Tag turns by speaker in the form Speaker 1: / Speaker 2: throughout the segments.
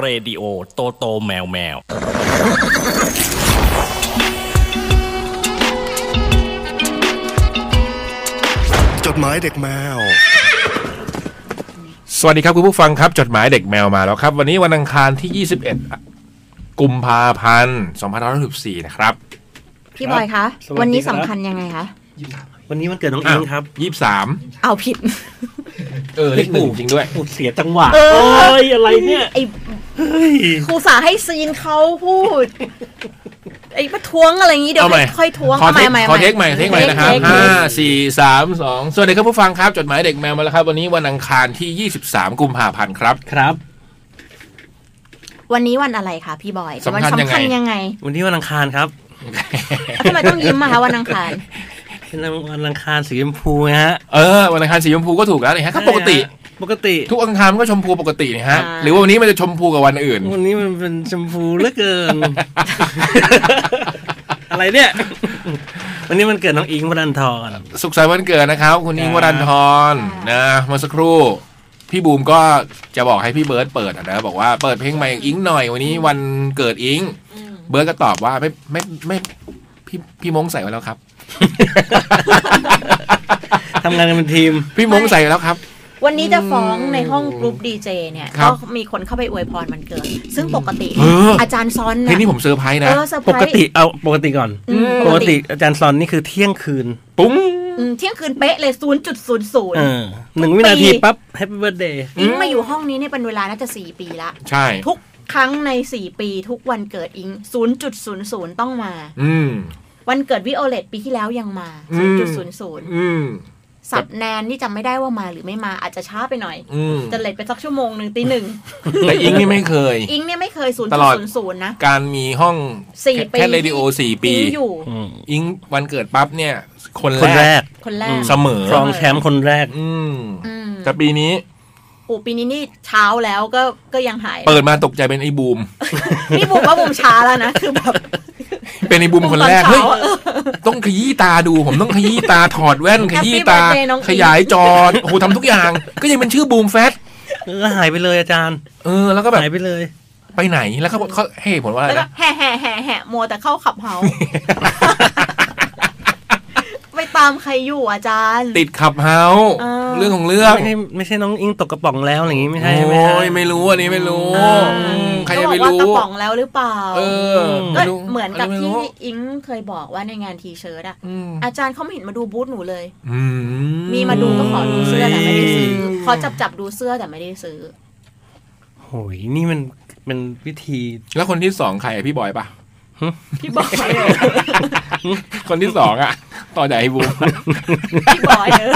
Speaker 1: เรดิโอโตโตแมวแมว
Speaker 2: จดหมายเด็กแมว
Speaker 3: สวัสดีครับคุณผู้ฟังครับจดหมายเด็กแมวมาแล้วครับ วันนี้วันอังคารที่ 21 กุมภาพันธ์2564นะครับ
Speaker 4: พี่บอยคะ
Speaker 5: สวัสดีครับ
Speaker 4: วันนี้สำคัญยังไงคะ
Speaker 5: วันนี้วันเกิดน้องอิงครับ
Speaker 3: 23
Speaker 4: เอา ผิด
Speaker 3: เออเลขหนึ่งจริงด้วย
Speaker 5: โอ้เสียจังหวะ โอ้ยอะไรเนี่ย
Speaker 4: ไอ้
Speaker 5: เฮ้ย
Speaker 4: ครูสาให้ซีนเขาพูด ไอ้มาทวงอะไรอย่างนี้เดี๋ยว
Speaker 3: เอาใหม่
Speaker 4: ค่อยทวง
Speaker 3: ขอ
Speaker 4: เอา
Speaker 3: เทค
Speaker 4: ใหม่ๆๆ
Speaker 3: ขอเทคใหม่เทคใหม่นะครับ
Speaker 4: เทเท
Speaker 3: ห้าสี่สามสองสวัสดีครับผู้ฟังครับจดหมายเด็กแมวมาแล้วครับ วันนี้วันอังคารที่ 23 กุมภาพันธ์ครับ
Speaker 5: ครับ
Speaker 4: วันนี้วันอะไรคะพี่บอย
Speaker 3: สำคัญ
Speaker 4: วัน
Speaker 3: ยังไง
Speaker 4: สำคัญยังไง
Speaker 5: วันนี้วันอังคารครับ
Speaker 4: แล้วทำไมต้องยิ้มมาคะวันอังคาร
Speaker 5: เป็นวันอังคารสีชมพูนะฮะ
Speaker 3: เออวันอังคารสีชมพูก็ถูกแล้วนี่ฮะครับปกติ
Speaker 5: ใช่ฮะปกติ
Speaker 3: ทุกอังคารมันก็ชมพูปกตินี่ฮะ
Speaker 4: อ่า
Speaker 3: หรือว่าวันนี้มันจะชมพูกับวันอื่น
Speaker 5: วันนี้มันเป็นชมพูเหลือเกิน อะไรเนี่ย วันนี้มันเกิดน้องอิงวรันทร
Speaker 3: สุขสันต์วันเกิดนะครับคุณอิงวรันทรนะเมื่อสักครู่ พี่บูมก็จะบอกให้พี่เบิร์ตเปิดอะนะบอกว่าเปิดเพลงใหม่อิงหน่อยวันนี้วันเกิดอิง เบิร์ตก็ตอบว่าไม่ไม่ไม่พี่พี่มงใส่ไว้แล้วครับ
Speaker 5: ทำงานกันเป็นทีม
Speaker 3: พี่มงใส่ไว้แล้วครับ
Speaker 4: วันนี้จะฟ้องในห้องกรุ๊ปดีเจเนี่ย
Speaker 3: ครั
Speaker 4: ก็
Speaker 3: บ
Speaker 4: มีคนเข้าไปอวยพรมันเกิด ซึ่งปกติ
Speaker 3: เอออ
Speaker 4: อาจารย์ซ้อน
Speaker 3: เพล
Speaker 4: นะ
Speaker 3: งนี้ผมเซอร์ไพรส์
Speaker 4: เอ
Speaker 3: นะ
Speaker 4: อเซอร์ไพ
Speaker 5: ป
Speaker 4: ร
Speaker 5: ก
Speaker 4: ส์
Speaker 5: ติเอาปกติก่อน
Speaker 4: อืม
Speaker 5: ปกติอาจารย์ซอนนี่คือเที่ยงคืน
Speaker 3: ปุ้ง
Speaker 4: อืมเที่ยงคืนเป๊ะเลยศูนย์จุดศูนย์ศูนย์
Speaker 5: เออหนึ่ง
Speaker 4: ทุก
Speaker 5: วินาที
Speaker 4: ปี
Speaker 5: ปั๊บแฮปปี้เบิร์ดเดย์
Speaker 4: อิงมาอยู่ห้องนี้เนี่ยเป็นเวลาน่าจะสี่ปีละ
Speaker 3: ใช่
Speaker 4: ทุกครั้งใน 4 ปีทุกวันเกิดอิง 0.00 ต้องมา
Speaker 3: อืม
Speaker 4: วันเกิดวิโอเลตปีที่แล้วยังมา
Speaker 3: อืม
Speaker 4: 0.00
Speaker 3: อืม
Speaker 4: สับแนนนี่จำไม่ได้ว่ามาหรือไม่มาอาจจะช้าไปหน่อย
Speaker 3: อืม
Speaker 4: จะเลทไปสักชั่วโมงหนึ่งตีหนึ่ง
Speaker 3: แต่อิงนี่ไม่เคย
Speaker 4: อิงเนี่ยไม่เคย
Speaker 3: ตลอด
Speaker 4: 0.00 นะ
Speaker 3: การมีห้อง
Speaker 4: สี่ปี
Speaker 3: แคทเรดิโอสี่ปี
Speaker 4: อิงอยู่
Speaker 3: อิงวันเกิดปั๊บเนี่ย คน
Speaker 5: คน
Speaker 3: แร
Speaker 5: แร
Speaker 3: ก
Speaker 5: ก
Speaker 4: คนแรก
Speaker 3: เสมอ
Speaker 5: ครองแชมป์คนแรก
Speaker 3: อืม
Speaker 4: อืม
Speaker 3: แต่ปีนี้
Speaker 4: ปู่ปีนี้นี่เช้าแล้วก็ก็ยังหาย
Speaker 3: เปิดมาตกใจเป็นไอ้บูม
Speaker 4: นี่บุมว่าบุมช้าแล้วนะคือแบบ
Speaker 3: เป็นไอ้บูมคนแรก
Speaker 4: ตอ
Speaker 3: เฮ้ย
Speaker 4: ช้าอะ
Speaker 3: ต้องขยี้ตาดู ผมต้องขยี้ตา ถอดแว่น ขยี้
Speaker 4: Happy
Speaker 3: ตา
Speaker 4: birthday น้องอิง
Speaker 3: ขยายจอ โอ้โหทำทุกอย่าง ก็ยังเป็นชื่อบูมแฟต
Speaker 5: เออหายไปเลยอาจารย์
Speaker 3: เออ แล้วก็แบบ
Speaker 5: หายไปเลย
Speaker 3: ไปไหน แล้วเขาเขาให้เหตุผลว่าอะไร
Speaker 4: แล้วก็
Speaker 3: นะ
Speaker 4: แห่แห่แห่แห่มัวแต่เข้าขับเฮา ไปตามใครอยู่อาจารย์
Speaker 3: ติดขับเฮาส์
Speaker 4: เออ
Speaker 3: เรื่องของเรื่อง
Speaker 5: ไม่ใช่ไม่ใช่น้องอิงตกกระป๋องแล้วอะไรอย่างงี้ไม่ใช่ใช่ไหม
Speaker 3: โอ้ย
Speaker 5: ฮะ
Speaker 3: ไม่รู้อันนี้ไม่รู้
Speaker 5: อ่า
Speaker 3: อืมใคร
Speaker 4: ก็
Speaker 3: จะ
Speaker 4: บอ
Speaker 3: ไป
Speaker 4: กว่ากระ
Speaker 3: รู้
Speaker 4: ป๋องแล้วหรือเปล่า
Speaker 3: เออ
Speaker 4: ก็
Speaker 3: ไรู้
Speaker 4: เหมือนกับ
Speaker 3: ไรู้
Speaker 4: ที่อิงเคยบอกว่าในงานทีเชิร์ตอะ
Speaker 3: อืม
Speaker 4: อาจารย์เขาไม่เห็นมาดูบูธหนูเลย
Speaker 3: อื
Speaker 4: มีมาดูก็ขอดูเสื้อแต่ไม่ได้ซื้อขอจับจับๆดูเสื้อแต่ไม่ได้ซื้อ
Speaker 5: โหยนี่มันเป็นวิธี
Speaker 3: แล้วคนที่สองใครอะพี่บอยปะ
Speaker 4: พี่บอยเออ
Speaker 3: คนที่สองอะ ต่อจากไอ้บูม
Speaker 4: พี่บอยเออ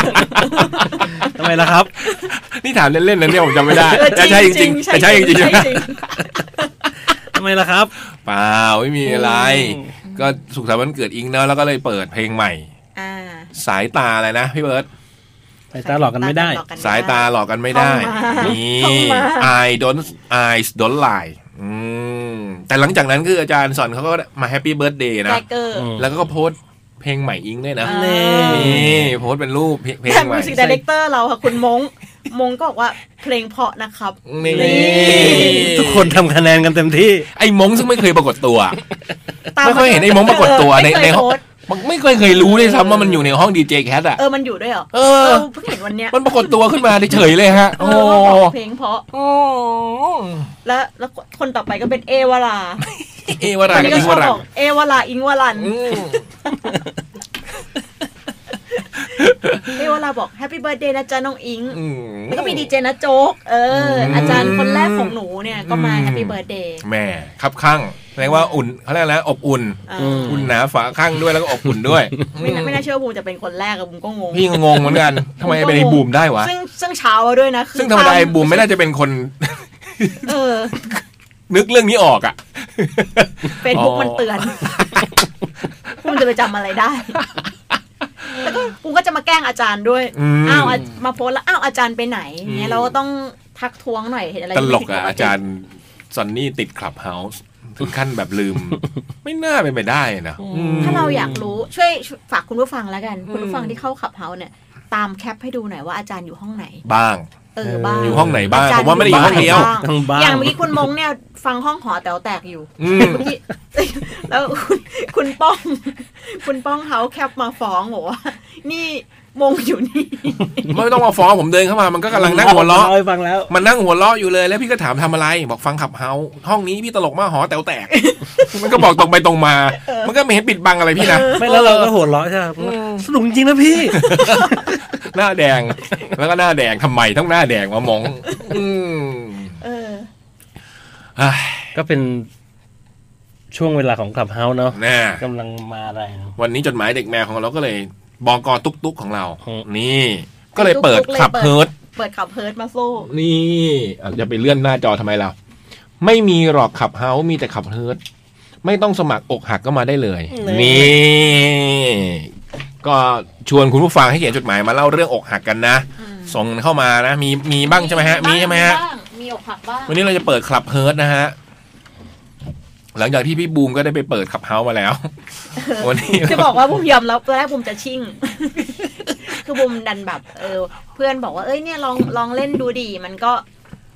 Speaker 5: ทำไมล่ะครับ
Speaker 3: นี่ถามเล่นๆนะเนี่ยผมจำไม่ ได้
Speaker 4: เออ
Speaker 3: แต่ใช่จริง
Speaker 4: ๆ
Speaker 3: ๆแต่ใช่จริง
Speaker 4: ใช่
Speaker 3: ๆ
Speaker 4: จริง
Speaker 5: ทำไมล่ะครับ
Speaker 3: เปล่าไม่มีอะไร
Speaker 5: อืม
Speaker 3: ก็สุขสันต์วันเกิดอิงเนาะแล้วก็เลยเปิดเพลงใหม่
Speaker 4: อ่า
Speaker 3: สายตาอะไรนะพี่เบิร์ต
Speaker 5: สายตาหลอกกันไม่ได้
Speaker 4: หลอกกันไม่ได้
Speaker 3: สายตาหลอกกันไม่ได้
Speaker 4: เข้ามา
Speaker 3: นี่
Speaker 4: เข้ามา
Speaker 3: I don't eyes don't lie อืมแต่หลังจากนั้นคืออาจารย์สอนเขาก็มาแฮปปี้เบิร์ a เดย์
Speaker 4: แจ
Speaker 3: นะ
Speaker 4: กเกอร์
Speaker 5: อืม
Speaker 3: แล้วก็โพสต์เพลงใหม่อิงด้วยนะ
Speaker 4: อ่า
Speaker 3: นี่โพสต์เป็นรูปเพลง
Speaker 4: แต่
Speaker 3: ให
Speaker 4: มิ
Speaker 3: ม่
Speaker 4: วสิกดีเลกเตอร์เราค่ะคุณมง มงก็บอกว่าเพลงเพราะนะครับ
Speaker 3: นี่
Speaker 5: ทุกคนทำคะแนนกันเต็มที่
Speaker 3: ไอ้มงซึ่งไม่เคยปรากฏตัว
Speaker 4: ตา
Speaker 3: ไม่ค่อยเห็นไอ้มงปรากฏตัวใน
Speaker 4: ไม่เค
Speaker 3: ในห้อง
Speaker 4: ยโพสต์
Speaker 3: ไม่เคยเคยรู้ด้วยซ้ำว่ามันอยู่ในห้องดีเจแคทอ่ะ
Speaker 4: เออมันอยู่ด้วยเหรอ
Speaker 3: เอ
Speaker 4: เอ
Speaker 3: อ
Speaker 4: อเพิ่งเห็นวันเนี้ย
Speaker 3: มันปรากฏตัวขึ้นมาเฉยๆเลยฮะ
Speaker 4: เอ
Speaker 3: โอ้
Speaker 4: อบอกเพลงเพราะ
Speaker 3: โอ้
Speaker 4: แล้วแล้วคนต่อไปก็เป็นเอวลา
Speaker 3: เอว
Speaker 4: ค
Speaker 3: ราน กับ
Speaker 4: นี้ก็
Speaker 3: อี
Speaker 4: ช
Speaker 3: ว
Speaker 4: อบ
Speaker 3: รา
Speaker 4: บอกเอวลาอิงวลัน
Speaker 3: อืม
Speaker 4: เอวลาบอกแฮปปี้เบิร์ดเดย์นะจ๊ะน้องอิง
Speaker 3: อืม
Speaker 4: แล้วก็มีดีเจนะโจ๊ก เอออ
Speaker 3: ม
Speaker 4: อาจารย์คนแรกของหนูเนี่ยก็มา
Speaker 3: อืม
Speaker 4: แฮปปี้เบิร์ดเดย์
Speaker 3: แหม่ครับข้างเรียกว่าอุ่นเขาเรียกอะไรนะอบอุ่น
Speaker 4: อ่า
Speaker 5: อืม
Speaker 3: อุ่นหนาฝาข้างด้วยแล้วก็อบอุ่นด้วย
Speaker 4: ไม่น่าไม่น่าเชื่อว่าบูมจะเป็นคนแรกอะบูมก็งง
Speaker 3: พี่งงเหมือนกันทำไมเป็นไอ้บูมได้วะ
Speaker 4: ซึ่งซึ่งเช้าแล้วด้วยนะคือ
Speaker 3: ซึ่งธรรมดาไอ้บูมไม่น่าจะเป็นคน
Speaker 4: เออ
Speaker 3: นึกเรื่องนี้ออกอ่ะ
Speaker 4: เฟซบุ๊ก
Speaker 3: อ๋อ
Speaker 4: มันเตือน คุณจะไปจำอะไรได้ แล้วก็กูก็จะมาแกล้งอาจารย์ด้วย
Speaker 3: ม
Speaker 4: อ้าวอามาโพสต์แล้วอ้าวอาจารย์ไปไหนอย่างเงี้ยเราก็ต้องทักท้วงหน่อยเห็นอะไร
Speaker 3: ต
Speaker 4: ที่
Speaker 3: ล
Speaker 4: ไม่
Speaker 3: ก
Speaker 4: ผิด
Speaker 3: อ่ะ
Speaker 4: ปติ
Speaker 3: อาจารย์ซอนนี่ติดคลับเฮาส์ถึงขั้นแบบลืม ไม่น่าเป็นไปได้นะอืม
Speaker 4: ถ้าเราอยากรู้ช่วยฝากคุณผู้ฟังแล้วกัน คุณ
Speaker 3: อืม
Speaker 4: ผู้ฟังที่เข้าขับเฮาเนี่ย ตามแคปให้ดูหน่อยว่าอาจารย์อยู่ห้องไหน
Speaker 3: บ้าง
Speaker 4: เออบ้าง
Speaker 3: อยู่ห้องไหนบ้าง
Speaker 4: จร
Speaker 3: ผมว่าไม่ได้อยู่ห้องเดียว
Speaker 5: ต้องบ้าง
Speaker 4: อย่างเมื่อกี้คุณมงเนี่ยฟังห้องหอแต๋วแตกอยู่
Speaker 3: อืม
Speaker 4: แล้วคุณคุณป้อง คุณป้องเขาแคปมาฟ้องบอกว่านี่มงอยู่นี่
Speaker 3: ไม่ต้องมาฟ้องผมเดินเข้ามามันก็กำลังนั่งหัวเราะ
Speaker 5: เล่าให้ฟังแล้ว
Speaker 3: มันนั่งหัวเราะอยู่เลยแล้วพี่ก็ถามทำอะไร บอกฟังขับเฮาส์ห้องนี้พี่ตลกมากหอแต๋วแตก มันก็บอกตรงไปตรงมา มันก็ไม่เห็นปิดบังอะไรพี่นะ
Speaker 5: ไม่แล้วเราก็หัวเราะใช่ไหมสนุกจริงนะพี่
Speaker 3: หน้าแดง แล้วก็หน้าแดงทำไมต้องหน้าแดงวะหมองอืม
Speaker 4: เออ
Speaker 3: เฮ้ย
Speaker 5: ก็เป็นช่วงเวลาของคลับเฮาส์เนาะ
Speaker 3: น่าก
Speaker 5: ำลังมาอะไรง
Speaker 3: วันนี้จดหมายเด็กแมวของเราก็เลยบอกกอตุ๊กตุ๊กของเรา
Speaker 5: อืม
Speaker 3: นี่ ก็เลยเปิด
Speaker 4: ตุ๊กตุ๊กเลย
Speaker 3: ขับ
Speaker 4: เปิด
Speaker 3: เฮิร์ต
Speaker 4: เปิดขับเพิร์ดมาสู้
Speaker 3: นี่อ่ะจะไปเลื่อนหน้าจอทำไมเรา ไม่มีหรอกขับเฮามีแต่ขับเฮิร์ตไม่ต้องสมัครอกหักก็มาได้เลย นี่ ก็ชวนคุณผู้ฟังให้เขียนจดหมายมาเล่าเรื่องอกหักกันนะ ส่งเข้ามานะ มีมีบ้างใช่ไหมฮะ มีใช่ไหมฮะ
Speaker 4: บ้างมีอกหักบ้าง
Speaker 3: วันนี้เราจะเปิดคลับเฮิร์ตนะฮะ หลังจากที่พี่บูมก็ได้ไปเปิดขับเฮามา แล้ว วันนี้
Speaker 4: จะบอกว่าบุมยอมรับแรกบุมจะชิ่ง คือบุมดันแบบ เออ เพื่อนบอกว่าเอ้ยเนี่ยลองลองเล่นดูดีมันก็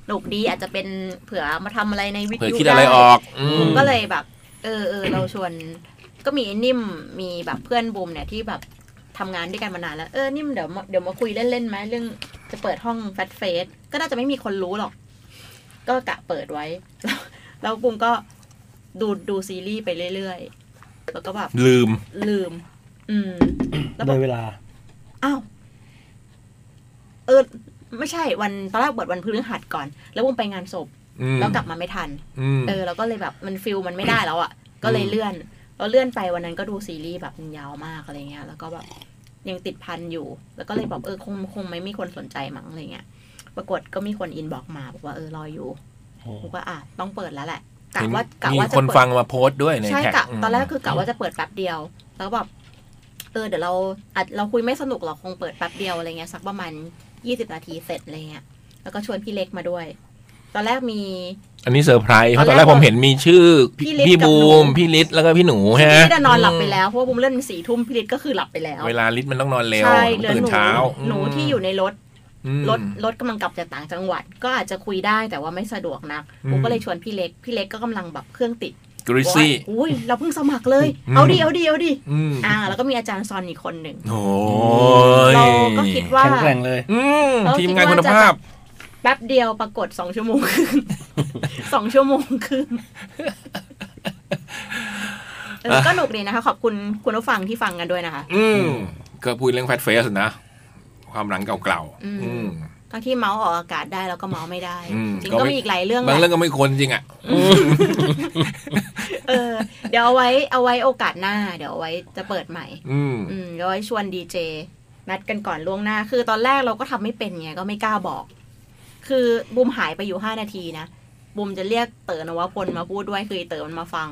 Speaker 4: หนุกดีอาจจะเป็นเผื่อมาทำอะไรในวิท
Speaker 3: เผื่อ
Speaker 4: ยุ
Speaker 3: คิดอะไรออกอืม
Speaker 4: บุมก็เลยแบบ เออเออเราชวน ก็มีนิ่มมีแบบเพื่อนบุมเนี่ยที่แบบทำงานด้วยกันมานานแล้วเออนิ่มเดี๋ยวมาเดี๋ยวมาคุยเล่นๆไหมเรื่องจะเปิดห้องแฟตเฟสก็น่าจะไม่มีคนรู้หรอก ก็กะเปิดไว้ แล้วแล้วบุมก็ดูดูซีรีส์ไปเรื่อยๆแล้วก็แบบ
Speaker 3: ลืม
Speaker 4: ลืม อืม แล้วบ
Speaker 5: โด
Speaker 4: อก
Speaker 5: ยเวลา
Speaker 4: อ้าว เออ ไม่ใช่ วันตอนแรกเปิดวันพฤหัสก่อน แล้ววงไปงานศพ
Speaker 3: อืม
Speaker 4: แล้วกลับมาไม่ทัน
Speaker 3: อืม
Speaker 4: เออ แล้วก็เลยแบบ มันฟิลมันไม่ได้แล้วอะ่ะ ก็เลย
Speaker 3: อืม
Speaker 4: เลื่อนแล้วเลื่อนไปวันนั้นก็ดูซีรีส์แบบยาวมากอะไรเงี้ย แล้วก็แบบยังติดพันอยู่ แล้วก็เลยแบบเออคงคงไม่มีคนสนใจมั้งอะไรเงี้ย ปรากฏก็มีคนอินบอกมาบอกว่าเออรออยู่ผมก็อ่ะต้องเปิดแล้วแหละกะว่ากะ
Speaker 3: มี
Speaker 4: ว่าจะ
Speaker 3: คน
Speaker 4: เปิด
Speaker 3: ฟังมาโพสต์ด้วยใน
Speaker 4: ใช่
Speaker 3: แท็ก
Speaker 4: กะตอนแรกคือกะว่าจะเปิดแป๊บเดียว แล้วแบบเออเดี๋ยวเราอาจเราคุยไม่สนุกหรอกคงเปิดแป๊บเดียวอะไรเงี้ยสักประมาณยี่สิบนาทีเสร็จอะไรเงี้ยแล้วก็ชวนพี่เล็กมาด้วย ตอนแรกมี
Speaker 3: อันนี้เซอร์ไพรส์เพราะ
Speaker 4: ต
Speaker 3: ต
Speaker 4: อ
Speaker 3: อนน
Speaker 4: แร
Speaker 3: แร
Speaker 4: ก
Speaker 3: กผมเห็นมีชื่อพี่
Speaker 4: พี่ฤทธิ์
Speaker 3: พี่
Speaker 4: กับ
Speaker 3: บู
Speaker 4: หนู
Speaker 3: ม พี่ลิศแล้วก็พี่หนู
Speaker 4: พี่
Speaker 3: ฮะ
Speaker 4: ลิศอะนอนหลับไปแล้วเพราะว่าบุมเล่นสี่ทุ่มพี่ลิศก็คือหลับไปแล้ว
Speaker 3: เวลาลิศมันต้องนอนเร็ว
Speaker 4: ใช่
Speaker 3: มัน
Speaker 4: เหลือ
Speaker 3: ตื่น
Speaker 4: หนู
Speaker 3: เช้า
Speaker 4: หนูที่อยู่ในรถ
Speaker 3: อืม
Speaker 4: รถรถกำลังกลับจากต่างจังหวัด ก็อาจจะคุยได้แต่ว่าไม่สะดวกนักบุม
Speaker 3: อืม
Speaker 4: ก็เลยชวนพี่เล็กพี่เล็กก็กำลังแบบเครื่องติด
Speaker 3: Greasy
Speaker 4: บอกว่าอุ้ยเราเพิ่งสมัครเลยเอาดิเอาดิเอาดิ
Speaker 3: อืม
Speaker 4: อ่า แล้วก็มีอาจารย์ซอนอีกคนหนึ่ง
Speaker 3: โอ้ย
Speaker 4: เราก็คิดว่า
Speaker 5: แข็งแกร่งเลย
Speaker 3: อืม
Speaker 4: เราก็
Speaker 3: ทีมงาน
Speaker 4: คิดว่า
Speaker 3: คุณภาพ
Speaker 4: แป๊บเดียวปรากฏสองชั่วโมงครึ่ง สองชั่วโมงค รึ่งเออก็หนุกดีนะคะ ขอบคุณคุณผู้ฟังที่ฟังกันด้วยนะคะ
Speaker 3: อืมก็พูดเรื่องแฟตเฟสนะ ความหลังเก่า
Speaker 4: อืม
Speaker 3: ๆอืม
Speaker 4: ก็ที่เมาส์ออกอากาศได้แล้วก็เมาส์ไม่ได้
Speaker 3: อืม
Speaker 4: จริง
Speaker 3: ก็
Speaker 4: ก็
Speaker 3: ไม่
Speaker 4: มีอีกหลายเรื่องแห
Speaker 3: บางเรื่อง
Speaker 4: ละ
Speaker 3: ก็ไม่ควรจริงอ่ะ
Speaker 4: เออเดี๋ยวเอาไว้เอาไว้โอกาสหน้า เดี๋ยวเอาไว้จะเปิดใหม่
Speaker 3: อืม
Speaker 4: อืมเดี๋ยวไว้ชวนดีเจนัดกันก่อนล่วงหน้า คือตอนแรกเราก็ทำไม่เป็นไงก็ไม่กล้าบอก คือบุมหายไปอยู่ห้านาทีนะบุมจะเรียกเต๋อนวพลมาพูดด้วยคือไอ้เต๋อมันมาฟัง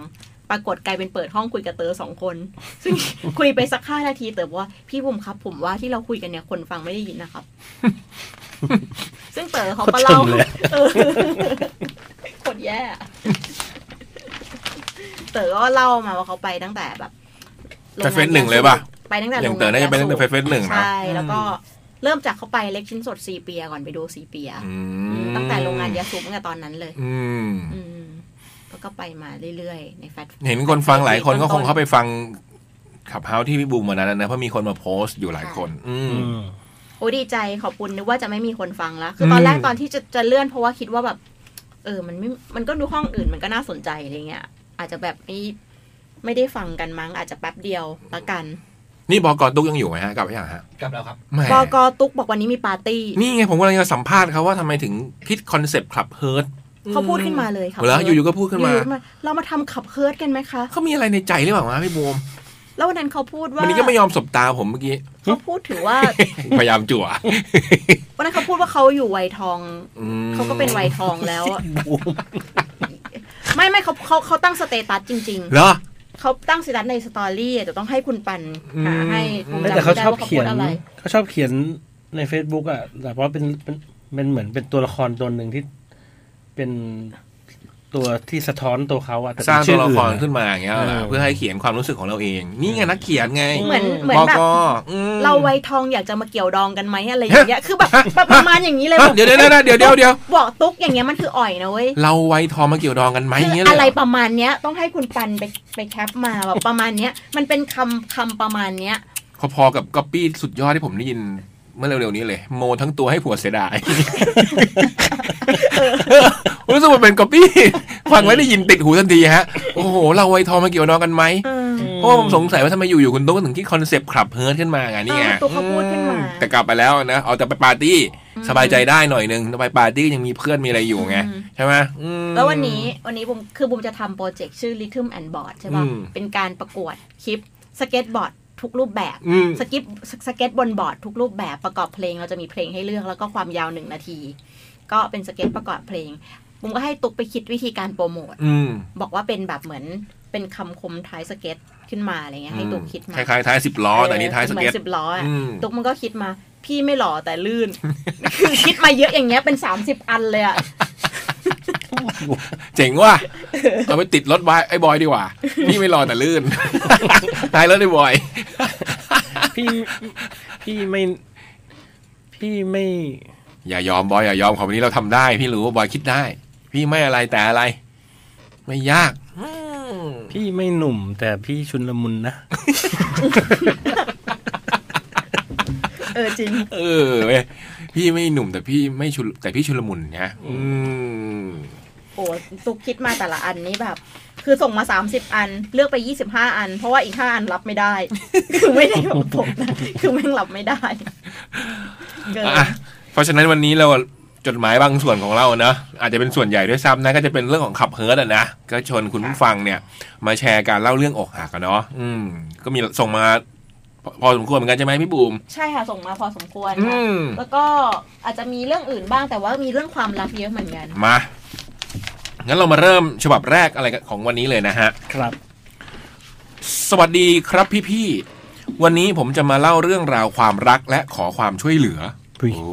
Speaker 4: ปรากฏกลายเป็นเปิดห้องคุยกับเต๋อสองคน ซึ่ง คุยไปสักห้านาทีเต๋อบอกว่าพี่บุมครับ ผมว่าที่เราคุยกันเนี่ยคนฟังไม่ได้ยินนะครับ ซึ่งเต๋อเขาก็เล่า
Speaker 5: เขาชมเลย
Speaker 4: เออ โคตรแย่อะเต๋อก็เล่ามาว่าเขาไปตั้งแต่แบบ
Speaker 3: แต่เฟสหนึ่งเลยป่ะ
Speaker 4: ไปตั้งแต่
Speaker 3: อย่าง
Speaker 4: โร
Speaker 3: เต๋อน่าจะเป็นตั้งแต่เฟสเฟสหนึ่งนะ
Speaker 4: ใช่แล้วก็เริ่มจากเขาไปเล็กชิ้นสดซีเปียก่อนไปดูซีเปีย
Speaker 3: อืม
Speaker 4: ตั้งแต่โรงงานยาสูบตั้งแต่ตอนนั้นเลย
Speaker 3: อืม
Speaker 4: อืมแล้วก็ไปมาเรื่อยๆ ในแฟลต
Speaker 3: เห็นคนฟังหลายคนก็คง
Speaker 4: ต้นๆ
Speaker 3: เข้าไปฟังขับเฮาที่พี่บูมวันนั้นนะเพราะมีคนมาโพสต์อยู่หลายคน อืม
Speaker 5: อืม
Speaker 4: โอ้ดีใจขอบคุณนึกว่าจะไม่มีคนฟังละคือตอนแรก
Speaker 3: อืม
Speaker 4: ตอนที่จะจะเลื่อนเพราะว่าคิดว่าแบบ เออ มันไม่มันก็ดูห้องอื่นมันก็น่าสนใจอะไรเงี้ยอาจจะแบบไม่ไม่ได้ฟังกันมั้ง อาจจะแป๊บเดียวละกัน
Speaker 3: นี่บอกรตุ๊กยังอยู่ไหมฮะกลับไปยังฮะ
Speaker 6: กลับแล้วครับ
Speaker 3: แหม่
Speaker 4: บอกอตุ๊กบอกวันนี้มีปาร์ตี้
Speaker 3: นี่ไงผมกำลังจะสัมภาษณ์เขาว่าทำไมถึงคิดคอนเซปต์ขับเฮิร์ต
Speaker 4: เขาพูดขึ้นมาเลยค่ะ
Speaker 3: แล้วอยู่ๆก็พูดขึ้นมา
Speaker 4: เรามาทำขับเคิร์ดกันไหมคะ
Speaker 3: เขามีอะไรในใจหรือเปล่าวะพี่บูม
Speaker 4: แล้ววันนั้นเขาพูดว่า
Speaker 3: วันนี้ก็ไม่ยอมสบตาผมเมื่อกี้
Speaker 4: เขาพูดถึงว่า
Speaker 3: พยายามจั่ว
Speaker 4: วันนั้นเขาพูดว่าเขาอยู่วัยทอง
Speaker 3: อืม
Speaker 4: เขาก็เป็นวัยทองแล้วอะ ไม่ไม่เขาเขาเขาตั้งสเตตัสจริง
Speaker 3: เหรอ
Speaker 4: ๆ เขาตั้งสเตตัสในสตอรี่อะแต่ต้องให้คุณปันหาให้
Speaker 3: อื
Speaker 4: คง
Speaker 3: ม
Speaker 4: จำ
Speaker 5: แต่
Speaker 4: ไม่
Speaker 5: เขา
Speaker 4: ได้
Speaker 5: ชอบ
Speaker 4: ว่าเขา
Speaker 5: เขี
Speaker 4: พู
Speaker 5: ยน
Speaker 4: ดอะไร
Speaker 5: เขาชอบเขียนใน Facebook อ่ะแต่ว่าเป็นเป็นเป็นเหมือนเป็นตัวละครตัวหนึ่งที่เป็น ตัวที่สะท้อนตัวเขาอะแต่
Speaker 3: ส
Speaker 5: เป็
Speaker 3: ร้าง
Speaker 5: น
Speaker 3: ตั
Speaker 5: ชื่
Speaker 3: ว
Speaker 5: อ
Speaker 3: ละ
Speaker 5: อื่
Speaker 3: คร
Speaker 5: น
Speaker 3: ขึ้นมาอย่างเงี้ยเหรอ
Speaker 5: เออ
Speaker 3: เพื่อให้เขียนความรู้สึกของเราเอง นี่ไงนักเขียนไง
Speaker 4: เหมือนเหมือน
Speaker 3: บ
Speaker 4: แบบ
Speaker 3: กอืม
Speaker 4: เราวัยทองอยากจะมาเกี่ยวดองกันไหมอะไรอย่า งเงี้ย คือแบบแบบประมาณอย่างนี้เลย
Speaker 3: เอ้าเดี๋ยวเดี๋ยวเดี๋ยวเดี๋ยวเดี๋ยวเดี๋ยว
Speaker 4: บอกตุ๊กอย่างเงี้ยมันคืออ่อยนะเว้ย
Speaker 3: เราไว้ทอมมาเกี่ยวดองกันไหมอย่างเงี้ย
Speaker 4: คื
Speaker 3: เล
Speaker 4: อยไร
Speaker 3: เหรอ
Speaker 4: ประมาณเนี้ยต้องให้คุณปันไปไปแคปมาแบบประมาณเนี้ยมันเป็นคำคำประมาณเนี้ย
Speaker 3: พอๆกับก๊อปปี้สุดยอดที่ผมได้ยินเมื่อเร็วๆนี้เลย โมทั้งตัวให้ผัวเสียดาย รู้สึกว่าเป็นก๊อปปี้ฟังแล้วได้ยินติดหูทันทีฮะ โอ้โห เราไว้ทอมมาเกี่ยวดองกันไหมเพราะว่าผมสงสัยว่าทำไมอยู่ๆคุณตุ๊กถึงที่คอนเซปต์ขับเฮิร์ทขึ้นมาไงนี่ไง
Speaker 4: เออตุ๊กเขาพูดขึ้นมา
Speaker 3: อืแต่กลับไปแล้วนะเอาแต่ไปปาร์ตี้สบายใจได้หน่อยนึงแต่ไปปาร์ตี้ยังมีเพื่อนมีอะไรอยู่ไงใช่ไหมอืม
Speaker 4: แล้ววันนี้วันนี้บุมคือบุมจะทำโปรเจกต์ชื่อ Rhythm and Board ใช่ป่ะ
Speaker 3: อืม
Speaker 4: เป็นการประกวดคลิปสเก็ตบอร์ดทุกรูปแบบ
Speaker 3: อืม
Speaker 4: สกิปสเก็ตบนบอร์ดทุกรูปแบบประกอบเพลงเราจะมีเพลงให้เลือกแล้วก็ความยาวหนึ่งนาที ก็เป็นสเก็ตประกอบเพลงบุมก็ให้ตุ๊กไปคิดวิธีการโปรโมท
Speaker 3: อืม
Speaker 4: บอกว่าเป็นแบบเหมือนเป็นคำคมท้ายสเก็ตขึ้นมาอะไรเงี้ยให้ตุ๊กคิดมา
Speaker 3: คล้ายๆท้ายสิบล้อแต่อันนี้ท้ายสเก็ต
Speaker 4: เหมือนสิบล้ออะ
Speaker 3: อืม
Speaker 4: ตุ๊กมันก็คิดมา พี่ไม่หล่อแต่ลื่น คือคิดมาเยอะอย่างเงี้ยเป็นสามสิบอันเลยอะ
Speaker 3: เจ๋งว่ะ เอาไปติดรถไว้ไอ้บอยดีกว่า พี่ไม่รอแต่ลื่น ตายแล้วไอ้บอย
Speaker 5: พี่พี่ไม่ พี่ไม่
Speaker 3: อย่ายอมบอยอย่ายอมของวันนี้เราทำได้ พี่รู้ว่าบอยคิดได้ พี่ไม่อะไรแต่อะไร ไม่ยาก
Speaker 5: พี่ไม่หนุ่ม แต่พี่ชุนละมุนนะ
Speaker 4: เออจริง
Speaker 3: เออเว้ยพี่ไม่หนุ่มแต่พี่ไม่ชุลแต่พี่ชุลมุนนะอืม
Speaker 4: โอ้ตุ๊กคิดมาแต่ละอันนี้แบบ คือส่งมาสามสิบอัน เลือกไปยี่สิบห้าอัน เพราะว่าอีกห้าอันรับไม่ได้ คือไม่ได้ของผมนะ คือแม่งรับไม่ได้ เกิน
Speaker 3: อ่ะเพราะฉะนั้นวันนี้เราจดหมายบางส่วนของเรานะอาจจะเป็นส่วนใหญ่ด้วยซ้ำนะก็จะเป็นเรื่องของขับเฮิร์ตอะนะก็ชวนคุณผู้ฟังเนี่ย มาแชร์การเล่าเรื่องอกหักกันเนาะอืม ก็มีส่งมาพอพอสมควรเหมือนกันใช่ไหมพี่บูม
Speaker 4: ใช่ค่ะส่งมาพอสมควร
Speaker 3: อื
Speaker 4: ค่ะ
Speaker 3: ม
Speaker 4: แล้วก็อาจจะมีเรื่องอื่นบ้างแต่ว่ามีเรื่องความรักเยอะเหมือนกัน
Speaker 3: มา งั้นเรามาเริ่มฉบับแรกอะไรกันของวันนี้เลยนะฮะ
Speaker 5: ครับ
Speaker 3: สวัสดีครับพี่ๆ วันนี้ผมจะมาเล่าเรื่องราวความรักและขอความช่วยเหลือ
Speaker 5: อุ๊ย
Speaker 3: โอ้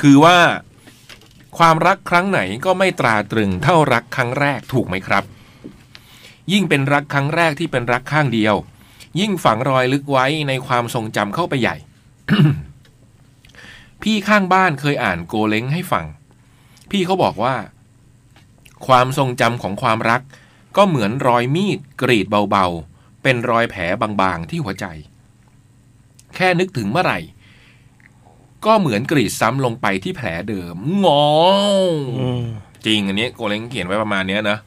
Speaker 3: คือว่า ความรักครั้งไหนก็ไม่ตราตรึงเท่ารักครั้งแรกถูกไหมครับ ยิ่งเป็นรักครั้งแรกที่เป็นรักข้างเดียว ยิ่งฝังรอยลึกไว้ในความทรงจำเข้าไปใหญ่ พี่ข้างบ้านเคยอ่านโกเล้งให้ฟัง พี่เขาบอกว่า ความทรงจำของความรัก ก็เหมือนรอยมีดกรีดเบาๆ เป็นรอยแผลบางๆที่หัวใจ แค่นึกถึงเมื่อไหร่ ก็เหมือนกรีดซ้ำลงไปที่แผลเดิมงอ
Speaker 5: อืม
Speaker 3: จริงอันนี้โกเล้งเขียนไว้ประมาณเนี้ยนะ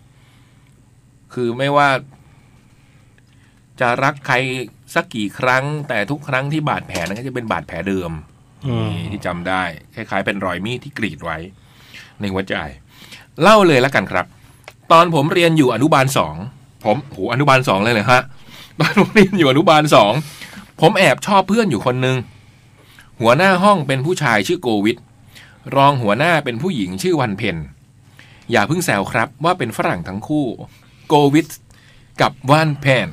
Speaker 3: คือไม่ว่า จะรักใครสักกี่ครั้ง แต่ทุกครั้งที่บาดแผลนั้นก็จะเป็นบาดแผลเดิม
Speaker 5: อืม
Speaker 3: นี่ที่จำได้คล้ายๆ เป็นรอยมีดที่กรีดไว้ในหัวใจ เล่าเลยละกันครับ ตอนผมเรียนอยู่อนุบาลสองผมโหอนุบาลสองเลยเลยฮะ ตอนผมเรียนอยู่อนุบาลสองผมแอบชอบเพื่อนอยู่คนหนึ่งหัวหน้าห้องเป็นผู้ชายชื่อโกวิทรองหัวหน้าเป็นผู้หญิงชื่อวันเพนอย่าเพิ่งแซวครับว่าเป็นฝรั่งทั้งคู่ โกวิทกับวันเพน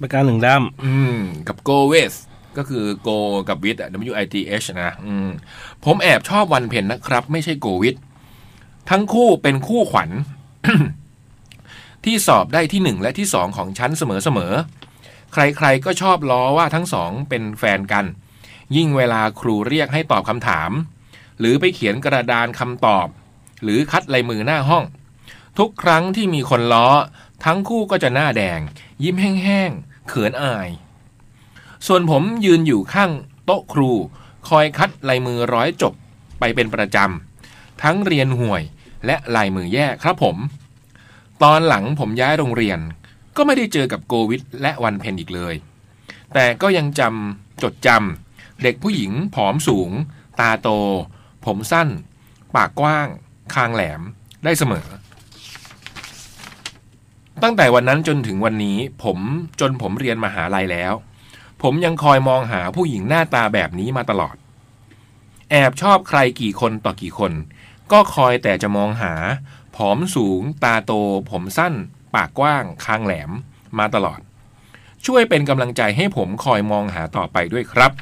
Speaker 5: ประการหนึ่งด้าม
Speaker 3: อืม กับโกเวสก็คือโกกับวิทย์อะ W I T H นะอืมผมแอบชอบวันเพ็ญนะครับ ไม่ใช่โกวิทย์ทั้งคู่เป็นคู่ขวัญ ที่สอบได้ที่หนึ่งและที่สองของชั้นเสมอๆ ใครๆก็ชอบล้อว่าทั้งสองเป็นแฟนกัน ยิ่งเวลาครูเรียกให้ตอบคำถาม หรือไปเขียนกระดานคำตอบ หรือคัดลายมือหน้าห้อง ทุกครั้งที่มีคนล้อ ทั้งคู่ก็จะหน้าแดง ยิ้มแห้งๆ เขินอาย ส่วนผมยืนอยู่ข้างโต๊ะครู คอยคัดลายมือร้อยจบไปเป็นประจำ ทั้งเรียนห่วยและลายมือแย่ครับผม ตอนหลังผมย้ายโรงเรียน ก็ไม่ได้เจอกับโกวิทและวันเพนอีกเลย แต่ก็ยังจำจดจำเด็กผู้หญิงผอมสูง ตาโต ผมสั้น ปากกว้าง คางแหลมได้เสมอ ตั้งแต่วันนั้นจนถึงวันนี้ผมจนผมเรียนมหาลัยแล้ว ผมยังคอยมองหาผู้หญิงหน้าตาแบบนี้มาตลอด แอบชอบใครกี่คนต่อกี่คน ก็คอยแต่จะมองหา ผอมสูง ตาโต ผมสั้น ปากกว้าง คางแหลมมาตลอด ช่วยเป็นกำลังใจให้ผมคอยมองหาต่อไปด้วยครับ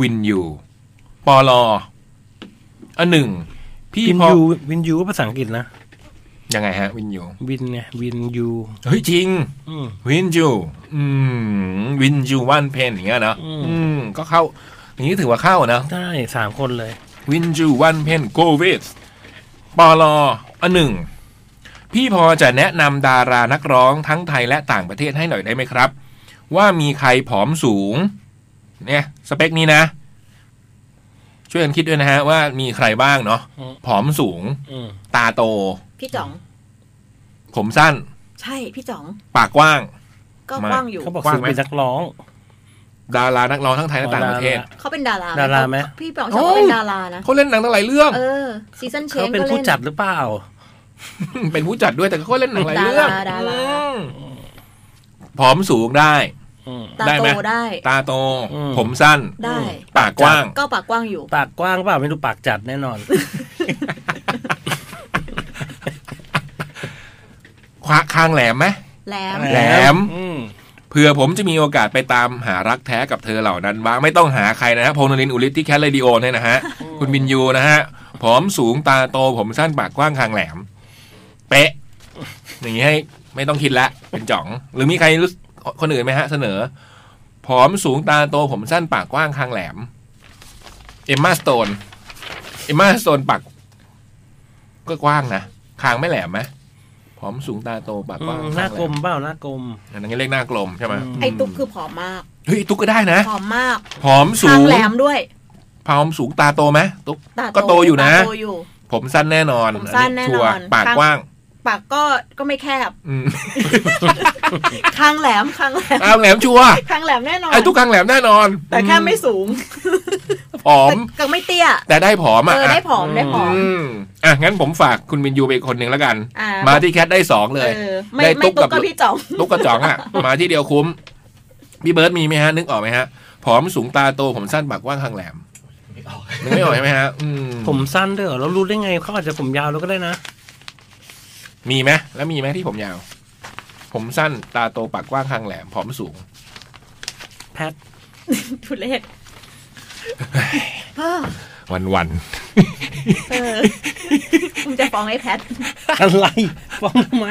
Speaker 3: วินยูปอลออันหนึ่งพี่
Speaker 5: วิน
Speaker 3: พอ
Speaker 5: ยูวินยูก็ภาษาอังกฤษนะ
Speaker 3: ยังไงฮะวินยู
Speaker 5: วินไงวินยู
Speaker 3: เฮ้ยจริง
Speaker 5: อืม
Speaker 3: วินจูอืมวินจูวันเพนอย่างเงี้ยเนาะ
Speaker 5: อืม
Speaker 3: อืมก็เข้า อย่างนี้ถือว่าเข้านะ
Speaker 5: ได้สามคนเลย
Speaker 3: วินจูวันเพนโกวิสปลออันหนึ่ง พี่พอจะแนะนำดารานักร้องทั้งไทยและต่างประเทศให้หน่อยได้ไหมครับ ว่ามีใครผอมสูง เนี่ย สเปคนี้นะ ช่วยกันคิดด้วยนะฮะ ว่ามีใครบ้างเนาะ
Speaker 5: อืม
Speaker 3: ผอมสูง
Speaker 5: อืม
Speaker 3: ตาโต
Speaker 4: พี่จ๋อง
Speaker 3: ผมสั้น
Speaker 4: ใช่พี่จ๋อง
Speaker 3: ปากกว้าง
Speaker 4: ก็
Speaker 3: มา
Speaker 4: กว้างอยู่
Speaker 5: เขาบอก
Speaker 3: กว้าง
Speaker 5: สูง
Speaker 3: ไหม
Speaker 5: เป็นนักร้อง
Speaker 3: ดารานักร้องทั้งไทยและต่างประเทศ
Speaker 4: เขาเป็นดารา
Speaker 5: ดาราไหม
Speaker 4: พี่ป๋องจ๋องก็เป็น
Speaker 3: โอ้
Speaker 4: ดารานะ
Speaker 3: เขาเล่นหนังตั้งหลายเรื่อง
Speaker 4: เออซีซันเช
Speaker 5: เขา
Speaker 4: น
Speaker 5: เป็น
Speaker 4: ก็
Speaker 5: ผู้
Speaker 4: เล่น
Speaker 5: จัดหรือเปล่า
Speaker 3: เป็นผู้จัดด้วยแต่ก็เล่นหนังหลายเรื่อง
Speaker 4: ดาราดารา
Speaker 3: อืมผอมสูงได้
Speaker 5: อืม
Speaker 4: ตา
Speaker 3: ได้ไหม
Speaker 4: โตได้
Speaker 3: ตาโต
Speaker 5: อืม
Speaker 3: ผมสั้น
Speaker 4: ได้
Speaker 3: ปากกว้าง
Speaker 4: ก็ปากกว้างอยู่
Speaker 5: ปากกว้างเปล่าไม่รู้ปากจัดแน่นอน
Speaker 3: ควาคางแหลมไหม
Speaker 4: แหลม
Speaker 3: แหลม
Speaker 5: อืม
Speaker 3: เผื่อผมจะมีโอกาสไปตามหารักแท้กับเธอเหล่านั้นบ้างไม่ต้องหาใครนะฮะพงนรินทร์อุลิศที่แคทเรดิโอเนี่ยนะฮะ คุณบินยูนะฮะ ผอมสูงตาโต ผมสั้นปากกว้างคางแหลม เป๊ะ อย่างนี้ให้ไม่ต้องคิดละ เป็นจ่อง หรือมีใครรู้คนอื่นไหมฮะ เสนอ ผอมสูงตาโต ผมสั้นปากกว้างคางแหลม เอมมาสโตน เอมมาสโตนปากก็กว้างนะคางไม่แหลมไหมผอมสูงตาโตปากกว้าง
Speaker 5: ห
Speaker 3: คา
Speaker 5: น้าง
Speaker 3: แหล
Speaker 5: กลม
Speaker 3: ม
Speaker 5: เปล่าหน้ากลม
Speaker 3: อันนั้นเรียกหน้ากลมใช่ไหม
Speaker 5: อืม
Speaker 4: ไอ้ตุ๊กคือผอมมาก
Speaker 3: เฮ้ยตุ๊กก็ได้นะ
Speaker 4: ผอมมาก
Speaker 3: ผอมสู
Speaker 4: ทาง
Speaker 3: ง
Speaker 4: แหลมด้วย
Speaker 3: ผอมสูงตาโตไหมตุ๊ก
Speaker 4: ตา
Speaker 3: ก็โตอยู่นะ
Speaker 4: ตาโตอยู่
Speaker 3: ผมสั้นแน่นอน
Speaker 4: ผมสั้นแน่นอน
Speaker 3: ชัวร์ปากกว้าง
Speaker 4: ปากก็ก็ไม่แคบ
Speaker 3: อืม
Speaker 4: คางแหลมคางแหลม
Speaker 3: อาวแหลมชัวร์
Speaker 4: คางแหลมแน่นอน
Speaker 3: ไอ้ทุกครั้งแหลมแน่นอน
Speaker 4: แต่แค่ไม่สูง
Speaker 3: ผอม
Speaker 4: แต่ก็ไม่เตี้ย
Speaker 3: แต่ได้ผอม
Speaker 4: เอ
Speaker 3: อ่ะ
Speaker 4: อได้ผอมได้ผอม
Speaker 3: อืมอ่ะงั้นผมฝากคุณบินยูไปอีกคนหนึ่งแล้วกัน
Speaker 4: อ่าม
Speaker 3: มาที่แคทได้สองเลย
Speaker 4: เออไม่
Speaker 3: ได้ตุ๊
Speaker 4: ไม่
Speaker 3: ก
Speaker 4: ตุ๊ก
Speaker 3: กั
Speaker 4: ก็
Speaker 3: บ
Speaker 4: พี่จ๋อง
Speaker 3: ลูกกระจองอ่ะ มาที่เดียวคุ้มพี่เบิร์ดมีไหมฮะ นึกออกไหมฮะผอมสูงตาโตผมสั้นปากกว้างคางแหลมนึกไม่ออกใช่ไหมฮะอืม
Speaker 5: ผมสั้นด้วยเหรอเรารู้ได้ไงเขาอาจจะผมยาวแล้วก็ได้นะ
Speaker 3: มีไหมแล้วมีไหมที่ผมยาว ผมสั้นตาโตปากกว้างคางแหลมผอมสูง
Speaker 5: แพท
Speaker 4: ทุเรศเออ
Speaker 3: วันวัน
Speaker 4: เออมึงจะฟ้องไอ้แพ ท
Speaker 5: อะไรฟ้องทำไม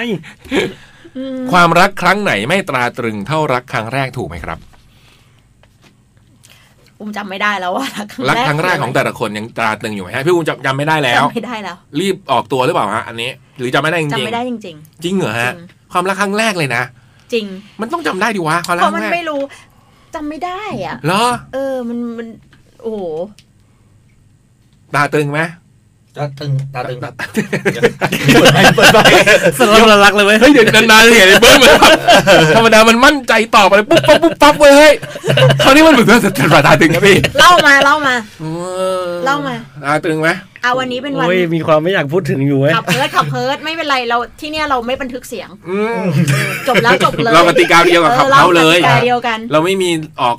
Speaker 3: ๆความรักครั้งไหนไม่ตราตรึงเท่ารักครั้งแรกถูกไหมครับ
Speaker 4: ปุมจำไม่ได้แล้วว่า
Speaker 3: รักครั้งแรกของแต่ละคนยังตราตรึงอยู่ไหมฮะพี่บุญจำจำไม่ได้แล้ว
Speaker 4: จำไม่ได้แล้ว
Speaker 3: รีบออกตัวหรือเปล่าฮะอันนี้ หรือจำไม่ได้จริง
Speaker 4: จำไม่ได้จริง
Speaker 3: ๆจริงเหรอฮะ
Speaker 4: จริง
Speaker 3: ความรักครั้งแรกเลยนะ
Speaker 4: ๆ จริง
Speaker 3: มันต้องจำได้ดิวะความรัก
Speaker 4: เพ
Speaker 3: ค
Speaker 4: ราะมั
Speaker 3: รั้ง
Speaker 4: น
Speaker 3: แรก
Speaker 4: ไม่รู้จำไม่ได้อ่ะ
Speaker 3: เหรอ
Speaker 4: เออ มันมันโอ้โห
Speaker 3: ตราตรึงไหม
Speaker 6: ตาตึงตาตึงครับ
Speaker 5: สลับละลักเลยเว้ย
Speaker 3: เฮ้ยเดี๋ยวนานๆเห็นไอ้เบิร์ดมันแบบ ธรรมดามันมั่นใจตอบอะไรปุ๊บปั๊บปุ๊บปั๊บเว้ยเฮ้ยคราวนี้มันเหมือนจะตราตรึงนะพี่
Speaker 4: เล่ามาเล่ามา เล่ามา
Speaker 3: ตราตรึงไหม
Speaker 4: เอาวันนี้เป็นวัน
Speaker 5: โอ้ยมีความไม่อยากพูดถึงอยู่เว้ย
Speaker 4: ขับเพิร์ดขับเพิร์ดไม่เป็นไรเราที่เนี่ยเราไม่บันทึกเสียง
Speaker 3: อืม
Speaker 4: จบ แล้วจบเลย
Speaker 3: เรากติกาเดียวกับเขาเขาเลย
Speaker 4: กติกาเดียวกัน
Speaker 3: เราไม่มีออก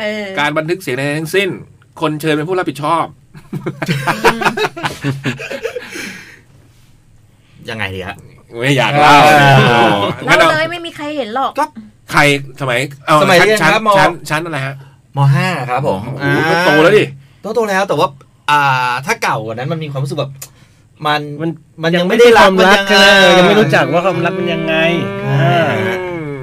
Speaker 4: เออ
Speaker 3: การบันทึกเสียงใดทั้งสิ้น คนเชิญเป็นผู้รับผิดชอบ
Speaker 6: ยังไงดีฮะ
Speaker 3: ไม่อยากเล่า
Speaker 6: อ่า
Speaker 3: โอ้งั้น
Speaker 4: เรา
Speaker 3: เอา
Speaker 4: เลยไม่มีใครเห็นหรอก
Speaker 3: ใครสมัยเอา
Speaker 6: สมัย
Speaker 3: ชั้นชั้
Speaker 6: เรียน
Speaker 3: น
Speaker 6: ครับม
Speaker 3: ชั้นชั้นอะไรฮะ
Speaker 6: มห้าครับผม
Speaker 3: โอ้โหก็โตแล้วดิ
Speaker 6: โตโตแล้วแต่ว่า อ่า ถ้าเก่ากว่านั้นมันมีความรู้สึกแบบ มัน
Speaker 5: มัน
Speaker 6: มันยังไม่ได้รั
Speaker 5: ค
Speaker 6: ก
Speaker 5: วามรัก
Speaker 6: น
Speaker 5: นะเออยังไม่รู้จัก
Speaker 6: เออ
Speaker 5: ว่าความรักเป็นยังไง
Speaker 6: อ่า
Speaker 5: อ่า
Speaker 3: อืม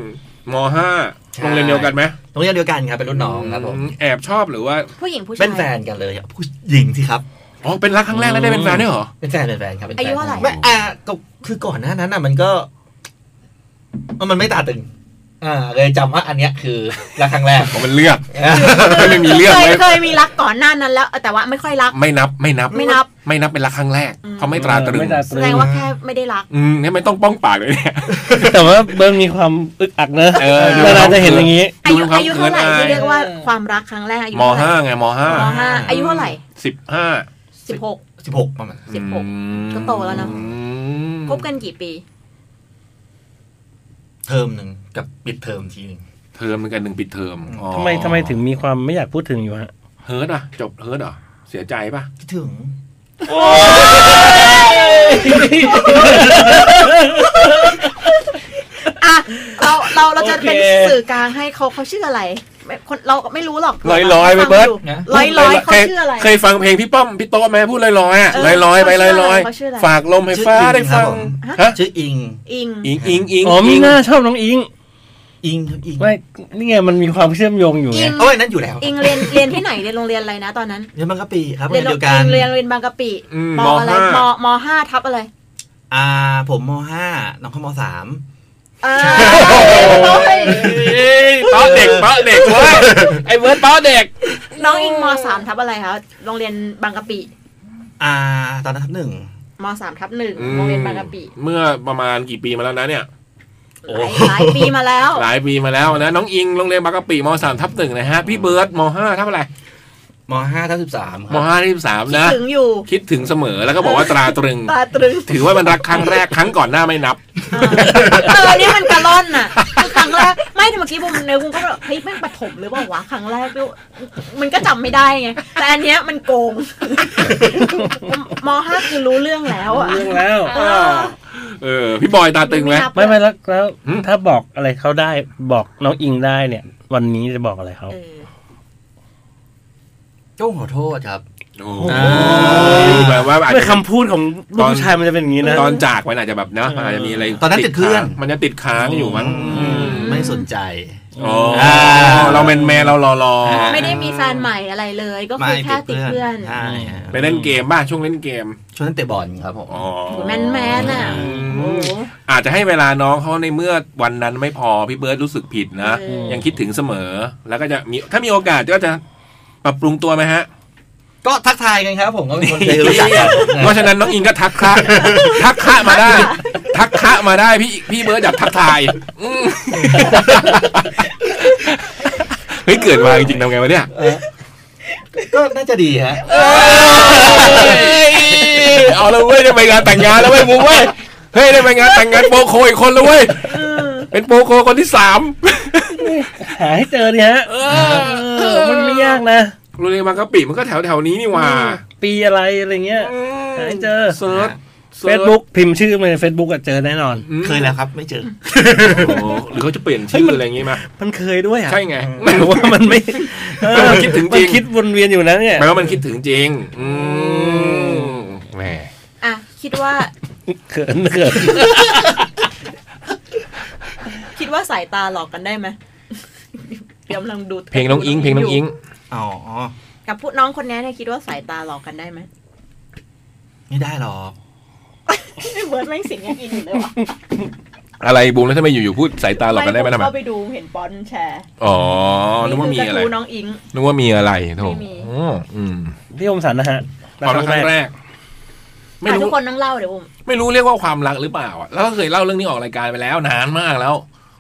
Speaker 3: มห้า
Speaker 6: ใช่
Speaker 3: โรงเรียนเดียวกันไหม
Speaker 6: โรงเรียนเดียวกันครับเป็นรุ่นน้องครับผม
Speaker 3: อืแอบชอบหรือว่า
Speaker 4: ผู้หญิงผู้ชาย
Speaker 6: เป็นแฟนกันเลยอะผู้หญิงสิครับ
Speaker 3: อ๋อเป็นรักครั้งแรกแล้วได้เป็นแฟนด้วยเหรอ
Speaker 6: เป็นแฟนเป็นแฟนครับเป็นแฟน
Speaker 4: อายุเท่าไหร่
Speaker 6: ม่อ่าก็คือก่อนหน้านั้นน่ะ มันก็มันไม่ตาตึง อ่า เลยจำว่าอันเนี้ยคือรักครั้งแรก
Speaker 3: ผมมันเลือก ไม่มีเรื่อง
Speaker 4: เคย
Speaker 3: ไม่
Speaker 4: เคยมีรักก่อนหน้านั้นแล้ว แต่ว่าไม่ค่อยรัก
Speaker 3: ไม่นับไม่นับ
Speaker 4: ไม่นับ
Speaker 3: ไม่นับเป็นรักครั้งแรกเขาไม่ตราตรึง
Speaker 5: ไม่ตราต
Speaker 4: แส
Speaker 5: รึ
Speaker 4: ด
Speaker 5: ง
Speaker 4: งว่าแค่ไม่ได้รัก
Speaker 3: อืมเนี่ยไม่ต้องป้องปากเลยเนี่ย
Speaker 5: แต่ว่าเบิร์นมีความอึกอักเนอะ
Speaker 3: เออดู
Speaker 5: เวลาจะเห็นอย่างนี้
Speaker 4: อายุ
Speaker 3: ดูความ
Speaker 4: อายุเท่าไหร่
Speaker 3: เขินอาย
Speaker 4: ที่เรียกว่าความรักครั้งแรกอายุ
Speaker 3: ม
Speaker 4: เท่าไห
Speaker 3: ห้า
Speaker 4: ร่
Speaker 3: ไงมห้าม
Speaker 4: ห้าอายุเท่าไหร่
Speaker 3: สิบห้า
Speaker 4: สิบหก
Speaker 6: สิบหกประมาณ
Speaker 4: สิบหก ก็โตแล้วนะ
Speaker 3: อืม
Speaker 4: คบกันกี่ปี
Speaker 6: เทอมหนึ่งกับปิดเทอมทีหนึ่ง
Speaker 3: เทอมเหมือนกันหนึ่งปิดเทอมอ๋อ
Speaker 5: ทำไมทำไมถึงมีความไม่อยากพูดถึงอยู่ฮะ
Speaker 3: เฮิร์ตอ่ะ จบเฮิร์ตเหรอ่ะ เสียใจป่ะ
Speaker 6: คิดถึง
Speaker 4: อ่ะเราเราเราจะ
Speaker 5: โอเค
Speaker 4: เป็นสื่อกลางให้เขาเขาชื่ออะไร ไม่คนเราไม่รู้หรอก
Speaker 3: ลอยลอยไปเบิร์ต
Speaker 6: นะ
Speaker 4: ลอยลอยเขาชื่ออะไร
Speaker 3: เคยฟังเพลงพี่ป้อมพี่โต๊ะไหมพูดลอยลอยๆอะ
Speaker 4: เอ
Speaker 3: ลอ
Speaker 4: อย
Speaker 3: ลอยๆไปลอยลอย
Speaker 4: เขาชื่ออะไร
Speaker 3: ๆฝากลมให้ฟ้าได้ฟัง
Speaker 6: ชื่อจริงครับผม
Speaker 3: ฮะ
Speaker 6: ชื่ออิง
Speaker 4: อิง
Speaker 3: อิงอิงอิง
Speaker 5: อ๋อมีหน้าชอบน้องอิง
Speaker 6: อิงครับอิง
Speaker 5: ไม่นี่ไงมันมีความเชื่อมโยงอยู่ไง
Speaker 4: อิง
Speaker 6: โอ้ยนั่นอยู่แล้ว
Speaker 4: อิงเรียนเรียนที่ไหนเรียนโรงเรียนอะไรนะตอนนั้น
Speaker 6: เรียนบางกะปิครับโรง
Speaker 4: เรี
Speaker 6: เรี
Speaker 4: ย
Speaker 6: ย
Speaker 4: น
Speaker 6: น
Speaker 4: โรง
Speaker 6: เดียวกัน
Speaker 4: เรียนโรงเรียนบางกะปิ
Speaker 3: อืม
Speaker 4: ม
Speaker 3: ม
Speaker 4: อะไร
Speaker 3: ห้าม
Speaker 4: มห้าทับอะไร
Speaker 6: อ่าผมมห้าน้องเขามสาม
Speaker 4: เออ
Speaker 3: เอ้ยเป้าเด็กเป้าเด็กเว้ยไอ้เวิร์ดเป้าเด็ก
Speaker 4: น้องอิงมสามทับอะไรคะโรงเรียนบางกะปิ
Speaker 6: อ่า ตอนนั้นทับหนึ่ง
Speaker 4: มสามทับหนึ่ง
Speaker 3: อืม
Speaker 4: โรงเรียนบางกะปิ
Speaker 3: เมื่อประมาณกี่ปีมาแล้วนะเนี่ย
Speaker 4: หลายหลายปีมาแล้ว
Speaker 3: หลายปีมาแล้วนะน้องอิงโรงเรียนบางกะปิมสามทับหนึ่งนะฮะพี่เบิร์ดมห้าทับอะไร
Speaker 6: มห้าทับสิบสามค
Speaker 3: ม
Speaker 6: รับ
Speaker 3: ห้าที่สาม
Speaker 4: คิด
Speaker 3: นะ
Speaker 4: ถึงอยู่
Speaker 3: คิดถึงเสมอแล้วก็บอกว่าตราตรึง
Speaker 4: ตาตรึง
Speaker 3: ถือว่ามันรักครั้งแรกครั้งก่อนหน้าไม่นับ
Speaker 4: เออเออนี่มันกระล่อนน่ะคือครั้งแรกไม่แต่เมื่อกี้ผมเนยกูก็แบบเฮ้ยแม่งปฐมหรือเปล่าวะครั้งแรกด้วยมันก็จำไม่ได้ไงแต่อันเนี้ยมันโกงมห้าคือรู้เรื่องแล้วอะ
Speaker 5: เรื่องแล้ว
Speaker 4: เออ
Speaker 3: เออ พี่บอยตาตึงไหม
Speaker 4: นับ
Speaker 5: ไม่ไม่แล้วแล้ว
Speaker 3: หืม
Speaker 5: ถ้าบอกอะไรเขาได้บอกน้องอิงได้เนี่ย วันนี้จะบอกอะไรเขา
Speaker 4: เออ
Speaker 6: ต้องขอโทษครับ
Speaker 3: โอ้โหแบบว่าอาจ
Speaker 5: ไม่
Speaker 3: จะ
Speaker 5: คำพูดของลูกผู้ชายมันจะเป็นอย่างนี้นะ
Speaker 3: ตอนจากมันอาจจะแบบนะมันอาจจะมีอะไร
Speaker 6: ตอนนั้นติดเครื่อง
Speaker 3: ค้างมันจะติดค้างอยู่มั้ง
Speaker 6: ไม่สนใจ
Speaker 3: อ๋อ
Speaker 6: อ่า
Speaker 3: เราแมนแมนเรารอรอ
Speaker 4: ไม่ได้มีแฟนใหม่อะไรเลย ก็คือแค่ติดเพื่อน
Speaker 6: ใช่ฮะ
Speaker 3: ไปเล่นเกมบ้างช่วงเล่นเกม
Speaker 6: ชวนเล่นเตะบอลครับผม
Speaker 3: อ๋อ
Speaker 4: โหแมนแมนอ่ะโอ้โห
Speaker 3: อาจจะให้เวลาน้องเขาในเมื่อวันนั้นไม่พอพี่เบิร์ดรู้สึกผิดนะ
Speaker 4: เออ
Speaker 3: ยังคิดถึงเสมอ แล้วก็จะมีถ้ามีโอกาสก็จะปรับปรุงตัวไหมฮะ
Speaker 6: ก็ทักทายกันครับผมก็เป็นคนเคยรู้จักกัน
Speaker 3: เพราะฉะนั้นน้องอิงก็ทัก คะทักคะมาได้ ทักคะมาได้พี่พี่เบิร์ดอยากทักทายอืม เฮ้ยเกิดมาจริงๆทำไงวะเนี่ย
Speaker 6: เออก็น่าจะดีฮะ
Speaker 3: เอาละเว้ยได้ไปงานแต่งงานแล้วเว้ยบูมเว้ยเฮ้ยได้ไปงานแต่งงานโปรโคอีกคนแล้วเว้ยเป็นโปรโคคนที่สาม
Speaker 5: หาให้เจอเนี่ยฮะเออมันไม่ยากนะ
Speaker 3: โรงเรียนบางกะปิมันก็แถวแถวๆนี้นี่หว่า
Speaker 5: ปีอะไรอะไรเงี้ย หาให้เจอ
Speaker 3: เซิร์ช
Speaker 5: เฟซบุ๊กพิมพ์ชื่อมาในเฟซบุ๊กอะเจอแน่นอน
Speaker 3: อืม
Speaker 6: เคยแล้วครับไม่เจอ
Speaker 3: โอ้โหหรือเขาจะเปลี่ยนชื่ออะไรอย่างงี้มา
Speaker 5: มันเคยด้วยอ่ะ
Speaker 3: ใช่ไง
Speaker 5: แต่ว่ามันไม่เออ
Speaker 3: มันคิดถึงจริง
Speaker 5: มันคิดวนเวียนอยู่นะเนี่ย
Speaker 3: แปลว่า มันคิดถึงจริง อืมแหม
Speaker 4: อ่ะ คิดว่า
Speaker 5: เขินเขิน
Speaker 4: คิดว่าสายตาหลอกกันได้ไหม เดี๋ยวกำลังดู
Speaker 3: เพลงน้องอิง เพลงน้องอิง
Speaker 6: อ๋อ
Speaker 4: กับพูดน้องคนนี้เนี่ยคิดว่าสายตาหลอกกันได้ไหม
Speaker 6: ไม่ได้หรอก
Speaker 4: เบิร์ดแม่งเสิงยังอินอยู่เลยวะ
Speaker 3: อะไรบูมแล้วทำไมอยู่ๆพูดสายตาหลอกกันได้ไหมทำไม
Speaker 4: เข้าไปดูเห็นปอนแชร์
Speaker 3: อ๋อนึกว่ามีอะไร
Speaker 4: นี่คืกาตูนน้องอิง
Speaker 3: นึกว่ามีอะไรโถ
Speaker 4: ไม่มี
Speaker 3: อืมอืม
Speaker 5: พี่อมสันนะฮะ
Speaker 3: ความรักครั้งแรก ไม่
Speaker 4: อ่ะทุ
Speaker 3: รู้
Speaker 4: กคนนั่งเล่าเดี๋ยวผม
Speaker 3: ไม่รู้เรียกว่าความรักหรือเปล่าอ่ะแล้วก็เคยเล่าเรื่องนี้ออกรายการไปแล้วนานมากแล้ว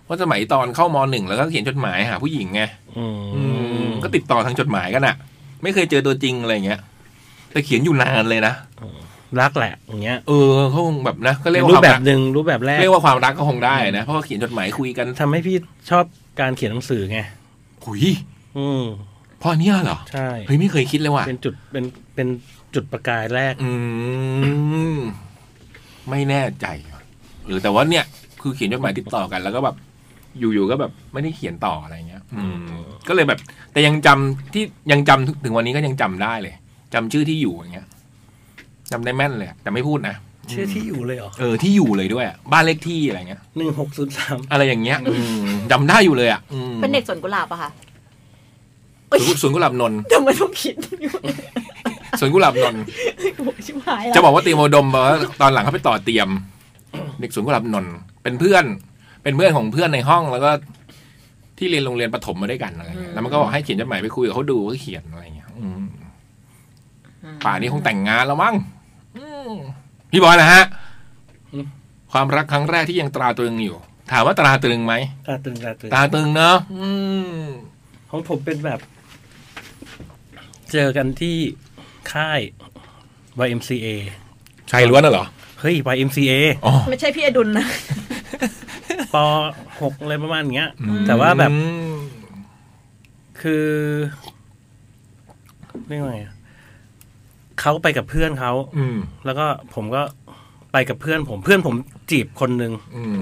Speaker 3: ว่าสมัยตอนเข้ามหนึ่งแล้วก็เขียนจดหมายหาผู้หญิงไง
Speaker 5: อืม
Speaker 3: อืมก็ติดต่อทางจดหมายกันอ่ะ ไม่เคยเจอตัวจริงอะไรอย่างเงี้ยแต่เขียนอยู่นานเลยนะ
Speaker 5: รักแหละอย่างเงี้ย
Speaker 3: เออเขาคงแบบนะก็เรียก
Speaker 5: รูป
Speaker 3: ว่าความ
Speaker 5: แบ
Speaker 3: รับ ก
Speaker 5: หนึ่งรูปแบบแรก
Speaker 3: เรียกว่าความรักก็คงได้นะเพราะว่าเขียนจดหมายคุยกัน
Speaker 5: ทำให้พี่ชอบการเขียนหนังสือไง
Speaker 3: หุย
Speaker 5: อืม
Speaker 3: เพราะอันเนี้ยเหรอ
Speaker 5: ใช่
Speaker 3: เฮ้ยไม่เคยคิดเลยว่ะ
Speaker 5: เป็นจุดเป็นเป็นจุดประกายแรก
Speaker 3: อืมไม่แน่ใจว่ะหรือแต่ว่าเนี่ย คือเขียนจดหมายติดต่อกันแล้วก็แบบ อยู่ๆก็แบบไม่ได้เขียนต่ออะไรเงี้ย อืม ก็เลยแบบ แต่ยังจำที่ยังจำถึงวันนี้ก็ยังจำได้เลยจำชื่อที่อยู่อย่างเงี้ยจำได้แม่นเลยแต่ไม่พูดนะ
Speaker 5: ชื่อที่อยู่เลยเหรอ
Speaker 3: เออที่อยู่เลยด้วยอะบ้านเลขที่อะไรเงี้ย
Speaker 5: หนึ่งหกศูนย์สาม
Speaker 3: อะไรอย่างเงี้ยอืมจำได้อยู่เลยอ่ะอืม
Speaker 4: เป็นเด็กสวนกุหลาบอะค่ะ
Speaker 3: สวนสวนกุหลาบนนท์
Speaker 4: ทำไมต้องคิด
Speaker 3: สวนกุหลาบนนท์
Speaker 4: โอ้ยชิบหาย
Speaker 3: จะ
Speaker 4: แล้ว
Speaker 3: บอกว่าเตรียมโดมบอกว่าตอนหลังเขาไปต่อเตรียม เด็กสวนกุหลาบนนท์เป็นเพื่อน เป็นเพื่อนของเพื่อนในห้องแล้วก็ ที่เรียนโรงเรียนประถมมาด้วยกันอะไรเงี้ยแล้วมันก็บอกให้เขียนจดหมายไปคุยกับเขาดูก็เขียนอะไรเงี้ยอืม ป่านี้คงแต่งงานแล้วมั้งอืมพี่บอยนะฮะ ความรักครั้งแรกที่ยังตราตรึงอยู่ ถามว่าตราตรึงไหม
Speaker 5: ตาตึงตาตึง
Speaker 3: ตราตรึงเนอะอืม
Speaker 5: ของผมเป็นแบบ เจอกันที่ค่าย YMCA
Speaker 3: ชายล้วนน่ะเหรอ
Speaker 5: เฮ้ย YMCA
Speaker 3: อ๋อ
Speaker 4: ไม่ใช่พี่อดุลนะ
Speaker 5: ปหกอะไรประมาณอย่างเงี้ย แต่ว่าแบบ
Speaker 3: อืม
Speaker 5: คือเรียกว่าไงอะเขาไปกับเพื่อนเขา
Speaker 3: อืม
Speaker 5: แล้วก็ผมก็ไปกับเพื่อนผมเพื่อนผมจีบคนหนึ่ง
Speaker 3: อืม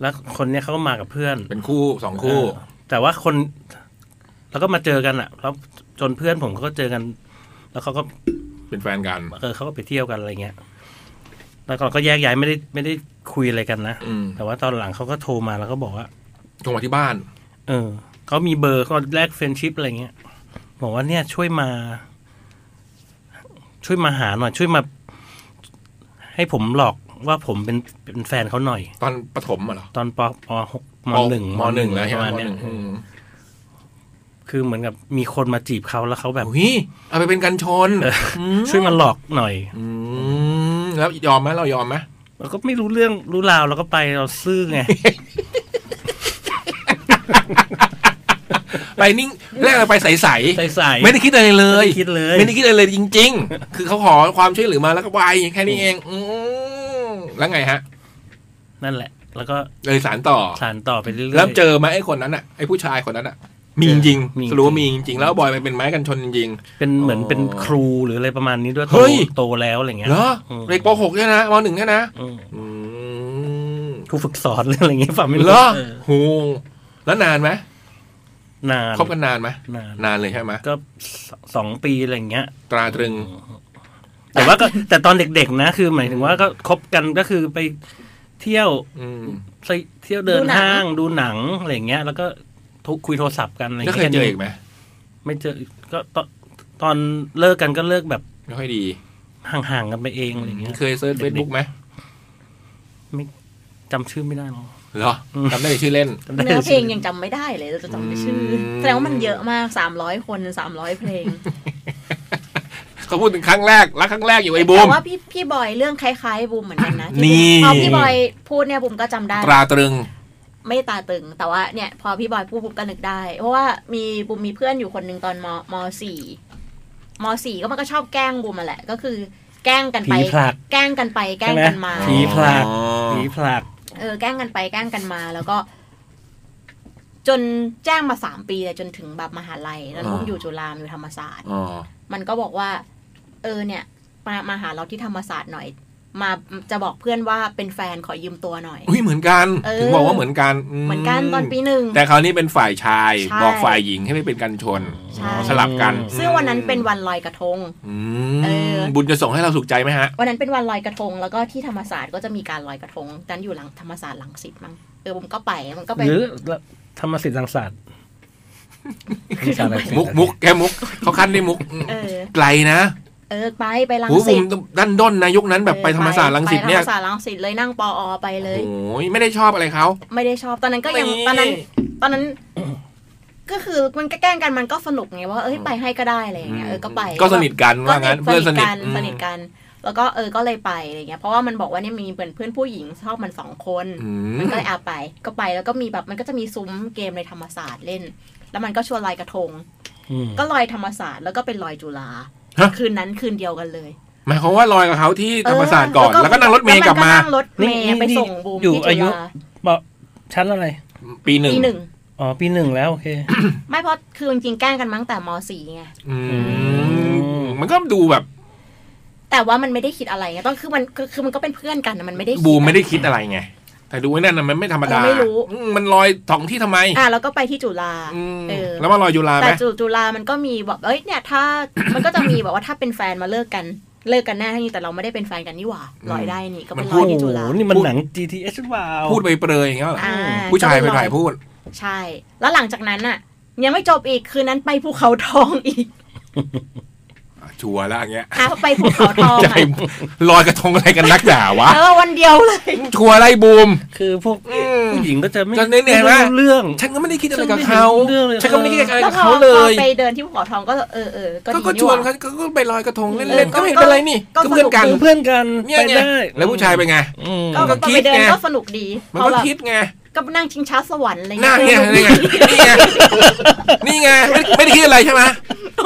Speaker 5: แล้วคนเนี้ยเขาก็มากับเพื่อน
Speaker 3: เป็นคู่สองคู่
Speaker 5: เออ แต่ว่าคน แล้วก็มาเจอกันอ่ะแล้วจนเพื่อนผมเขาก็เจอกัน แล้วเขาก็
Speaker 3: เป็นแฟนกัน
Speaker 5: เออเขาก็ไปเที่ยวกันอะไรเงี้ย แล้วก่อนก็แยกย้ายไม่ได้ไม่ได้คุยอะไรกันนะ
Speaker 3: อืม
Speaker 5: แต่ว่าตอนหลังเขาก็โทรมาแล้วก็บอกว่า
Speaker 3: โทรมาที่บ้าน
Speaker 5: เออเขามีเบอร์เขาแลกเฟรนชิพอะไรเงี้ย บอกว่าเนี่ยช่วยมา ช่วยมาหาหน่อย ช่วยมา ให้ผมหลอกว่าผมเป็นเป็นแฟนเขาหน่อย
Speaker 3: ตอนปฐมอะเหรอ
Speaker 5: ตอนปปหกมหนึ่ง
Speaker 3: มหนึ่งแล้วใช่
Speaker 5: ป
Speaker 3: ไหม
Speaker 5: ระมาณ
Speaker 3: ม
Speaker 5: เนี้
Speaker 3: ห
Speaker 5: ย
Speaker 3: นึ่งอืม
Speaker 5: คือเหมือนกับมีคนมาจีบเขาแล้วเขาแบบ
Speaker 3: เฮ้ยเอาไปเป็นกันชน
Speaker 5: เออ ช่วยมาหลอกหน่อย
Speaker 3: มแล้วยอมไหมเรายอมไหม
Speaker 5: เราก็ไม่รู้เรื่องรู้ราวเราก็ไปเราซื่อไง
Speaker 3: ไปนิ่งแรกเราไปใส
Speaker 5: ใส่ใส
Speaker 3: ๆไม่ได้คิดอะไรเล
Speaker 5: ไม่
Speaker 3: ย
Speaker 5: ได้คิดเลย
Speaker 3: ไม่ได้คิดอะไรเลยจริง ๆ คือเขาขอความช่วยเหลือมาแล้วก็ไปแค่นี้เอง อืมแล้วไงฮะ
Speaker 5: นั่นแหละ แล้วก็
Speaker 3: เลยสารต่อ
Speaker 5: สานต่อไปเรื่อยๆ
Speaker 3: แล้วเจอไหมไอ้คนนั้นอ่ะไอ้ผู้ชายคนนั้นอ่ะ มีจริง
Speaker 5: มีจริง
Speaker 3: สรุปว่ามีจริง แล้วบอยมันเป็นไม้กันชนจริง
Speaker 5: เป็นเหมือน
Speaker 3: อ๋อ
Speaker 5: เป็นครูหรืออะไรประมาณนี้ด้วยโต
Speaker 3: เฮ้ย
Speaker 5: โตแล้วอะไรเงี้ย
Speaker 3: เหรอ
Speaker 5: อืม
Speaker 3: เด็กป .6 เนี่ยนะม .1 เนี่ยนะ
Speaker 5: อืม
Speaker 3: อืม
Speaker 5: ครูฝึกสอนหรืออะไรเงี้ยฝ่าไม่
Speaker 3: เหรอ
Speaker 5: เออ
Speaker 3: โหแล้วนานไหม
Speaker 5: นาน
Speaker 3: คบกันนานไหม
Speaker 5: นาน
Speaker 3: นานเลยใช่ไหม
Speaker 5: ก็สสองปีอะไรเงี้ย
Speaker 3: ตราตรึง
Speaker 5: แต่ว่าก็ แต่ตอนเด็กๆนะ คือหมายถึงว่าก็คบกันก็คือไปเที่ยว
Speaker 3: อืม
Speaker 5: ไปเที่ยวเดิน
Speaker 4: ดูหนัง
Speaker 5: ห้างดูหนังอะไรเงี้ย แล้วก็ทุกคุยโทรศัพท์กันอะไร
Speaker 3: แล้วเคย
Speaker 5: เงี้ย
Speaker 3: เจออีกไหม
Speaker 5: ไม่เจอก็ตอนตอนเลิกกันก็เลิกแบบ
Speaker 3: ไม่ค่อยดี
Speaker 5: ห่างๆกันไปเองอะไรเงี้ย
Speaker 3: เคยเซิร์ชเฟซบุ๊กไหม
Speaker 5: จำชื่อไม่ได้หรอก
Speaker 3: เหรอ
Speaker 5: อืม
Speaker 3: จำได้แต่ชื่อเล่น
Speaker 5: จำได้
Speaker 4: เนื้อ
Speaker 5: แต่
Speaker 4: เพล
Speaker 5: ชื่
Speaker 4: งยังจำไม่ได้เลยเราจะจำไม่ชื่ออ
Speaker 3: ม
Speaker 4: แสดงว่ามันเยอะมากสามร้อยคนสามร้อยเพลง
Speaker 3: เขาพูดถึงครั้งแรกรักครั้งแรกอยู่ไอ้บู
Speaker 4: แต่
Speaker 3: ม
Speaker 4: ว่าพี่พี่บอยเรื่องคล้ายๆบูมเหมือนกันนะที่
Speaker 3: นี่
Speaker 4: พอพี่บอยพูดเนี่ยบูมก็จำได้
Speaker 3: ตราตรึง
Speaker 4: ไม่ตาตึง แต่ว่าเนี่ย พอพี่บอยพูดบูมก็นึกได้ เพราะว่ามีบูมมีเพื่อนอยู่คนหนึ่งตอนมมสี่มสี่ก็มันก็ชอบแกล้งบูมมาแหละ ก็คือ แกล้งกันไป
Speaker 5: ผีผลัก
Speaker 4: แกล้งกันไปแกล้งกันมา
Speaker 5: ใช่ไหม ผีผลัก
Speaker 3: อ๋อ
Speaker 5: ผีผลัก
Speaker 4: เออแกล้งกันไปแกล้งกันมาแล้วก็ จนแจ้งมาสามปีเลยจนถึงแบบมหาลัยแล้วผมอยู่จุฬาอยู่ธรรมศาสตร์
Speaker 3: อ๋อ
Speaker 4: มันก็บอกว่า เออเนี่ย มามาหาเราที่ธรรมศาสตร์หน่อย มาจะบอกเพื่อนว่าเป็นแฟนขอยืมตัวหน่อย
Speaker 3: อุ้ยเหมือนกัน
Speaker 4: เออ
Speaker 3: ถึงบอกว่าเหมือนกัน
Speaker 4: เหมือนกันตอนปีหนึ่ง
Speaker 3: แต่คราวนี้เป็นฝ่ายชาย
Speaker 4: ใช่
Speaker 3: บอกฝ่ายหญิงให้ไม่เป็นกันชน
Speaker 4: ใช่
Speaker 3: สลับกัน
Speaker 4: ซึ่งวันนั้นเป็นวันลอยกระทง
Speaker 3: อื
Speaker 4: เออ
Speaker 3: มบุญจะส่งให้เราสุขใจไหมฮะ
Speaker 4: วันนั้นเป็นวันลอยกระทง แล้วก็ที่ธรรมศาสตร์ก็จะมีการลอยกระทงจันอยู่หลังธรรมศาสตร์หลังสิทธิ์มั้งเออผมก็ไปมันก็ไป
Speaker 5: หรือธรรมศิลป์รังสรรค์วิชาอะไร
Speaker 3: มุกมุกแกมุกเขาคั้นด้วยมุก
Speaker 4: เออ
Speaker 3: ไกลนะ
Speaker 4: เออไปไปรัง
Speaker 3: หู
Speaker 4: สิ
Speaker 3: บุม
Speaker 4: ต
Speaker 3: ด้านด้นนะยุคนั้นแบบไปธรรมศาสตร์ลังสิตเนี่ย
Speaker 4: ไปธรรมศาสตร์รังสิตเลยนั่งปออไปเลย
Speaker 3: โอ้ยไม่ได้ชอบอะไรเขา
Speaker 4: ไม่ได้ชอบตอนนั้นก็ยัง
Speaker 3: ไม่
Speaker 4: ตอนนั้น ตอนนั้น ก็คือมันก็แกล้งกันมันก็สนุกไงว่าเอ้ยไปให้ก็ได้อะไรอย่างเงี้ยเออก็ไป
Speaker 3: ก็สนิทกัน
Speaker 4: ก็
Speaker 3: ว่างั้น
Speaker 4: สนิ
Speaker 3: เพื่อน
Speaker 4: ท
Speaker 3: สนิท
Speaker 4: กันสนิทกัน แล้วก็เออก็เลยไปอะไรเงี้ยเพราะว่ามันบอกว่าเนี่ยมีเพื่อนเพื่อนผู้หญิงชอบมันสองคน
Speaker 3: อืม
Speaker 4: มันก็เลยอาไป ก็ไปแล้วก็มีแบบมันก็จะมีซุ้มเกมในธรรมศาสตร์เล่น แล้วมันก็ชวนลอยกระทง
Speaker 5: อืม
Speaker 4: ก็ลอยธรรมศาสตร์แล้วก็เป็นลอยจุฬา
Speaker 3: ฮะ
Speaker 4: คืนนั้นคืนเดียวกันเลย
Speaker 3: หมายความว่าลอยกับเขาที่ธรรมศาสตร์ก่อน แล้วก็นั่งรถเมล์กลับมา
Speaker 4: แล้วนนั่งรถเมย์ไปส่งบูม
Speaker 5: อยู่
Speaker 4: ที่
Speaker 5: อา
Speaker 4: จุ
Speaker 5: ยุ
Speaker 4: ฬา
Speaker 5: บอกชั้นอะไร
Speaker 3: ปีหนึ่ง
Speaker 4: ปีหนึ่ง
Speaker 5: อ๋อ ปีหนึ่งแล้ว โอเค
Speaker 4: ไม่เพราะคือจริงๆแกล้งกันมาตั้งแต่มสี่ไง
Speaker 3: อืมมันก็ดูแบบ
Speaker 4: แต่ว่ามันไม่ได้คิดอะไรไงต้องคือมันคือคือมันก็เป็นเพื่อนกันนะมันไม่ได้คิด
Speaker 3: บูมไม่ได้คิดอะไรไง แต่ดูไอ้นั่นน่ะมันไม่ธรรมดา
Speaker 4: เออไม่รู้
Speaker 3: อืมมันลอยสองที่ทำไม
Speaker 4: อ่ะแล้วก็ไปที่จุฬา
Speaker 3: อืม
Speaker 4: เออ
Speaker 3: แล้วมาลอยยุฬาไห
Speaker 4: แต่
Speaker 3: ม
Speaker 4: จุจุฬามันก็มีแบบเอ้ยเนี่ยถ้า มันก็จะมีแบบว่าถ้าเป็นแฟนมาเลิกกันเลิกกันแน่ทั้งนี้แต่เราไม่ได้เป็นแฟนกันนี่หว่าลอยได้นี่ก็เป็นล
Speaker 5: โอ้
Speaker 4: อยที่
Speaker 5: โห
Speaker 4: จุฬา
Speaker 5: นี่มันหนัง GTS หรือเปล่า
Speaker 3: พูดไปเปรยอย่างเงี้ยเหรอ
Speaker 4: อ่า
Speaker 3: ผู้ชายไป
Speaker 4: ก็ลอ
Speaker 3: ถ่ายพูด
Speaker 4: ใช่ แล้วหลังจากนั้นอ่ะ ยังไม่จบอีกคืนนั้นไปภูเขาทองอีก
Speaker 3: ชัวร์แล้วอย่างเงี้ย
Speaker 4: อ่ะไปภูเขาทอง
Speaker 3: ใจ
Speaker 4: อ่ะ
Speaker 3: ลอยกระทงอะไรกันนักหนาวะ
Speaker 4: แล้วก็วันเดียวเลย
Speaker 3: ชัวร์ไรบูม
Speaker 5: คือพวก
Speaker 3: ม
Speaker 5: ผู้หญิงก็จะไม่
Speaker 3: ก็เนี่ยเนี่ยเห็นไหม
Speaker 5: ไม่รู้เรื่อง
Speaker 3: ฉันก็ไม่ได้คิดอะไรกับเขา
Speaker 5: ฉันไม่เห็นเรื่องเลย
Speaker 3: ฉันก็ไม่ได้คิดอะไร
Speaker 4: แล้ว
Speaker 3: กับ
Speaker 4: พอ
Speaker 3: เขาเล
Speaker 4: พอย ไปเดินที่ภูเขาทองก็เออเออก็
Speaker 3: ก็
Speaker 4: ดี
Speaker 3: ก็
Speaker 4: นี่
Speaker 3: ช
Speaker 4: ห
Speaker 3: วน
Speaker 4: ว่า
Speaker 3: เขาก็ก็ไปลอยกระทง
Speaker 4: เอ
Speaker 3: เล่
Speaker 4: อน
Speaker 3: ๆ
Speaker 4: ก็
Speaker 3: ก็ไม่เห็นเป็นไรนี่
Speaker 4: ก็
Speaker 3: ก็เพื่อนกัน
Speaker 5: เป็นเพื่อนกัน
Speaker 3: เนี่ย
Speaker 5: ไป
Speaker 3: ไง
Speaker 5: ได้
Speaker 3: แล้วผู้ชายไปไง
Speaker 5: อืม
Speaker 4: ก็
Speaker 3: มันก็
Speaker 4: ก็
Speaker 3: คิ
Speaker 4: ไป
Speaker 3: ด
Speaker 4: เดิน
Speaker 3: ไง
Speaker 4: ก็สนุกดี
Speaker 3: มัน
Speaker 4: พอ
Speaker 3: ก็
Speaker 4: แบบ
Speaker 3: คิดไง
Speaker 4: ก็นั่งชิงช้าสวรรค์อะไร
Speaker 3: หน้า
Speaker 4: เงี้ย
Speaker 3: เนี่ยนี่ไงนี่ไงนี่ไงไม่ไม่ได้คิดอะไรใช่ไหม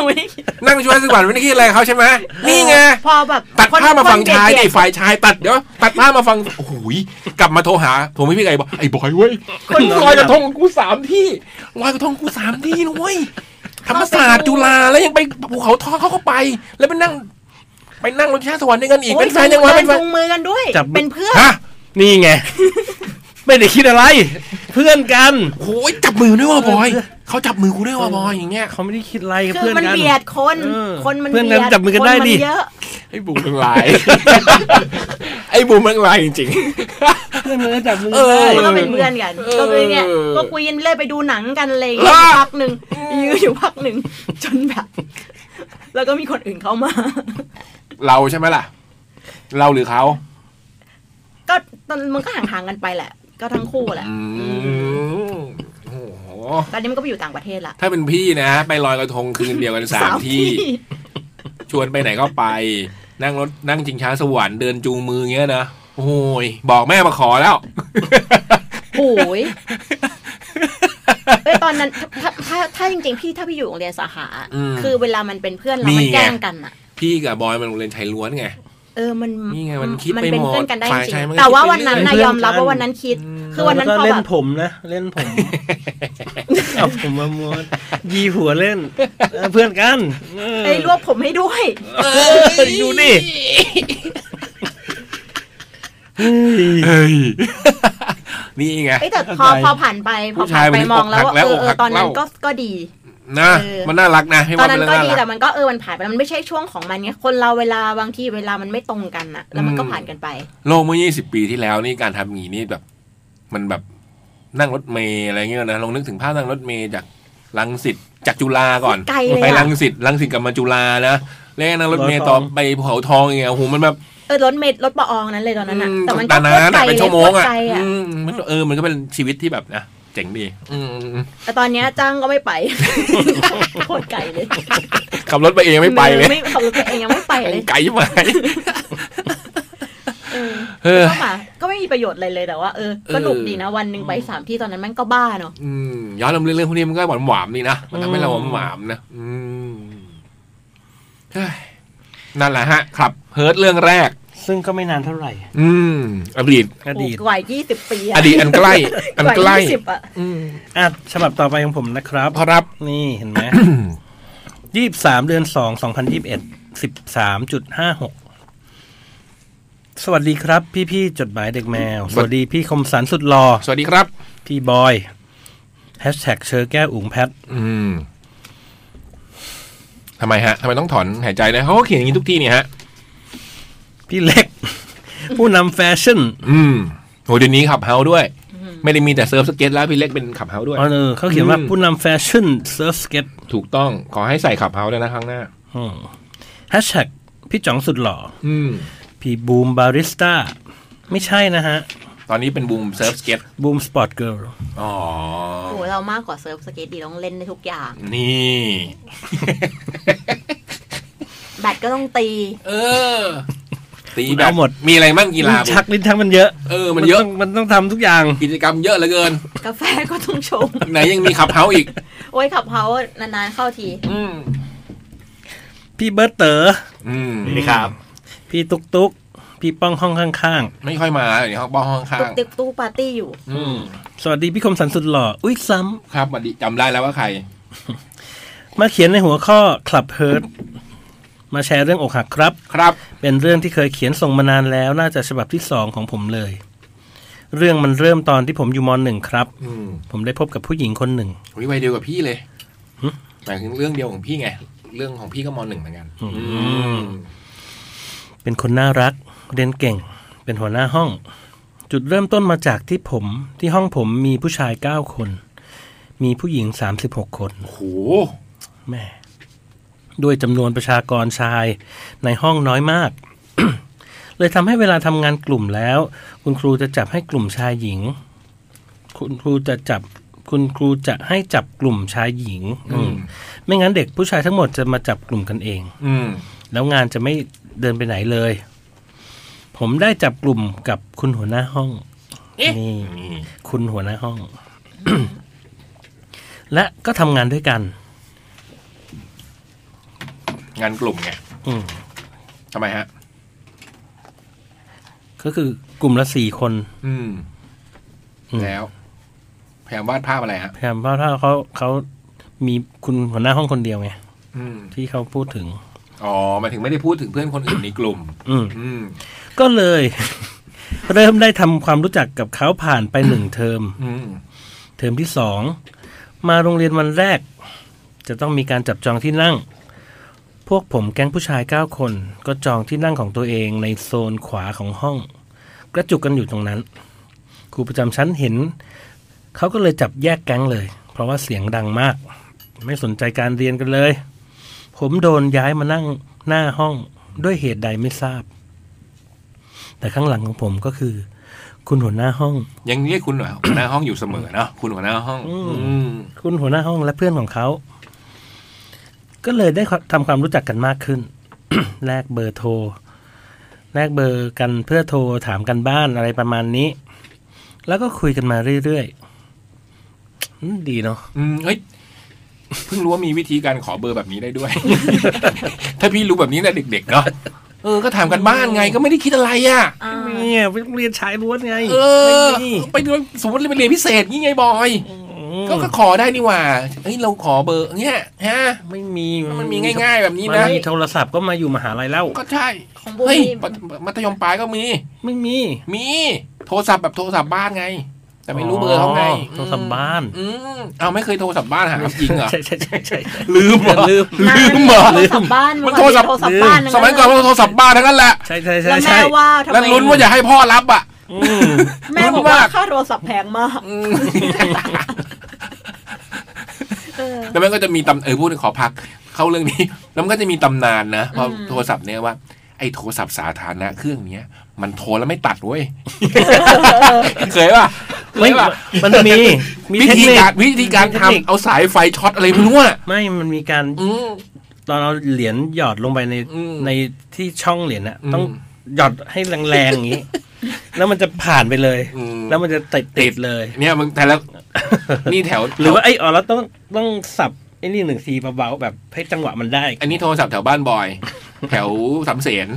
Speaker 4: ไม่ได้คิด
Speaker 3: นั่งชวนสวรรค์ไม่ได้คิดอะไรกับเขาใช่ไหมนี่ไง
Speaker 4: พอแบบ
Speaker 3: ตัด
Speaker 4: คน
Speaker 3: ผ้าพมาฝั่ง
Speaker 4: คนเบีด
Speaker 3: ชายดิ
Speaker 4: เบีด
Speaker 3: ฝ่ายชายตัดเดี๋ยวตัดผ้าพมาฝั่งโอ้โหยกลับมาโทรหาโทรไม่พี่ไก่บอกไอ้บอยเว้ยมันลอยกระทงของกูสามที่ลอยกระทงกูสามที่นะเว้ยธรรมศาสตร์จุฬาแล้วยังไปภูเขาทองเขาก็ไป แล้วไปนั่ง ไปนั่งรถชาติสวรรค์ด้วยกันอีก
Speaker 4: โอ้
Speaker 3: เป็นแฟนยังวะเป็นแฟน
Speaker 4: จูงมือกันด้วย เป็นเพื่อน
Speaker 3: ฮะ
Speaker 5: นี่ไง ไม่ได้คิดอะไร เพื่อนกัน
Speaker 3: โอ้ยจับมือด้วยว่ะบอยเขาจับมือกูด้วยว่ะบอยอย่างเงี้ย
Speaker 5: เขาไม่ได้คิดอะไรกับ
Speaker 4: คื
Speaker 5: เพื่
Speaker 4: อ
Speaker 5: อน
Speaker 4: มัน
Speaker 5: กัน
Speaker 4: เบียดคน
Speaker 5: เออ
Speaker 4: คนมัน
Speaker 5: เพื่อนกัน
Speaker 4: บีย
Speaker 5: จับมือกันได้ดิ
Speaker 4: คมัเยอะ
Speaker 3: ไอ้บูมเป็นลาย ไอ้บูมเป็นลายจริง
Speaker 5: เพื่อนมันก็จับมือ
Speaker 3: เออ
Speaker 5: ได้
Speaker 4: แล้วก็เป็นเพื่อนกัน
Speaker 3: เออ
Speaker 4: ก็เป็นเนี่ยก็คุยกันเล่อยไปดูหนังกันอะไรอย่างเลย
Speaker 3: ล่ะ
Speaker 4: พักหนึ่งยืนอยู่พักหนึ่งจนแบบ แล้วก็มีคนอื่นเข้ามา
Speaker 3: ๆเราใช่ไหมล่ะ เราหรือเขา
Speaker 4: ก็ตอนมันก็ห่างๆกันไปแหละ ก็ทั้งคู่แหละ
Speaker 3: อืมโอ้โห
Speaker 4: ตอนนี้มันก็ไปอยู่ต่างประเทศละ
Speaker 3: ถ้าเป็นพี่นะ ไปลอยกระทงคืนเดียว กันสามที่ ชวนไปไหนก็ไป นั่งรถนั่งจิงช้าสวรรค์เดินจูงมือเงี้ยนะโอ้ยบอกแม่มาขอแล้ว
Speaker 4: โอ้ ยเอ้ยตอนนั้นถ้าถ้าถ้าจริงๆพี่ถ้าพี่อยู่โรงเรียนสาขา
Speaker 3: อืม
Speaker 4: คือเวลามันเป็นเพื่อนเรา
Speaker 3: นี่
Speaker 4: มัน
Speaker 3: ไง
Speaker 4: แกล้งกันอะ
Speaker 3: พี่กับบอยมันโรงเรียนชายล้วนไง
Speaker 4: เออ มัน
Speaker 3: นี่ไงมันคิด
Speaker 4: เป็น
Speaker 3: ไปหมด
Speaker 4: เพื่อนกันได้
Speaker 3: ฝ่าย
Speaker 4: จริ
Speaker 3: ชาย
Speaker 4: ง
Speaker 3: มันก็
Speaker 4: ๆแต่ว่าวันนั้น
Speaker 3: คิดไปเรื่อย
Speaker 4: นายอมรับว่าวันนั้นคิด
Speaker 3: อืม
Speaker 4: คือวันนั้น
Speaker 5: แล้ว
Speaker 4: พ
Speaker 5: ก็
Speaker 4: อ
Speaker 5: เล่
Speaker 4: แบ
Speaker 5: น
Speaker 4: บ
Speaker 5: ผมนะ เล่นผม เอาผมมาม้วนยีหัวเล่นเออเพื่อนกันเออ
Speaker 4: ไอ้ยรวบผมให้ด้วย
Speaker 5: เออดูดิเฮ้ย
Speaker 3: เฮ้ย นี่ไง
Speaker 4: ไอ้ยแต่พอพอผ่านไปพอ
Speaker 3: ผู้
Speaker 4: ผ่า
Speaker 3: ชาย
Speaker 4: น
Speaker 3: มั
Speaker 4: ไป
Speaker 3: น
Speaker 4: มองแล้วว่า
Speaker 3: อกหักแล้ว
Speaker 4: เออ
Speaker 3: อก
Speaker 4: เอ
Speaker 3: หั
Speaker 4: อก ตอนนั้น
Speaker 3: เล่า
Speaker 4: ก็ก็ดี
Speaker 3: นะ
Speaker 4: เออ
Speaker 3: มันน่ารักนะให้
Speaker 4: ตอ
Speaker 3: ว่าน เป็
Speaker 4: นั้น น
Speaker 3: เรื่อง
Speaker 4: ก็
Speaker 3: น่า
Speaker 4: ดี
Speaker 3: รั
Speaker 4: แต่
Speaker 3: ก
Speaker 4: มันก็เออมันผ่านไปแล้วมันไม่ใช่ช่วงของมันไงคนเราเวลาบางทีเวลามันไม่ตรงกันอะแล้วมันก็
Speaker 3: อืม
Speaker 4: ผ่านกันไป
Speaker 3: โลกเมื่อ 20 ปีที่แล้วนี่การทำอย่างนี้นี่แบบ มันแบบนั่งรถเมล์อะไรเงี้ยนะลองนึกถึงภาพนั่งรถเมล์จากลังสิตจากจุฬาก่อน
Speaker 4: ไกลเลยอะ
Speaker 3: ไปลังสิตลังสิตกลับมาจุฬานะแล้วนั่งรถเมล์
Speaker 5: ร้อยสอง
Speaker 3: ต่อไปภูเขาทองอย่างเงี้ยโอ้โหมันแบบ
Speaker 4: เออรถเมล์รถปอองนั้นเลยตอนนั้นอะ
Speaker 3: อื
Speaker 4: แต่มัน
Speaker 3: ต
Speaker 4: ก็
Speaker 3: อน
Speaker 4: โค
Speaker 3: นั้
Speaker 4: ตร
Speaker 3: น
Speaker 4: ไกล
Speaker 3: อะ
Speaker 4: เล
Speaker 3: เป็น
Speaker 4: ย
Speaker 3: ชั่วโม
Speaker 4: โค
Speaker 3: ง
Speaker 4: ตร
Speaker 3: อ่ะ
Speaker 4: ไกลอะ
Speaker 3: อืมมันเออมันก็เป็นชีวิตที่แบบนะเจ๋งดีอืมอืมอืม
Speaker 4: แต่ตอนเนี้ยจ้างก็ไม่ไป โคตรไกลเลย
Speaker 3: ขับรถไปเองไม่ไปเลย
Speaker 4: ไม่ขับรถไปเองยังไม่ไปเลย
Speaker 3: ไกลไป
Speaker 4: เออ
Speaker 3: เออ
Speaker 4: ก็มาก็ไม่มีประโยชน์อะไรเลยแต่ว่าเออก็หนุก
Speaker 3: เออ
Speaker 4: ดีนะวันหนึ่งไปสามที่ตอนนั้นมันก็บ้าเนาะ
Speaker 3: อืมย้อนลำเรื่องเรื่องพวกนี้มันก็หวานหวานๆดีนะมันทำให้เราหวานหวานๆนะอืมเฮ้ยนั่นแหละฮะครับเฮิร์ตเรื่องแรก
Speaker 5: ซึ่งก็ไม่นานเท่าไหร่
Speaker 3: อืมอดีต
Speaker 5: อดีต
Speaker 4: โกว่ายี่สิบปีอะ
Speaker 3: อดีตอันใกล้ อัน
Speaker 4: กว่า
Speaker 3: ใกล้
Speaker 4: ยี่สิบอะ
Speaker 3: อืม
Speaker 5: อ่ะฉบับต่อไปของผมนะครับ
Speaker 3: พอรับ
Speaker 5: นี่เห็นไหม ยี่สามเดือนสองสองพันยี่สิบเอ็ดสิบสามจุดห้าหกสวัสดีครับ พี่พี่ๆจดหมายเด็กแมว สวัสดีพี่คมสันสุดหลอ่อ
Speaker 3: สวัสดีครับ
Speaker 5: พี่บอยแฮชแท็กเชอแก้วอุ๋งแพท
Speaker 3: อืมทำไมฮะทำไมต้องถอนหายใจนะเขาก็เขียนอย่างนี้ทุกที่เนี่ยฮะ
Speaker 5: พี่เล็ก ผู้นำแฟชั่น
Speaker 3: อืมโหเดี๋ยวนี้ขับเฮาด้วย ไม่ได้มีแต่เซิร์ฟสเก็ตแล้วพี่เล็กเป็นขับเฮาด้วย
Speaker 5: อ๋อเออเขาเขียนว่า
Speaker 3: อืม
Speaker 5: ผู้นำแฟชั่นเซิร์ฟสเก็ต
Speaker 3: ถูกต้องขอให้ใส่ขับเฮาด้วยนะครั้งหน้า
Speaker 5: แฮชแท็กพี่จ๋องสุดหล่อ
Speaker 3: อืม
Speaker 5: พี่บูมบาริสต้า ไม่ใช่นะฮะ
Speaker 3: ตอนนี้เป็นบูมเซิร์ฟสเก็ต
Speaker 5: บูมสปอร์ตเกิร์ล
Speaker 3: อ๋อ
Speaker 4: โหเรามากกว่าเซิร์ฟสเกตดีต้องเล่นได้ทุกอย่าง
Speaker 3: นี่
Speaker 4: แบตก็ต้องตี
Speaker 3: เออ ตีแบบมีอะไรบ้างกีฬา
Speaker 5: ชักลิ้นชักมันเยอะ
Speaker 3: เออมันเยอะ
Speaker 5: ต้งมันต้องทำทุกอย่าง
Speaker 3: กิจกรรมเยอะเหลือเกิน
Speaker 4: กาแฟก็ต้องชง
Speaker 3: ไหนยังมีขับเฮาอีก
Speaker 4: โอ้ยขับเฮาส์นานๆเข้าที
Speaker 3: อืม
Speaker 5: พี่เบิร์ตเต๋อ
Speaker 3: อืม
Speaker 6: นี่ครับ
Speaker 5: พี่ตุ๊กตุ๊ก พี่ป้องห้องข้าง
Speaker 3: ไม่ค่อยมาเดี๋ยวเขาบ้องข้าง
Speaker 4: ตุ๊กติ๊กตู้ปาร์ตี้อยู่
Speaker 3: ๆอืม
Speaker 5: ๆ สวัสดีพี่คมสันสุดหล่อ อุ้ยซ้
Speaker 3: ครับบัดดีจำได้แล้วว่าใคร
Speaker 5: ำ มาเขียนในหัวข้อ Club Hurt มาแชร์เรื่องอกหักครับ
Speaker 3: ครับ
Speaker 5: เป็นเรื่องที่เคยเขียนส่งมานานแล้ว น่าจะฉบับที่สองของผมเลย เรื่องมันเริ่มตอนที่ผมอยู่มหนึ่งครับ
Speaker 3: อืม
Speaker 5: ผมได้พบกับผู้หญิงคนหนึ่ง
Speaker 3: วิวัยเดียวกับพี่เลย
Speaker 5: หึ
Speaker 3: หมายถึงเรื่องเดียวของพี่ไง เรื่องของพี่ก็มหนึ่งเหมือนกัน อืม
Speaker 5: เป็นคนน่ารัก เรียนเก่ง เป็นหัวหน้าห้อง จุดเริ่มต้นมาจากที่ผมที่ห้องผมมีผู้ชายเก้าคน มีผู้หญิงสามสิบหกคน
Speaker 3: โอ้โห
Speaker 5: แม่ด้วยจำนวนประชากรชายในห้องน้อยมาก เลยทำให้เวลาทำงานกลุ่มแล้ว คุณครูจะจับให้กลุ่มชายหญิง คุณครูจะจับ คุณครูจะให้จับกลุ่มชายหญิง อื
Speaker 3: อื
Speaker 5: ม
Speaker 3: ม
Speaker 5: ไม่งั้นเด็กผู้ชายทั้งหมดจะมาจับกลุ่มกันเอง
Speaker 3: อืม
Speaker 5: แล้วงานจะไม่เดินไปไหนเลย ผมได้จับกลุ่มกับคุณหัวหน้าห้อง
Speaker 3: เอ๊ะ
Speaker 5: นี่
Speaker 3: นี่
Speaker 5: คุณหัวหน้าห้อง และก็ทำงานด้วยกัน
Speaker 3: งานกลุ่มไง
Speaker 5: อืม
Speaker 3: ทำไมฮะ
Speaker 5: ก็คือกลุ่มละสี่คน
Speaker 3: อืม
Speaker 5: อืม
Speaker 3: แล้วพยายามวาดภาพอะไรฮะ
Speaker 5: พยายามเพราะถ้าเขาเขามีคุณหัวหน้าห้องคนเดียวไง
Speaker 3: อืม
Speaker 5: ที่เขาพูดถึง
Speaker 3: อ๋อหมายถึงไม่ได้พูดถึงเพื่อนคนอื่นในกลุ่ม
Speaker 5: อืม
Speaker 3: อืม
Speaker 5: ก็เลย เริ่มได้ทำความรู้จักกับเขาผ่านไปหนึ่งเทอม
Speaker 3: อืม
Speaker 5: เทอมที่สองมาโรงเรียนวันแรก จะต้องมีการจับจองที่นั่ง พวกผมแก๊งผู้ชาย 9 คน ก็จองที่นั่งของตัวเองในโซนขวาของห้อง กระจุกกันอยู่ตรงนั้น ครูประจำชั้นเห็น เขาก็เลยจับแยกแก๊งเลย เพราะว่าเสียงดังมาก ไม่สนใจการเรียนกันเลย ผมโดนย้ายมานั่งหน้าห้องด้วยเหตุใดไม่ทราบ แต่ข้างหลังของผมก็คือ คุณหัวหน้าห้อง
Speaker 3: ยังเรียกคุณหัวหัวหน้าห้องอยู่เสมอเนาะคุณหัวหน้าห้อง
Speaker 5: อืม
Speaker 3: อืม
Speaker 5: คุณหัวหน้าห้องและเพื่อนของเขา ก็เลยได้ทำความรู้จักกันมากขึ้น แลกเบอร์โทร แลกเบอร์กันเพื่อโทรถามกันบ้านอะไรประมาณนี้ แล้วก็คุยกันมาเรื่อยๆอืมดีเนาะ
Speaker 3: อืมเอ้ยเพิ่งรู้ว่ามีวิธีการขอเบอร์แบบนี้ได้ด้วย ถ้าพี่รู้แบบนี้ตั้งแต่เด็กๆเนาะเออก็ถามกันบ้านไงก็ไม่ได้คิดอะไรอ่ะ
Speaker 4: อ่า
Speaker 5: เนี่ยไปโรงเรียนชายล้วนไง
Speaker 3: เออ
Speaker 5: ไม่มี
Speaker 3: ไปเรียนสมมติไปเรียนพิเศษงี้ไงบอยก็ก็ขอได้นี่หว่าเฮ้ยเราขอเบอร์เนี่ยฮะ
Speaker 5: ไม่มี
Speaker 3: มันมีง่ายๆแบบนี้
Speaker 5: มัน
Speaker 3: นะ
Speaker 5: มีโทรศัพท์ก็มาอยู่มหาลัยแล้ว
Speaker 3: ก็ใช่
Speaker 4: ของบูม
Speaker 3: เฮ้ย
Speaker 4: นี่
Speaker 3: ปมัธยมปลายก็มี
Speaker 5: ไม่มี
Speaker 3: มีโทรศัพท์แบบโทรศัพท์บ้านไง แต่ไม่รู้เบอร์เขาไง
Speaker 5: โทรศัพท์บ้าน
Speaker 3: อืมเอาไม่เคยโทรศัพท์บ้านหาจริงเหรอ
Speaker 5: ใช่ใช่ใช่ใช่
Speaker 3: ลืมเหรอ
Speaker 5: ลืม
Speaker 4: นั่น
Speaker 3: ลืมเหรอ
Speaker 4: โทรศัพท์บ้าน
Speaker 3: มันโทรศัพท์
Speaker 4: เอก่อนมีโทรศัพท์
Speaker 3: ส
Speaker 4: บ้านทั้ง
Speaker 3: มัยก่อนมันโทรศัพท์บ้านทั้งนั้นแหละ
Speaker 5: ใช่ใช่
Speaker 4: แล้
Speaker 5: ใช่
Speaker 4: ว
Speaker 5: ใช่
Speaker 4: แม่ว่าทำไม
Speaker 3: แล้วลุ้นว่าจะให้พ่อรับอ่ะ
Speaker 5: อืม
Speaker 4: แม่บอก
Speaker 3: ลุ้
Speaker 4: ว่าม
Speaker 3: นาก
Speaker 4: ค่าโทรศัพท์แพงมาก
Speaker 3: อืม
Speaker 4: เออ
Speaker 3: แล้วมันก็จะมีตำเออพูดขอพัก เข้าเรื่องนี้ แล้วมันก็จะมีตำนานนะพออ
Speaker 4: ม
Speaker 3: โทรศัพท์เนี่ยว่าไอ้โทรศัพท์สาธารณะเครื่องเนี้ย มันโทรแล้วไม่ตัดเว้ย เคยป่ะเค
Speaker 5: ไม่
Speaker 3: ยป่ะ
Speaker 5: มันมีมี
Speaker 3: วิ
Speaker 5: เทค
Speaker 3: ธี
Speaker 5: นิค
Speaker 3: การวิธีการ
Speaker 5: มีเทคนิค
Speaker 3: ทำเอาสายไฟช็อตอะไรไม่รู้อ่ะ
Speaker 5: ไม่ มันมีการ
Speaker 3: อืม
Speaker 5: ตอนเราเหรียญหยอดลงไปใน
Speaker 3: อืม
Speaker 5: ในที่ช่องเหรียญอะ
Speaker 3: อืม
Speaker 5: ต้องหยอดให้แรงๆ อย่างนี้ แล้วมันจะผ่านไปเลย
Speaker 3: อืม
Speaker 5: แล้วมันจะติดติดเลย
Speaker 3: เนี่ยมึงแต่ละนี่แถว
Speaker 5: หรือว่าไอ้ยอ๋อเราต้องต้องสับไอ้นี่หนึ่งทีเบาๆแบบให้จังหวะมันได้
Speaker 3: อันนี้โทรศัพท์แถวบ้านบอย แถวสามเสน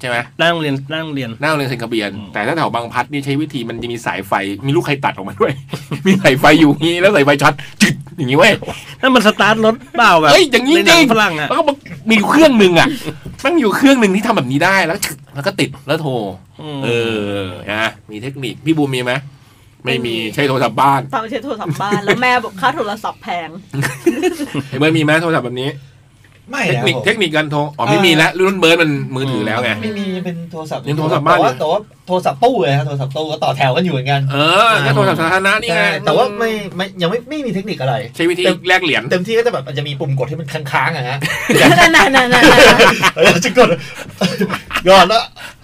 Speaker 3: ใช่ไหม
Speaker 5: หนั่งเรียนหนั่งเรียน
Speaker 3: หน้าโรงเรียนเซนคาเบียน แต่ถ้าแถวบางพลัดนี่ใช้วิธีมันจะมีสายไฟมีลูกใครตัดออกมาด้วย มีสายไฟอยู่อย่างงี้แล้วสายไฟช็อตจึ๊ดอย่างงี้เว้ย
Speaker 5: นั่นมันสตาร์ทรถเปล่าแบบ
Speaker 3: เอ้ยอย่างนี้
Speaker 5: ในหนั
Speaker 3: จริง
Speaker 5: ฝรั่งอะ
Speaker 3: แล้วก็มีอยู่เครื่องหนึ่งอ่ะมันมีอยู่เครื่องหนึ่งที่ทำแบบนี้ได้แล้วจึ๊ดแล้วก็ติดแล้วโทร
Speaker 5: ม
Speaker 3: เออนะมีเทคนิคพี่บูมมีไหมไม่มี
Speaker 4: ไม่มี
Speaker 3: ใช้โทรศัพท์บ้าน
Speaker 4: ตอนใช้โทรศัพท์บ้านแล้วแม่บอกค่าโทรศัพท์แพง
Speaker 3: เห็นเบิร์ดมีไหมโทรศัพท์แบบนี้
Speaker 6: ไม่
Speaker 3: เทค
Speaker 6: นะ
Speaker 3: นิค
Speaker 6: ผม
Speaker 3: เทคนิคการโทรอ๋อไม่
Speaker 6: เอ่อ
Speaker 3: มีแล้วรุ่นเบิร์ดมันมือถือแล้วไง
Speaker 6: ไม่มีเป็นโทรศัพท์
Speaker 3: ยังโทรศัพท์บ้านอ
Speaker 6: แต่
Speaker 3: ยู่
Speaker 6: ว่าแต่ว่าโทรศัพท์ตู้เลยนะโทรศัพท์ตู้ก็ต่อแถวกันอยู่เหมือนกัน
Speaker 3: เออก็โทรศัพท์สาธารณะนี่ไง
Speaker 6: ใช่แต่ว่าไม่ไม่ยังไม่ไม่มีเทคนิคอะไร
Speaker 3: ใช้วิธีแลกเหรียญ
Speaker 6: เต็มที่ก็จะแบบอาจจะมีปุ่มกดที่มันค้างๆอะฮะ
Speaker 4: นั่นนั่นนั่นนั่น
Speaker 6: แล้วจะกด กดแล้ว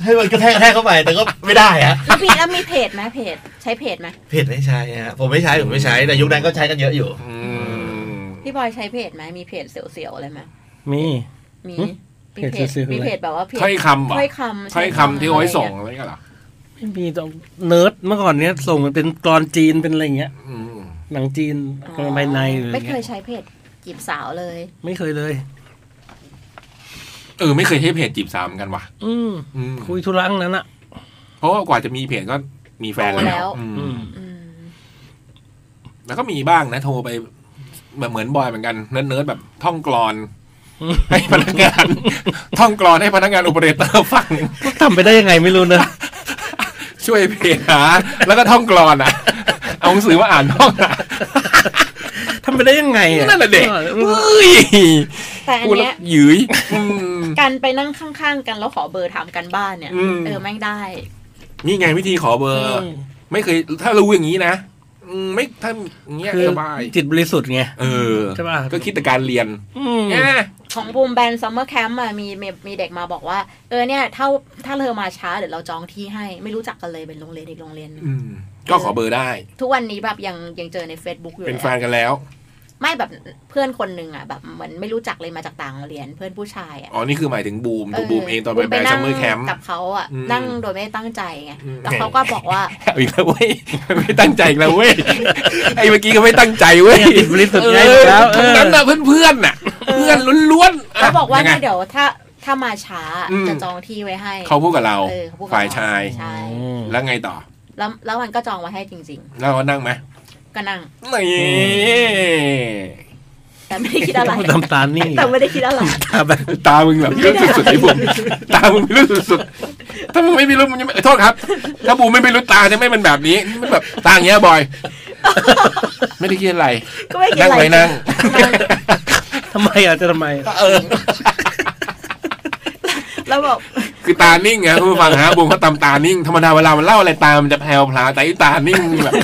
Speaker 6: ให้มันกระแทกกระแทกเข้าไปแต่ก็ไม่ได้ฮะ
Speaker 4: แล้วมีแล้วมีเพจไหมเพจใช้เพจไหม
Speaker 6: เพจไม่ใช้ฮะผมไม่ใช้ผมไม่ใช้แต่ยุคนั้นก็ใช้กันเยอะอยู่
Speaker 3: อืม
Speaker 4: พี่บอยใช้เพจไหมมีเพจเสียวๆอะไรไหม
Speaker 5: มี
Speaker 4: มี
Speaker 5: หึ
Speaker 4: มี
Speaker 5: เพ
Speaker 4: เพ
Speaker 5: จ
Speaker 4: จ
Speaker 5: เสียวๆอะไร
Speaker 4: มีเพจแบบว่าเพจ
Speaker 3: ถ้อยคำเหรอ
Speaker 4: ถ้อยคำ
Speaker 3: ถ้อยคำที่เอาไว้ส่งอะไรกันเหรอ
Speaker 5: ไม่มีต้องเนิร์ดเมื่อก่อนเนี้ยส่งมันเป็นกรอนจีนเป็นอะไรอย่างเงี้ย
Speaker 3: อืม
Speaker 5: หนังจีนกำลังภายในหรืออะร
Speaker 4: ไม่เค
Speaker 5: งี้
Speaker 4: ยใช้เพจจีบสาวเลย
Speaker 5: ไม่เคยเลย
Speaker 3: เออไม่เคยใช้เพจจีบสาวเหมือนกันว่ะ
Speaker 5: อืม
Speaker 3: อืม
Speaker 5: คุยธุระข้างนั้นอ่ะ
Speaker 3: เพราะว่ากว่าจะมีเพจก็มีแฟน
Speaker 4: โตแล้
Speaker 3: แล้ว
Speaker 4: ว
Speaker 3: อืม
Speaker 5: อืม
Speaker 4: อืม
Speaker 3: แล้วก็มีบ้างนะโทรไปแบบเหมือนบอยเหมือนกันเนิร์ดๆแบบท่องกรอน
Speaker 5: อืม
Speaker 3: ให้พนักงาน ท่องกรอนให้พนักงานโอเปอเรเตอร์ฟัง
Speaker 5: ทำไปได้ยังไงไม่รู้เนอะ
Speaker 3: ช่วยเพจหาแล้วก็ท่องกรอนอ่ะ เอาหนังสือมาอ่านท่องอ่ะ
Speaker 5: ทำไปได้ยังไงอะ
Speaker 3: นั่นแหละเด็ก
Speaker 5: ออ
Speaker 3: เฮ้ย
Speaker 4: แต่อัน
Speaker 3: พูดแล้
Speaker 4: เนี้
Speaker 3: วย หยืยอืม
Speaker 4: การไปนั่งข้างๆกันแล้วขอเบอร์ถามกันบ้านเนี่ย
Speaker 3: อืม
Speaker 4: เออแม่งได้
Speaker 3: นี่ไงวิธีขอเบอร์ ไม่เคย ถ้ารู้อย่างนี้นะอืมไม่ถ้าอย่างเงี้ย
Speaker 5: คือ
Speaker 3: สบาย
Speaker 5: จิตบริสุทธิ์ไง
Speaker 3: เออ
Speaker 5: ใช่ป่ะ
Speaker 3: ก็คิดแต่การเรียน
Speaker 5: อืม
Speaker 3: แง่
Speaker 4: ของบูมแบนซัมเมอร์แคมป์มีมีมีเด็กมาบอกว่า เออเนี่ยถ้าถ้าเธอมาช้าเดี๋ยวเราจองที่ให้ไม่รู้จักกันเลยเป็นโรงเรียนอีกโรงเรียนหนึ่ง
Speaker 3: อืมก็ขอเบอร์ได้
Speaker 4: ทุกวันนี้แบบยังยังเจอใน Facebook อยู่
Speaker 3: เป็น
Speaker 4: เลย
Speaker 3: แฟ
Speaker 4: อะ
Speaker 3: นกันแล้ว
Speaker 4: ไม่แบบเพื่อนคนหนึ่งอ่ะแบบเหมือนไม่รู้จักเลยมาจากต่างโรงเรียนเพื่อนผู้ชายอ่ะ
Speaker 3: อ๋อ นี่คือหมายถึงบูมดูบูมเองตอนไปแบนซัมเมอร์แคมป์
Speaker 4: กับเขาอ่ะ
Speaker 3: อืม
Speaker 4: นั่งโดยไม่ได้ตั้งใจไง
Speaker 3: อืม
Speaker 4: แล้วเขาก็บอกว่า
Speaker 3: เอาอีกแล้วเว้ย ไม่ตั้งใจอีกแล้วเว้ย ไอ้เมื่อกี้ก็ไม่ตั้งใจเว้ย
Speaker 5: เนี่ยจิตบริสุทธิ์ไงอยู่แล้วเอ
Speaker 3: ทั้ง
Speaker 5: อ
Speaker 3: นั้นน่ะเพื่อนๆน่ะ เพื่อนล้วนๆะ
Speaker 4: เขาบอกว่าเนี่ย
Speaker 3: ยั
Speaker 4: เดี๋ยวถ้าถ้ามาช้า
Speaker 3: อืม
Speaker 4: จะจองที่ไว้ให้
Speaker 3: งเขาพูดกับเรา
Speaker 4: เออเขพูดกับ
Speaker 3: ฝ่ายชาย
Speaker 4: ใช่
Speaker 5: อืม
Speaker 3: แล้วไงต่อ
Speaker 4: แล้วแล้วมันก็จองไว้ให้จริง
Speaker 3: แล้วเขานั่งไหม
Speaker 4: ๆ ก็นั่ง
Speaker 3: นี่
Speaker 4: แต่ไม่ได้คิดอะไร
Speaker 5: ทำตามนี่
Speaker 4: แต่ไม่ได้คิดอะไร
Speaker 5: ตามแบบ
Speaker 3: ตามึงแบบพิรุษสุดๆไอ้ผมตามึงพิรุษสุด ถ้ามึงไม่มีรุ่นมึงจะไม่เอ้ยโทษครับ ถ้าบูมไม่มีรุ่นตาจะไม่เป็นแบบนี้มันแบบตาอย่างเงี้ยบ อย ไม่ได้คิดอะไร
Speaker 4: ก็ไม่เกี่
Speaker 3: นั่
Speaker 4: ย
Speaker 3: ง
Speaker 4: วอะ
Speaker 3: ไหม
Speaker 4: ไร
Speaker 3: นั่ง
Speaker 5: ทำไมอ่ะจะทำไมอ่ะ
Speaker 3: เออ
Speaker 4: แล้วแบบ
Speaker 3: คือตานิ่งไงคุณผู้ฟังฮะบูมเขาตามตานิ่งธรรมดาเวลามันเล่าอะไรตามันจะแผ่วพลาแต่ไอ้ตานิ่งมันแบบ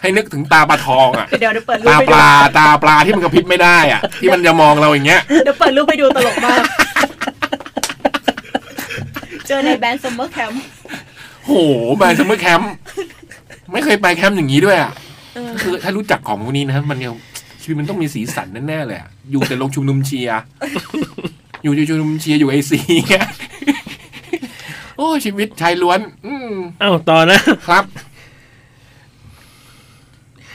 Speaker 3: ให้นึกถึงตาปลาทองอ่ะ
Speaker 4: เดี๋ยวเดี๋ยวเปิดรูป
Speaker 3: ตา
Speaker 4: ไป
Speaker 3: ป
Speaker 4: ดู
Speaker 3: ลาตาปลาที่มันกระพริบไม่ได้อ่ะ ที่มันจะมองเราอย่างเงี้ย
Speaker 4: เดี๋ยวเปิดรูปไปดูตลก มาก เจอในแบรนด์ซัมเมอร์แคมป์
Speaker 3: โหแบรนด์ซัมเมอร์แคมป์ไม่เคยไปแคมป์อย่างนี้ด้วยอ่ะคือถ้ารู้จักของพวกนี้นะมันยังชีวิตมันต้องมีสีสันแน่ๆเลยอะอยู่แต่ลงชุมนุมเชียร์อยู่แต่ชุมนุมเชียร์อยู่ไอซียโอ้ชีวิตชายล้วน อืม
Speaker 5: เอ้าต่อนะ
Speaker 3: ครับ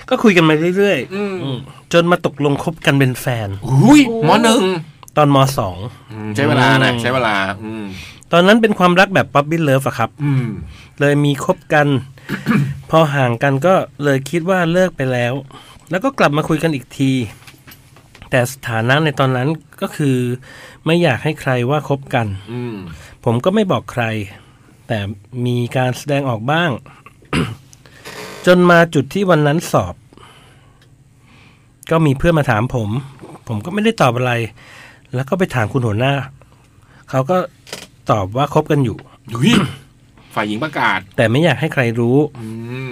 Speaker 5: ก็คุยกันมาเรื่อย
Speaker 3: อืม
Speaker 5: ๆอืมจนมาตกลงคบกันเป็นแฟน
Speaker 3: อุ้ยหมอหนึ่ง
Speaker 5: ตอนมสอง
Speaker 3: อืมใช้เวลานะใช้เวลา อืม
Speaker 5: ตอนนั้นเป็นความรักแบบป๊อบบี้เลิฟอะครับ
Speaker 3: อืม
Speaker 5: เลยมีคบกัน พอห่างกันก็เลยคิดว่าเลิกไปแล้ว แล้วก็กลับมาคุยกันอีกที แต่สถานะในตอนนั้นก็คือ ไม่อยากให้ใครว่าคบกัน
Speaker 3: อืม
Speaker 5: ผมก็ไม่บอกใคร แต่มีการแสดงออกบ้าง จนมาจุดที่วันนั้นสอบ ก็มีเพื่อนมาถามผม ผมก็ไม่ได้ตอบอะไร แล้วก็ไปถามคุณหัวหน้า เขาก็ตอบว่าคบกันอยู่
Speaker 3: อุ้ยฝ่ายหญิงประกาศ
Speaker 5: แต่ไม่อยากให้ใครรู้
Speaker 3: อืม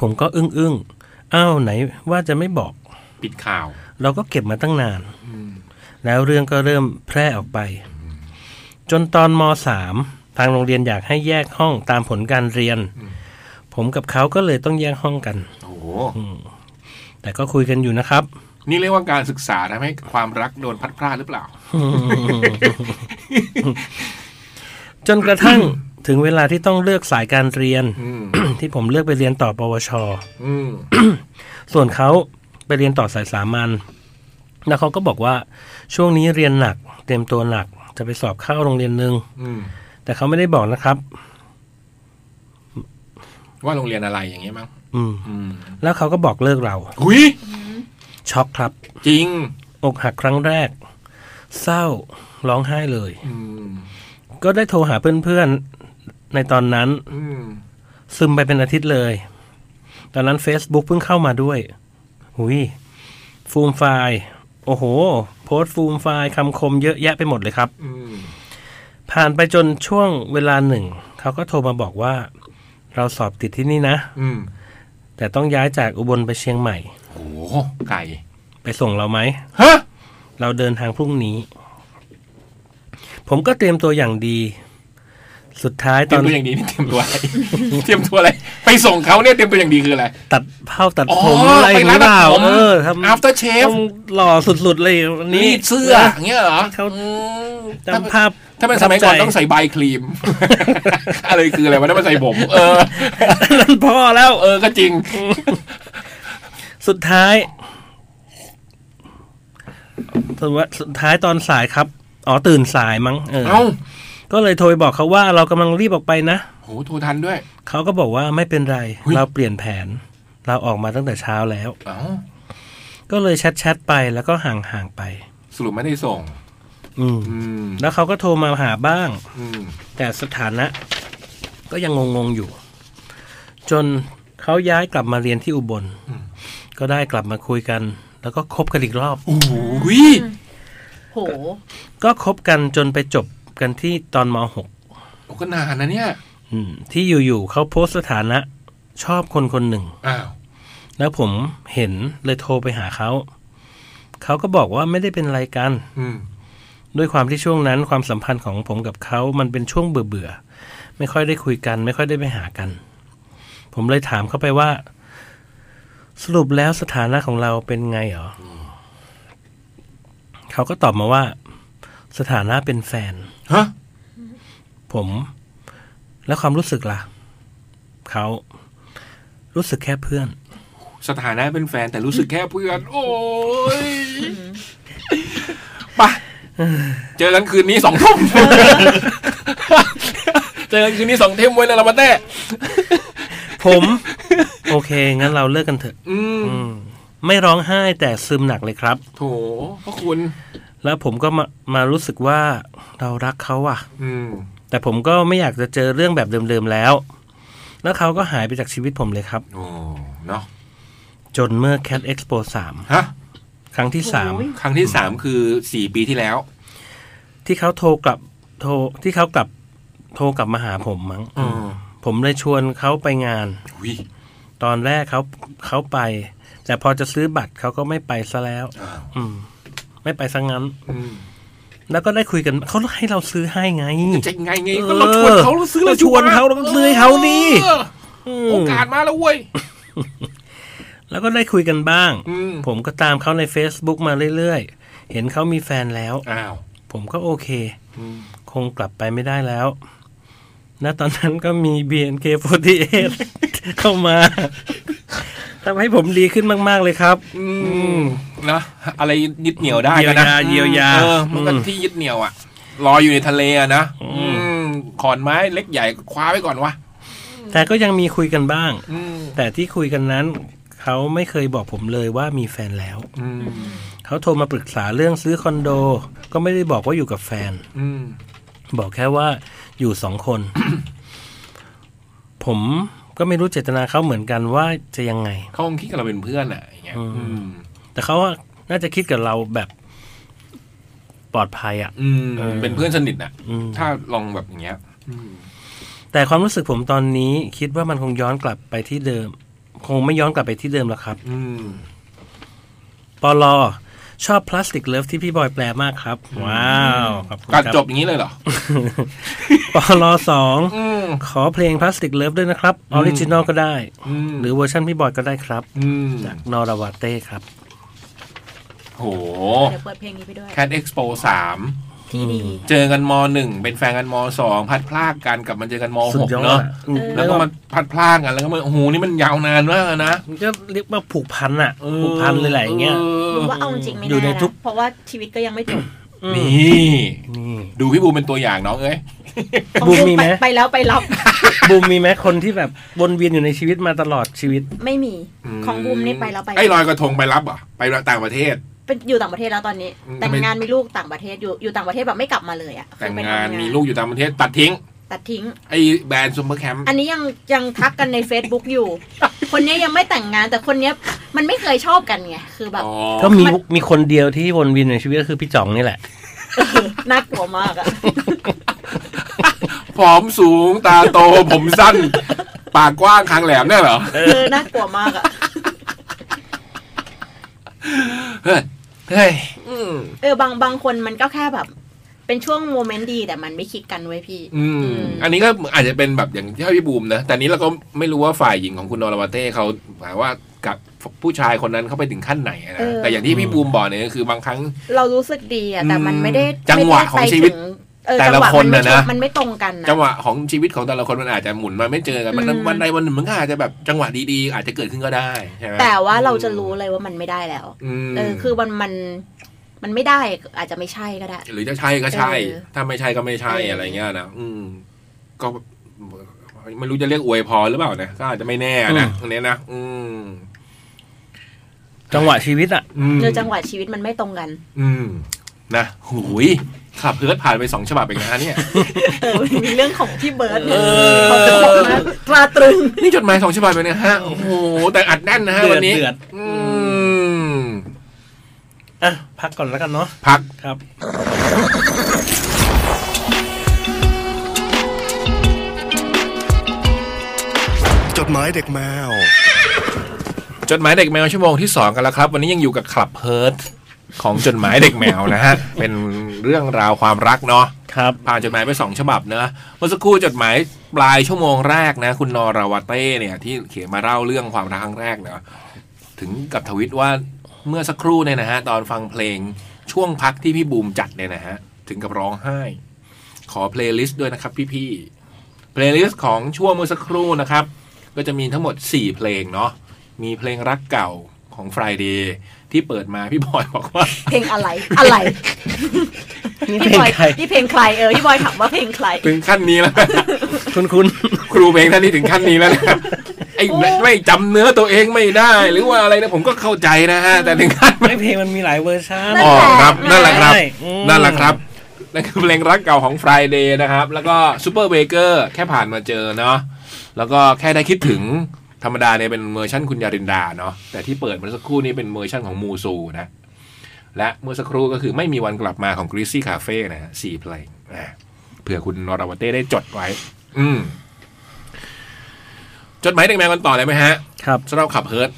Speaker 5: ผมก็อึ้งอึ้งๆอ้าวไหนว่าจะไม่บอก
Speaker 3: ปิดข่าว
Speaker 5: เราก็เก็บมาตั้งนาน แล้วเรื่องก็เริ่มแพร่ออกไป จนตอนมสามทางโรงเรียนอยากให้แยกห้องตามผลการเรียน ผมกับเขาก็เลยต้องแยกห้องกัน
Speaker 3: โอ้โห
Speaker 5: แต่ก็คุยกันอยู่นะครับ
Speaker 3: นี่เรียกว่าการศึกษาทำให้ความรักโดนพัดพลาดหรือเปล่า
Speaker 5: จนกระทั่งถึงเวลาที่ต้องเลือกสายการเรียน
Speaker 3: อืม
Speaker 5: ที่ผมเลือกไปเรียนต่อปวช
Speaker 3: อืม
Speaker 5: ส่วนเขาไปเรียนต่อสายสามัญ แล้วเขาก็บอกว่าช่วงนี้เรียนหนัก เตรียมตัวหนัก จะไปสอบเข้าโรงเรียนหนึ่ง
Speaker 3: อืม
Speaker 5: แต่เขาไม่ได้บอกนะครับ
Speaker 3: ว่าโรงเรียนอะไรอย่างเงี้ยมั้ง
Speaker 5: อืม
Speaker 3: อืม
Speaker 5: แล้วเขาก็บอกเลิกเรา
Speaker 3: หุย
Speaker 5: ช็อกครับ
Speaker 3: จริง
Speaker 5: อกหักครั้งแรก เศร้า ร้องไห้เลย
Speaker 3: อืม
Speaker 5: ก็ได้โทรหาเพื่อนๆ ในตอนนั้น
Speaker 3: อืม
Speaker 5: ซึมไปเป็นอาทิตย์เลย ตอนนั้น Facebook เพิ่งเข้ามาด้วย หุยฟูมไฟล์ โอ้โห โพสต์ฟูมไฟล์คำคมเยอะแยะไปหมดเลยครับ
Speaker 3: อืม
Speaker 5: ผ่านไปจนช่วงเวลาหนึ่ง เขาก็โทรมาบอกว่า เราสอบติดที่นี่นะ
Speaker 3: อืม
Speaker 5: แต่ต้องย้ายจากอุบลไปเชียงใหม่
Speaker 3: โอ้โหไก่
Speaker 5: ไปส่งเราไหม
Speaker 3: ฮะ
Speaker 5: เราเดินทางพรุ่งนี้ ผมก็เตรียมตัวอย่างดี สุดท้ายต
Speaker 3: เตรีย
Speaker 5: อ
Speaker 3: ม
Speaker 5: น
Speaker 3: ตัวอย่างดีนี่เตรียมตัวอะไร เตรียมตัวอะไร ไปส่งเขาเนี่ยเตรียมตัวอย่างดีคืออะไร
Speaker 5: ตัดเผ้าตัด
Speaker 3: อ๋อ
Speaker 5: ผมอะไร
Speaker 3: ไป
Speaker 5: ห
Speaker 3: ร้า
Speaker 5: รื
Speaker 3: น
Speaker 5: อเปล่า
Speaker 3: ตัดผม
Speaker 5: เออทำ
Speaker 3: after shave
Speaker 5: ต้องหล่อสุดๆเลยวัน
Speaker 3: นี่
Speaker 5: นี้
Speaker 3: เสื้ออย่างเงี้ยเหรอ
Speaker 5: เขา
Speaker 3: อืม
Speaker 5: จำภาพ
Speaker 3: ถ้าเป็นสมัยก่อ
Speaker 5: ป
Speaker 3: น
Speaker 5: ระทับใจ
Speaker 3: ต้องใส่ใบครีม อะไรคืออะไรวะนั่นมันใส่ผม เออ
Speaker 5: นั้นพอแล้ว
Speaker 3: เออก็จริง
Speaker 5: สุดท้ายสุดว่าสุดท้ายตอนสายครับ อ๋อตื่นสายมั้งเออ
Speaker 3: เอ้า
Speaker 5: ก็เลยโทรไปบอกเขาว่าเรากำลังรีบออกไปนะ
Speaker 3: โหโทรทันด้วย
Speaker 5: เขาก็บอกว่าไม่เป็นไร
Speaker 3: หุ้ย
Speaker 5: เราเปลี่ยนแผน เราออกมาตั้งแต่เช้าแล้ว
Speaker 3: เอ้า
Speaker 5: ก็เลยแชทแชทๆไปแล้วก็ห่างห่างๆไป
Speaker 3: สรุปไม่ได้ส่ง
Speaker 5: อืม
Speaker 3: อืม
Speaker 5: แล้วเขาก็โทรมาหาบ้าง
Speaker 3: อืม
Speaker 5: แต่สถานะ ก็ยังงงๆอยู่ จนเขาย้ายกลับมาเรียนที่อุบล
Speaker 3: อืม
Speaker 5: ก็ได้กลับมาคุยกัน แล้วก็คบกันอีกรอบ
Speaker 3: โอ้โห
Speaker 4: โห
Speaker 5: ก็คบกันจนไปจบกันที่ตอนม
Speaker 3: โอ้ก็นานนะเนี่ย
Speaker 5: .6 อืมที่อยู่ๆเขาโพสต์สถานะ ชอบคนคนหนึ่ง
Speaker 3: อ้าว
Speaker 5: แล้วผมเห็นเลยโทรไปหาเขา เขาก็บอกว่าไม่ได้เป็นอะไรกัน
Speaker 3: อืม
Speaker 5: ด้วยความที่ช่วงนั้นความสัมพันธ์ของผมกับเขามันเป็นช่วงเบื่อเบื่อๆไม่ค่อยได้คุยกัน ไม่ค่อยได้ไปหากัน ผมเลยถามเขาไปว่า สรุปแล้วสถานะของเราเป็นไงเหรออเขาก็ตอบมาว่า สถานะเป็นแฟน
Speaker 3: ฮะ
Speaker 5: ผม แล้วความรู้สึกล่ะ เขารู้สึกแค่เพื่อน
Speaker 3: สถานะเป็นแฟนแต่รู้สึกแค่เพื่อน โอ้ยไปะเจอกันคืนนี้สองทุ่มเจอกันคืนนี้สองเทมไว้แล้วเรามาแต้
Speaker 5: ผม โอเค งั้นเราเลิกกันเถอะ
Speaker 3: อืม
Speaker 5: อืม ไม่ร้องไห้แต่ซึมหนักเลยครับ
Speaker 3: โถพระคุณ
Speaker 5: แล้วผมก็มามารู้สึกว่าเรารักเขาอะ
Speaker 3: อืม
Speaker 5: แต่ผมก็ไม่อยากจะเจอเรื่องแบบเดิมๆแล้ว แล้วเขาก็หายไปจากชีวิตผมเลยครับ
Speaker 3: โอ้เนาะ
Speaker 5: จนเมื่อ Cat Expo
Speaker 3: ฮะ
Speaker 5: 3 ครั้งที่
Speaker 4: โอ้ย
Speaker 5: 3
Speaker 3: ครั้งที่สามคือสี่ปีที่แล้ว
Speaker 5: ที่เขาโทรกลับโทรที่เขากลับโทรกลับมาหาผมมั้ง
Speaker 3: อืม
Speaker 5: ผมเลยชวนเขาไปงาน
Speaker 3: อุ้ย
Speaker 5: ตอนแรกเขาเขาไป แต่พอจะซื้อบัตรเขาก็ไม่ไปซะแล้ว
Speaker 3: อ้าว
Speaker 5: อืม ไม่ไปซะงั้น
Speaker 3: อืม
Speaker 5: แล้วก็ได้คุยกันเขาให้เราซื้อให้ไง
Speaker 3: จะไงไงก็เราชวนเขาเราซื้อ
Speaker 5: เออ
Speaker 3: เรา
Speaker 5: ชวนเขาเราก็ซื้อให้เขาดิ
Speaker 3: เออโอกาสมาแล้วเว้ย
Speaker 5: แล้วก็ได้คุยกันบ้าง
Speaker 3: อืม
Speaker 5: ผมก็ตามเขาใน Facebook มาเรื่อยๆ เห็นเขามีแฟนแล้ว
Speaker 3: อ้าว
Speaker 5: ผมก็โอเค
Speaker 3: อืม
Speaker 5: คงกลับไปไม่ได้แล้ว ณ ตอนนั้นก็มี BNK48 เข้ามาทำให้ผมดีขึ้นมาก ๆ เลยครับ
Speaker 3: อืมนะอะไรยึดเหนี่ยวได้ก็นะ
Speaker 5: เยียวยาเยียวยา
Speaker 3: เออมันก็
Speaker 5: อืม
Speaker 3: ที่ยึดเหนี่ยวอะลอยอยู่ในทะเลอะนะอืมขอนไม้เล็กใหญ่คว้าไว้ก่อนวะ
Speaker 5: แต่ก็ยังมีคุยกันบ้าง
Speaker 3: อืม
Speaker 5: แต่ที่คุยกันนั้น เขาไม่เคยบอกผมเลยว่ามีแฟนแล้ว
Speaker 3: อืม
Speaker 5: เขาโทรมาปรึกษาเรื่องซื้อคอนโด ก็ไม่ได้บอกว่าอยู่กับแฟน
Speaker 3: อืม
Speaker 5: บอกแค่ว่าอยู่สองคน ผมก็ไม่รู้เจตนาเขาเหมือนกันว่าจะยังไง
Speaker 3: เขาคงคิดกับเราเป็นเพื่อนอ่ะอย่างเงี้ย
Speaker 5: อืม
Speaker 3: อืม
Speaker 5: แต่เขาว่าน่าจะคิดกับเราแบบปลอดภัยอ่ะ
Speaker 3: อืม
Speaker 5: เออ
Speaker 3: เป็นเพื่อนสนิทอ่ะ
Speaker 5: อืม
Speaker 3: ถ้าลองแบบอย่างเงี้ย อืม
Speaker 5: แต่ความรู้สึกผมตอนนี้คิดว่ามันคงย้อนกลับไปที่เดิม คงไม่ย้อนกลับไปที่เดิมแล้วครับ
Speaker 3: อืม
Speaker 5: ปอลอชอบพลาสติกเลิฟที่พี่บอยแปลมากครับ ว้าวขอบคุณค
Speaker 3: การ
Speaker 5: รับ
Speaker 3: จบอย่างนี้เลยเหรอ
Speaker 5: ปอลอสอง
Speaker 3: อืม
Speaker 5: ขอเพลงพลาสติกเลิฟด้วยนะครับออริจินอลก็ได้
Speaker 3: อืม
Speaker 5: หรือเวอร์ชันพี่บอยก็ได้ครับ
Speaker 3: อืม
Speaker 5: จากนอราวาเต้ครับ
Speaker 3: โห
Speaker 4: เดี๋ยวเปิดเพลงนี้ไปด้วย
Speaker 3: Cat Expo สาม
Speaker 4: ที่ดี
Speaker 3: เจอกันมหนึ่งเป็นแฟนกันมสองพัดพลากกันกลับมาเจอกันม
Speaker 5: สุ
Speaker 3: ห
Speaker 5: ด
Speaker 3: ก
Speaker 5: ยอด
Speaker 3: เนาะ
Speaker 5: อะอืม
Speaker 3: แล้วก็มันพัดพลากกันแล้วก็มันโอ้โหนี่มันยาวนานมากเลยนะ
Speaker 5: มันก็เรียกว่าผูกพันอ่ะ
Speaker 3: เออ
Speaker 5: ผูกพันเลยแหละอย่างเงี้ย
Speaker 4: ผมว่าเอาจริงๆไม่
Speaker 5: อยู่
Speaker 4: แน่
Speaker 5: ใน
Speaker 4: นะ
Speaker 5: ทุก
Speaker 4: เพราะว่าชีวิตก็ยังไม่ จบ
Speaker 3: นี่
Speaker 5: นี่
Speaker 3: ดูพี่บูมเป็นตัวอย่างน้องเอ้ย
Speaker 5: บูมมีไหม
Speaker 4: ไปไปแล้วไปรับ
Speaker 5: บูมมีไหมคนที่แบบวนเวียนอยู่ในชีวิตมาตลอดชีวิต
Speaker 4: ไม่มีของบูมนี่ไปแล้วไป
Speaker 3: ไอ้ลอยกระทงไปรับเหรอ่ะไปต่างประเทศ
Speaker 4: เป็นอยู่ต่างประเทศแล้วตอนนี้
Speaker 3: อืม
Speaker 4: แต่งงานมีลูกต่างประเทศอยู่อยู่ต่างประเทศแบบไม่กลับมาเลยอ่ะ
Speaker 3: แต่ง
Speaker 4: คือไป
Speaker 3: งาน
Speaker 4: ทำ
Speaker 3: มีลูกอยู่ต่างประเทศตัดทิ้ง
Speaker 4: ตัดทิ้ง
Speaker 3: ไอ้แบรนด์ซูเปอร์แคมป์
Speaker 4: อันนี้ยังยังทักกันใน Facebook อยู่ คนเนี้ยยังไม่แต่งงานแต่คนเนี้ยมันไม่เคยชอบกันไงคือแบบ
Speaker 3: อ๋อ
Speaker 5: ก็มีมีคนเดียวที่วนเวียนอยู่ในชีวิตก็คือพี่จ่องนี่แหละ
Speaker 4: น่ากลัวมาก อะ
Speaker 3: ผอมสูงตาโต ผมสั้น ปากกว้างคางแหลมเนี่ยเหรอ
Speaker 4: เออน่ากลัวมากอะ
Speaker 3: เฮ้ยเฮ้ยอืม
Speaker 4: เออบางบางคนมันก็แค่แบบ เป็นช่วงโมเมนต์ดีแต่มันไม่คิดกันเว้ยพี่
Speaker 3: อืมอันนี้ก็อาจจะเป็นแบบอย่างที่พี่บูมนะ แต่นี้เราก็ไม่รู้ว่าฝ่ายหญิงของคุณนรวาเต้เขาหมายว่ากับผู้ชายคนนั้นเขาไปถึงขั้นไหน
Speaker 4: เอ
Speaker 3: นะ
Speaker 4: อ
Speaker 3: แต่อย่างที่พี่บูมบอกเนี่ยก็คือบางครั้ง
Speaker 4: เรารู้สึกดีอะแต่มันไม่ได้
Speaker 3: จังหวะของชีวิต
Speaker 4: ไม่ได้ไปถึเออ
Speaker 3: แต่ละ
Speaker 4: จังหว
Speaker 3: คน
Speaker 4: มัไม่
Speaker 3: น่ะนะ
Speaker 4: ถูกมันไม่ตรงกันนะ
Speaker 3: จังหวะของชีวิตของแต่ละคนมันอาจจะหมุนมาไม่เจอกันมัน
Speaker 4: อืม
Speaker 3: วันใดวันหนึ่งมันก็อาจจะแบบจังหวะดีๆ อาจจะเกิดขึ้นก็ได้ใช่ไหม
Speaker 4: แต่ว่าเราจะรู้เลยว่ามันไม่ได้แล้ว
Speaker 3: ม
Speaker 4: เออ คือมันมันมันไม่ได้อาจจะไม่ใช่ก็ได้
Speaker 3: หรือจะใช่ก็ใช่
Speaker 4: เออ
Speaker 3: ถ้าไม่ใช่ก็ไม่ใช่
Speaker 4: เอออ
Speaker 3: อะไรเงี้ยนะอืม ก็ไม่รู้จะเรียกอวยพรหรือเปล่านะก็อาจจะไม่แน่นะตรงเนี้ยนะอืม
Speaker 5: จังหวะชีวิตอ่ะ
Speaker 3: อืม
Speaker 4: เจอจังหวะชีวิตมันไม่ตรงกัน
Speaker 3: อืมนะหูยขับเพิร์ดผ่านไปสองฉบับเองนะเนี่ย
Speaker 4: เออมันมีเรื่องของพี่เบิร์ดเนี่ย
Speaker 3: อ
Speaker 4: เขาจะบอกนะตราตรึง
Speaker 3: นี่จดหมายสองฉบับเลยนะฮะโอ้โหแต่อัดแน่นนะฮะ
Speaker 5: เดือด
Speaker 3: วันนี้
Speaker 5: เดือด
Speaker 3: อืม
Speaker 5: อ่ะ พักก่อนแล้วกันเนาะ
Speaker 3: พัก
Speaker 5: ครับ
Speaker 2: จดหมายเด็กแมว
Speaker 3: จดหมายเด็กแมวชั่วโมงที่สองกันแล้วครับ วันนี้ยังอยู่กับขับเพิร์ดของจดหมายเด็กแมวนะฮะเป็นเรื่องราวความรักเนาะ
Speaker 5: ครับ
Speaker 3: ผ่านจดหมายไปสองฉบับนะเมื่อสักครู่จดหมายปลายชั่วโมงแรกนะ คุณนอราวาเต้เนี่ย ที่เขียนมาเล่าเรื่องความรักครั้งแรกเนะถึงกับทวิตว่าเมื่อสักครู่เนี่ยนะฮะ ตอนฟังเพลงช่วงพักที่พี่บูมจัดเนี่ยนะฮะ ถึงกับร้องไห้ ขอเพลย์ลิสต์ด้วยนะครับพี่ๆเพลย์ลิสต์ของช่วงเมื่อสักครู่นะครับ ก็จะมีทั้งหมด 4 เพลงเนาะมีเพลงรักเก่าของ Friday ที่เปิดมาพี่บอยบอกว่า
Speaker 4: เพลงอะไร อะไร
Speaker 5: นี่
Speaker 4: พี่
Speaker 5: เพล
Speaker 4: บ
Speaker 5: ง
Speaker 4: อย
Speaker 5: ใคร
Speaker 4: นี่เพลงใคร เออ พี่บอยถามว่าเพลงใคร
Speaker 3: ถึงขั้นนี้แล้วนะ
Speaker 5: คุณคุณ
Speaker 3: ครูเพลงท่านนี้ถึงขั้นนี้แล้ว นะครับไอ้
Speaker 4: โอ้
Speaker 3: ไม่จำเนื้อตัวเองไม่ได้ หรือว่าอะไรนะผมก็เข้าใจนะฮะ แต่ถึงขั้น
Speaker 5: ไม่เพลงมันมีหลายเวอร์ชัน
Speaker 4: นั่นแหละ
Speaker 3: อ๋อครับนั่นแหละ
Speaker 5: ใช่อืม
Speaker 3: นั่นแหละครับ นั่นคือเพลงรักเก่าของ Friday นะครับ แล้วก็ Super Baker แค่ผ่านมาเจอเนาะแล้วก็แค่ได้คิดถึงธรรมดาเนี่ยเป็นเวอร์ชั่นคุณยารินดาเนาะแต่ที่เปิดเมื่อสักครู่นี้เป็นเวอร์ชั่นของมูซูนะ และเมื่อสักครู่ก็คือไม่มีวันกลับมาของ Greasy Cafe นะฮะสี่เพลงอ่ะเผื่อคุณนราวเต้ได้จดไว้ อืมจดหมายเด็กแมวกันต่อเลยไหมฮะ
Speaker 5: ครับ
Speaker 3: สำหรับขับเฮิร์ต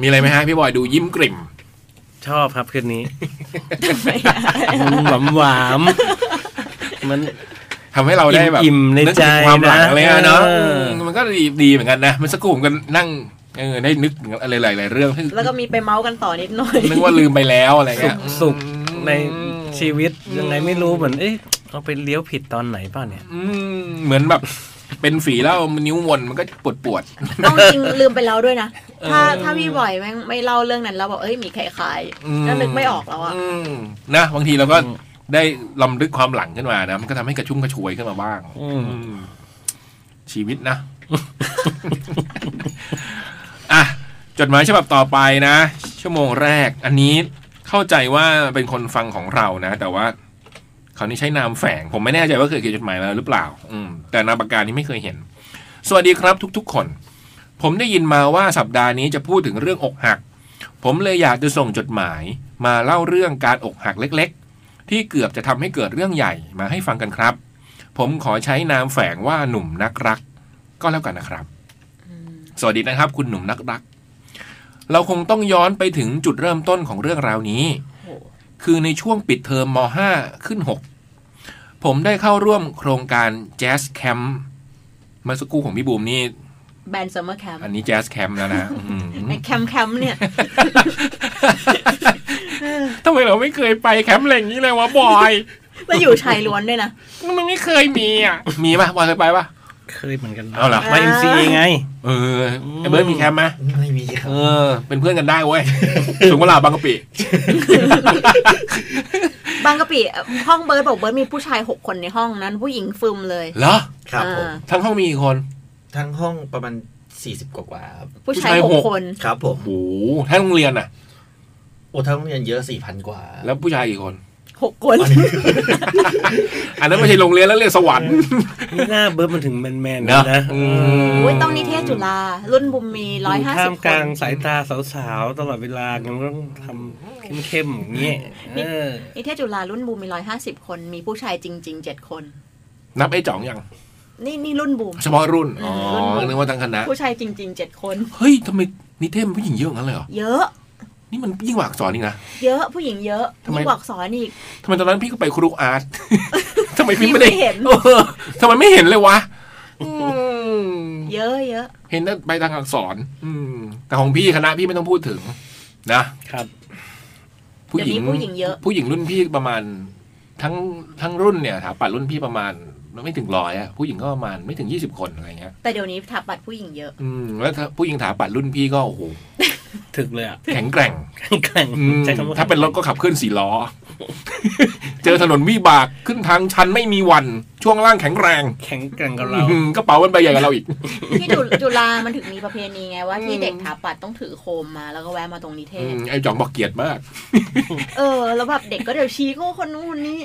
Speaker 3: มีอะไรไหมฮะพี่บอยดูยิ้มกลิ่ม
Speaker 5: ชอบครับคืนนี้
Speaker 4: ทำไมอะ
Speaker 5: หวานหวานๆมัน
Speaker 3: ทำให้เราได้แบบ
Speaker 5: อิ่มๆใน
Speaker 3: กถึง
Speaker 5: ใจ
Speaker 3: ความหลัง
Speaker 5: นะ
Speaker 3: อะไรเงี้ยเนาะ
Speaker 5: เออ
Speaker 3: เออมันก็ดีดีเหมือนกันนะเมันสักครู่ผมก็นั่งเออได้นึกถึงอะไรหลายๆเรื่องที่
Speaker 4: แล้วก็มีไปเมาส์กันต่อนิดหน่อย
Speaker 3: นึกว่าลืมไปแล้วอะไร
Speaker 5: สุ
Speaker 3: เงี้
Speaker 5: ข
Speaker 3: ย
Speaker 5: สุขในชีวิตยังไงไม่รู้เหมือนเอ๊ะเราไปเลี้ยวผิดตอนไหนป่ะเนี่ย
Speaker 3: อืมเหมือนแบบเป็นฝีแล้วมันนิ้ววนมันก็ปวดปวด
Speaker 4: ต้องจริงลืมไปแล้วด้วยนะ ถ้าถ้าพี่บอยแม่งไม่เล่าเรื่องนั้นแล้วบอกเอ้ยมีคล้าย
Speaker 3: ๆอืม
Speaker 4: ๆแล้วนึกไม่ออกแล้วอะ
Speaker 3: มนะบางทีเราก็ได้ลำลึกความหลังขึ้นมานะมันก็ทำให้กระชุ่มกระชวยขึ้นมาบ้าง
Speaker 5: อืม
Speaker 3: อืมชีวิตนะ อ่ะจดหมายฉบับต่อไปนะ ชั่วโมงแรก อันนี้เข้าใจว่าเป็นคนฟังของเรานะ แต่ว่าคราวนี้ใช้นามแฝง ผมไม่แน่ใจว่าเคยเขียนจดหมายมาหรือเปล่า อืม แต่นามปากกานี้ไม่เคยเห็น สวัสดีครับทุกๆคน ผมได้ยินมาว่าสัปดาห์นี้จะพูดถึงเรื่องอกหัก ผมเลยอยากจะส่งจดหมาย มาเล่าเรื่องการอกหักเล็กๆ ที่เกือบจะทำให้เกิดเรื่องใหญ่มาให้ฟังกันครับ ผมขอใช้นามแฝงว่าหนุ่มนักรัก ก็แล้วกันนะครับ สวัสดีนะครับ คุณหนุ่มนักรัก เราคงต้องย้อนไปถึงจุดเริ่มต้นของเรื่องราวนี้ คือในช่วงปิดเทอมม .5 ขึ้น 6 ผมได้เข้าร่วมโครงการแจ๊สแคมป์เมื่อสักครู่ของพี่บูมนี่
Speaker 4: แบนด์ซัมเมอร์แคมป์
Speaker 3: อันนี้แจ๊สแคมป์แล้วนะอืม
Speaker 4: ไอแคมป์แคมป์เนี่ย
Speaker 3: ทำไมเราไม่เคยไปแคมป์อะไรอย่างนี้เลยวะบอย
Speaker 4: แล้วอยู่ชายล้วนด้วยนะ
Speaker 3: มันไม่เคยมีอ่ะ มีป่ะบอยเคยไปป่ะ
Speaker 5: เคยเหมือนกันนะ
Speaker 3: เอาเหรอ
Speaker 5: มาเอ็มซีไง
Speaker 3: เออไอ้เบิร์ดมีแคมป์ไหม
Speaker 6: ไม่มีครั
Speaker 3: เอบ อ เป็นเพื่อนกันได้เว้ยถึงเวลาบางกะปิ
Speaker 4: บางกะปิห้องเบิร์ดบอกเบิร์ดมีผู้ชายหกคนในห้องนั้น ผู้หญิงฟึมเลย
Speaker 3: เหรอ
Speaker 6: ครับผม
Speaker 4: อ่า
Speaker 3: ทั้งห้องมีกี่คน
Speaker 6: ทั้งห้องประมาณ 40 กว่ากว่าๆครับ
Speaker 4: ผู้ชา
Speaker 3: ผู้
Speaker 4: ย
Speaker 3: ชาย
Speaker 4: ห
Speaker 3: ห
Speaker 4: ก
Speaker 3: ก
Speaker 4: คน
Speaker 6: ครับผม
Speaker 3: โอ้โหทั้งโรงเรียนอ่ะ
Speaker 6: โอ้ทั้งโรงเรียนเยอะ4,000 กว่า
Speaker 3: แล้วผู้ชายกี่คน
Speaker 4: หกคน
Speaker 3: อันนั้นไม่ใช่โรงเรียนแล้วเรียกสวรรค์
Speaker 5: นี่หน้าเบิร์ดมันถึงแมนแมนๆ
Speaker 3: เนอะ
Speaker 5: นะ
Speaker 3: อืม
Speaker 4: โอ้ยต้องนิเทศจุฬารุ่นบุมมีร้อยห้า
Speaker 5: ท่า
Speaker 4: สิบ
Speaker 5: ม
Speaker 4: ค
Speaker 5: กลาน งสายตาสาวๆ ตลอดเวลามันต้องทำเข้มๆอย่างนี้เออ
Speaker 4: นิเทศจุฬารุ่นบุมมีร้อยห้าสิบคน มีผู้ชายจริงๆเจ็ดคน
Speaker 3: นับไอ้จ่องยัง
Speaker 4: นี่นี่รุ่นบุม
Speaker 3: เฉพาะรุ่น อ๋อ
Speaker 4: รุ่น
Speaker 3: นึกว่าทั้งคณะ
Speaker 4: ผู้ชายจริงๆเจ็ดคน
Speaker 3: เฮ้ยทำไมนิเทศมันผู้หญิงเยอะงั้นเลยเหรอ
Speaker 4: เยอะ
Speaker 3: นี่มันยิ่งกว่าอักษรอีกนะ
Speaker 4: เยอะผู้หญิงเยอะ
Speaker 3: ทำไม
Speaker 4: ยิ่งกว่าอักษรอีก
Speaker 3: ทำไมตอนนั้นพี่ก็ไปครูอาร์ต ทำไมพี่
Speaker 4: พี่
Speaker 3: ไม่ได้
Speaker 4: ไม่เห็น
Speaker 3: ออทำไมไม่เห็นเลยวะอืม
Speaker 4: เยอะเยอะ
Speaker 3: เห็นแต่ไปทางอักษร อืม แต่ของพี่คณะพี่ไม่ต้องพูดถึง นะครับ ผู้
Speaker 4: เดี๋ยว
Speaker 3: หญิง
Speaker 4: นี้ผู้หญิงเยอะ
Speaker 3: ผู้หญิงรุ่นพี่ประมาณ ทั้งทั้งรุ่นเนี่ยถาปัดรุ่นพี่ประมาณไม่ถึงร้อยอะผู้หญิงก็ประมาณไม่ถึงยี่สิบคนอะไรเงี้ย
Speaker 4: แต่เดี๋ยวนี้ถาปัดผู้หญิง เยอะ
Speaker 3: อืมแล้วถ้าผู้หญิงถาปัดรุ่นพี่ก็โอ้โห
Speaker 5: ถึกเลยอ่ะ
Speaker 3: แข็งแกร่ง
Speaker 5: แกร่ง
Speaker 3: อืม
Speaker 5: ใช้คำว่า
Speaker 3: ถ้าเป็นรถก็ขับเคลื่อนสี่ ล้อ เจอถนนวิบากขึ้นทางชันไม่มีวัน ช่วงล่างแข็งแรง
Speaker 5: แข็งแกร่งกับเรา
Speaker 3: อืมกระเป๋ามันใบใหญ่กว่าเราอีก
Speaker 4: ที่จุจุฬามันถึงมีประเพณีไงว่าที่
Speaker 3: อืม
Speaker 4: เด็กถาปัดต้องถือโคมมาแล้วก็แวะมาตรงนิเท
Speaker 3: อื
Speaker 4: ศ
Speaker 3: มไอ้จ่องบอกเกลียดมาก
Speaker 4: เออ แล้วแบบเด็กก็เดี๋ยวชี้ก็คนนู้นคนนี้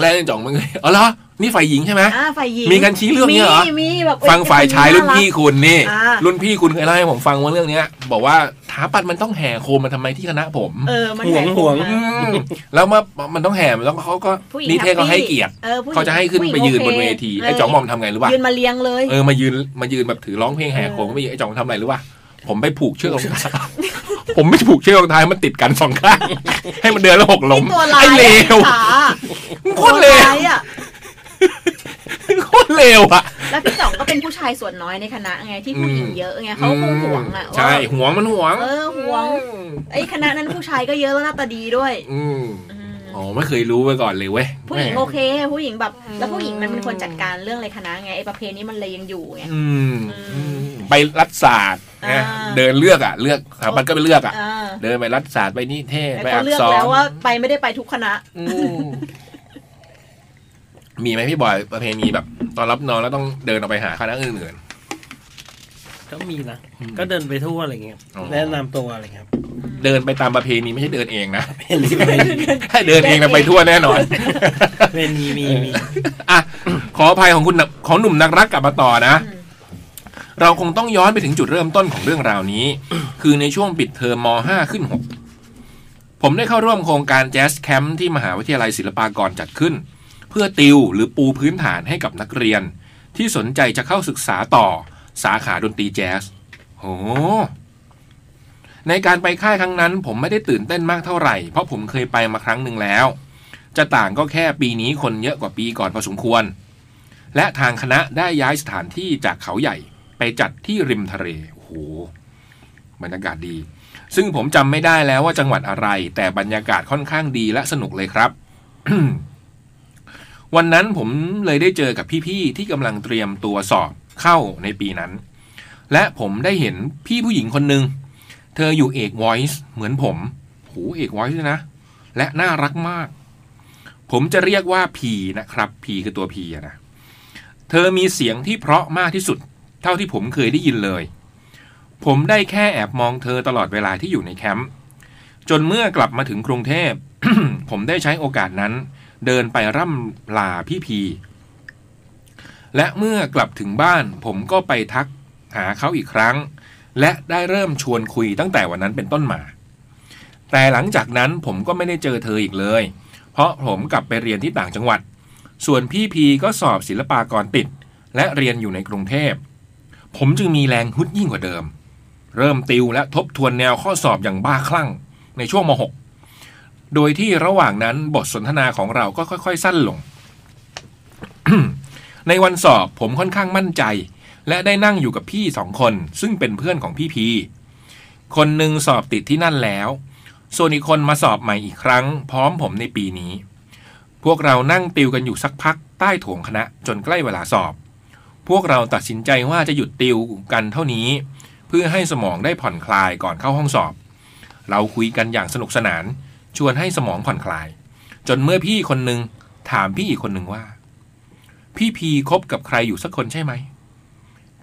Speaker 3: แล้วไอ้จ่องมึงเลยอ๋อเหรอ นี่ฝ่ายหญิงใช่ไหม
Speaker 4: อ่าฝ่ายหญิง
Speaker 3: มีการชี้เรื่องเนี้ยเหรอ
Speaker 4: มีมีแบบเอ้
Speaker 3: ฟังฝ่ายชายรุ่น
Speaker 4: ค
Speaker 3: พี่คุณนี่
Speaker 4: อ่า
Speaker 3: รุ่นพี่คุณเคยเล่าให้ผมฟังว่าเรื่องเนี้ย บอกว่าถาปัดมันต้องแห่โคมมาทำไมที่คณะผม
Speaker 4: เออมัน
Speaker 5: ห่วง
Speaker 4: แก
Speaker 5: ห่วง
Speaker 4: มา
Speaker 3: อืมแล้วมามันต้องแห่มันต้องเขาก็
Speaker 4: ผู้หญิง
Speaker 3: นิเทศเขา
Speaker 4: แฮปปี้
Speaker 3: ให้เกียรติ
Speaker 4: ออผู้ญิง
Speaker 3: เขาจะให้ขึ้นไปยืนบนเวที
Speaker 4: โค
Speaker 3: ไอ้จ่องมอมทำไงรู้ป่ะ
Speaker 4: ยืนมาเลี้ยงเลย
Speaker 3: เออมายืนมายืนแบบถือร้องเพลงแห่โคมไม่ยืนไอ้จ่องทำอะไรรู้ป่ะผมไปผูกเชือกรองเท้า ผมไม่ผูกเชือกรองเท้าให้มันติดกันสองข้าง ให้มันเดินแล้วหกล้ม
Speaker 4: ที่ตัวร้า
Speaker 3: ไอ้
Speaker 4: ย
Speaker 3: เลว
Speaker 4: ขา
Speaker 3: โคตรเล
Speaker 4: ตัว
Speaker 3: ว
Speaker 4: ร้ายอะ
Speaker 3: โคตรเลวอ่ะ
Speaker 4: แล้วพี่จ่องก็เป็นผู้ชายส่วนน้อยในคณะไงที่ผู้หญิงเยอะไงเขาคงห่วงอ่ะว่า
Speaker 3: ใช่ห่วงมันห่วง
Speaker 4: เออห่วง ไอ้คณะนั้นผู้ชายก็เยอะแล้วหน้าตาดีด้วย
Speaker 3: อืม
Speaker 4: อืม
Speaker 3: อ๋อไม่เคยรู้ไว้ก่อนเลยเว้ย
Speaker 4: ผู้หญิง
Speaker 3: แม่
Speaker 4: โอเค ผู้หญิงแบบ แล้วผู้หญิงมันเป็นคนจัดการเรื่องอะไรคณะไงไอ้ประเพณีมันเลยยังอยู่ไง
Speaker 3: อืมอืมไปรัฐศาสตร์
Speaker 4: อ่า
Speaker 3: นะเดินเลือกอ่ะ เลือกสถาบันก็ไปเลือกอ่ะ
Speaker 4: อ่า
Speaker 3: เดินไปรัฐศาสตร์ไปนิเทศ
Speaker 4: แต่
Speaker 3: ไป
Speaker 4: เขา
Speaker 3: อัก
Speaker 4: เลือก
Speaker 3: ษร
Speaker 4: แล้วว่าไปไม่ได้ไปทุกคณะ
Speaker 3: อืมมีไหมพี่บอยประเพณีแบบ ตอนรับน้องแล้วต้องเดินออกไปหาคณะอื่น
Speaker 5: ก็มีนะ
Speaker 3: อืม
Speaker 5: ก็เดินไปทั่วอะไรเงี้ย
Speaker 3: อ๋อ
Speaker 5: แนะนำตัวอะไรเงี้ย
Speaker 3: เดินไปตามประเพณีไม่ใช่เดินเองนะ
Speaker 5: เป็นมีไหม
Speaker 3: ถ้าเดินเองนะไปทั่วแน่นอน
Speaker 5: เป็นมีมีมี
Speaker 3: อ่ะ ขออภัยของคุณนะของหนุ่มนักรักกลับมาต่อนะ เราคงต้องย้อนไปถึงจุดเริ่มต้นของเรื่องราวนี้ คือในช่วงปิดเทอมม .5 ขึ้น 6 ผมได้เข้าร่วมโครงการแจ z z แคมป์ที่มหาวิทยาลัยศิลปากรจัดขึ้น เพื่อติวหรือปูพื้นฐานให้กับนักเรียน ที่สนใจจะเข้าศึกษาต่อสาขาดนตรีแจ๊สโห ในการไปค่ายครั้งนั้น ผมไม่ได้ตื่นเต้นมากเท่าไหร่ เพราะผมเคยไปมาครั้งหนึ่งแล้ว จะต่างก็แค่ปีนี้คนเยอะกว่าปีก่อนพอสมควร และทางคณะได้ย้ายสถานที่จากเขาใหญ่ไปจัดที่ริมทะเล โอ้โห บรรยากาศดี ซึ่งผมจำไม่ได้แล้วว่าจังหวัดอะไร แต่บรรยากาศค่อนข้างดีและสนุกเลยครับ วันนั้นผมเลยได้เจอกับพี่ๆที่กำลังเตรียมตัวสอบเข้าในปีนั้น และผมได้เห็นพี่ผู้หญิงคนหนึ่ง เธออยู่เอก Voice เหมือนผมโหเอก Voice ด้วยนะ และน่ารักมาก ผมจะเรียกว่าพีนะครับพีคือตัวพีนะ เธอมีเสียงที่เพราะมากที่สุด เท่าที่ผมเคยได้ยินเลย ผมได้แค่แอบมองเธอตลอดเวลาที่อยู่ในแคมป์จนเมื่อกลับมาถึงกรุงเทพ ผมได้ใช้โอกาสนั้น เดินไปร่ำลาพี่พี และเมื่อกลับถึงบ้าน ผมก็ไปทักหาเขาอีกครั้ง และได้เริ่มชวนคุยตั้งแต่วันนั้นเป็นต้นมา แต่หลังจากนั้นผมก็ไม่ได้เจอเธออีกเลย เพราะผมกลับไปเรียนที่ต่างจังหวัด ส่วนพี่พีก็สอบศิลปากรติด และเรียนอยู่ในกรุงเทพ ผมจึงมีแรงฮึดยิ่งกว่าเดิม เริ่มติวและทบทวนแนวข้อสอบอย่างบ้าคลั่งในช่วงม .6 โดยที่ระหว่างนั้นบทสนทนาของเราก็ค่อยๆ สั้นลง ในวันสอบผมค่อนข้างมั่นใจ และได้นั่งอยู่กับพี่สองคน ซึ่งเป็นเพื่อนของพี่พี คนหนึ่งสอบติดที่นั่นแล้ว ส่วนอีกคนมาสอบใหม่อีกครั้ง พร้อมผมในปีนี้ พวกเรานั่งติวกันอยู่สักพักใต้โถงคณะจนใกล้เวลาสอบ พวกเราตัดสินใจว่าจะหยุดติวกันเท่านี้ เพื่อให้สมองได้ผ่อนคลายก่อนเข้าห้องสอบ เราคุยกันอย่างสนุกสนาน ชวนให้สมองผ่อนคลาย จนเมื่อพี่คนหนึ่งถามพี่อีกคนหนึ่งว่า พี่พีคบกับใครอยู่สักคนใช่ไหม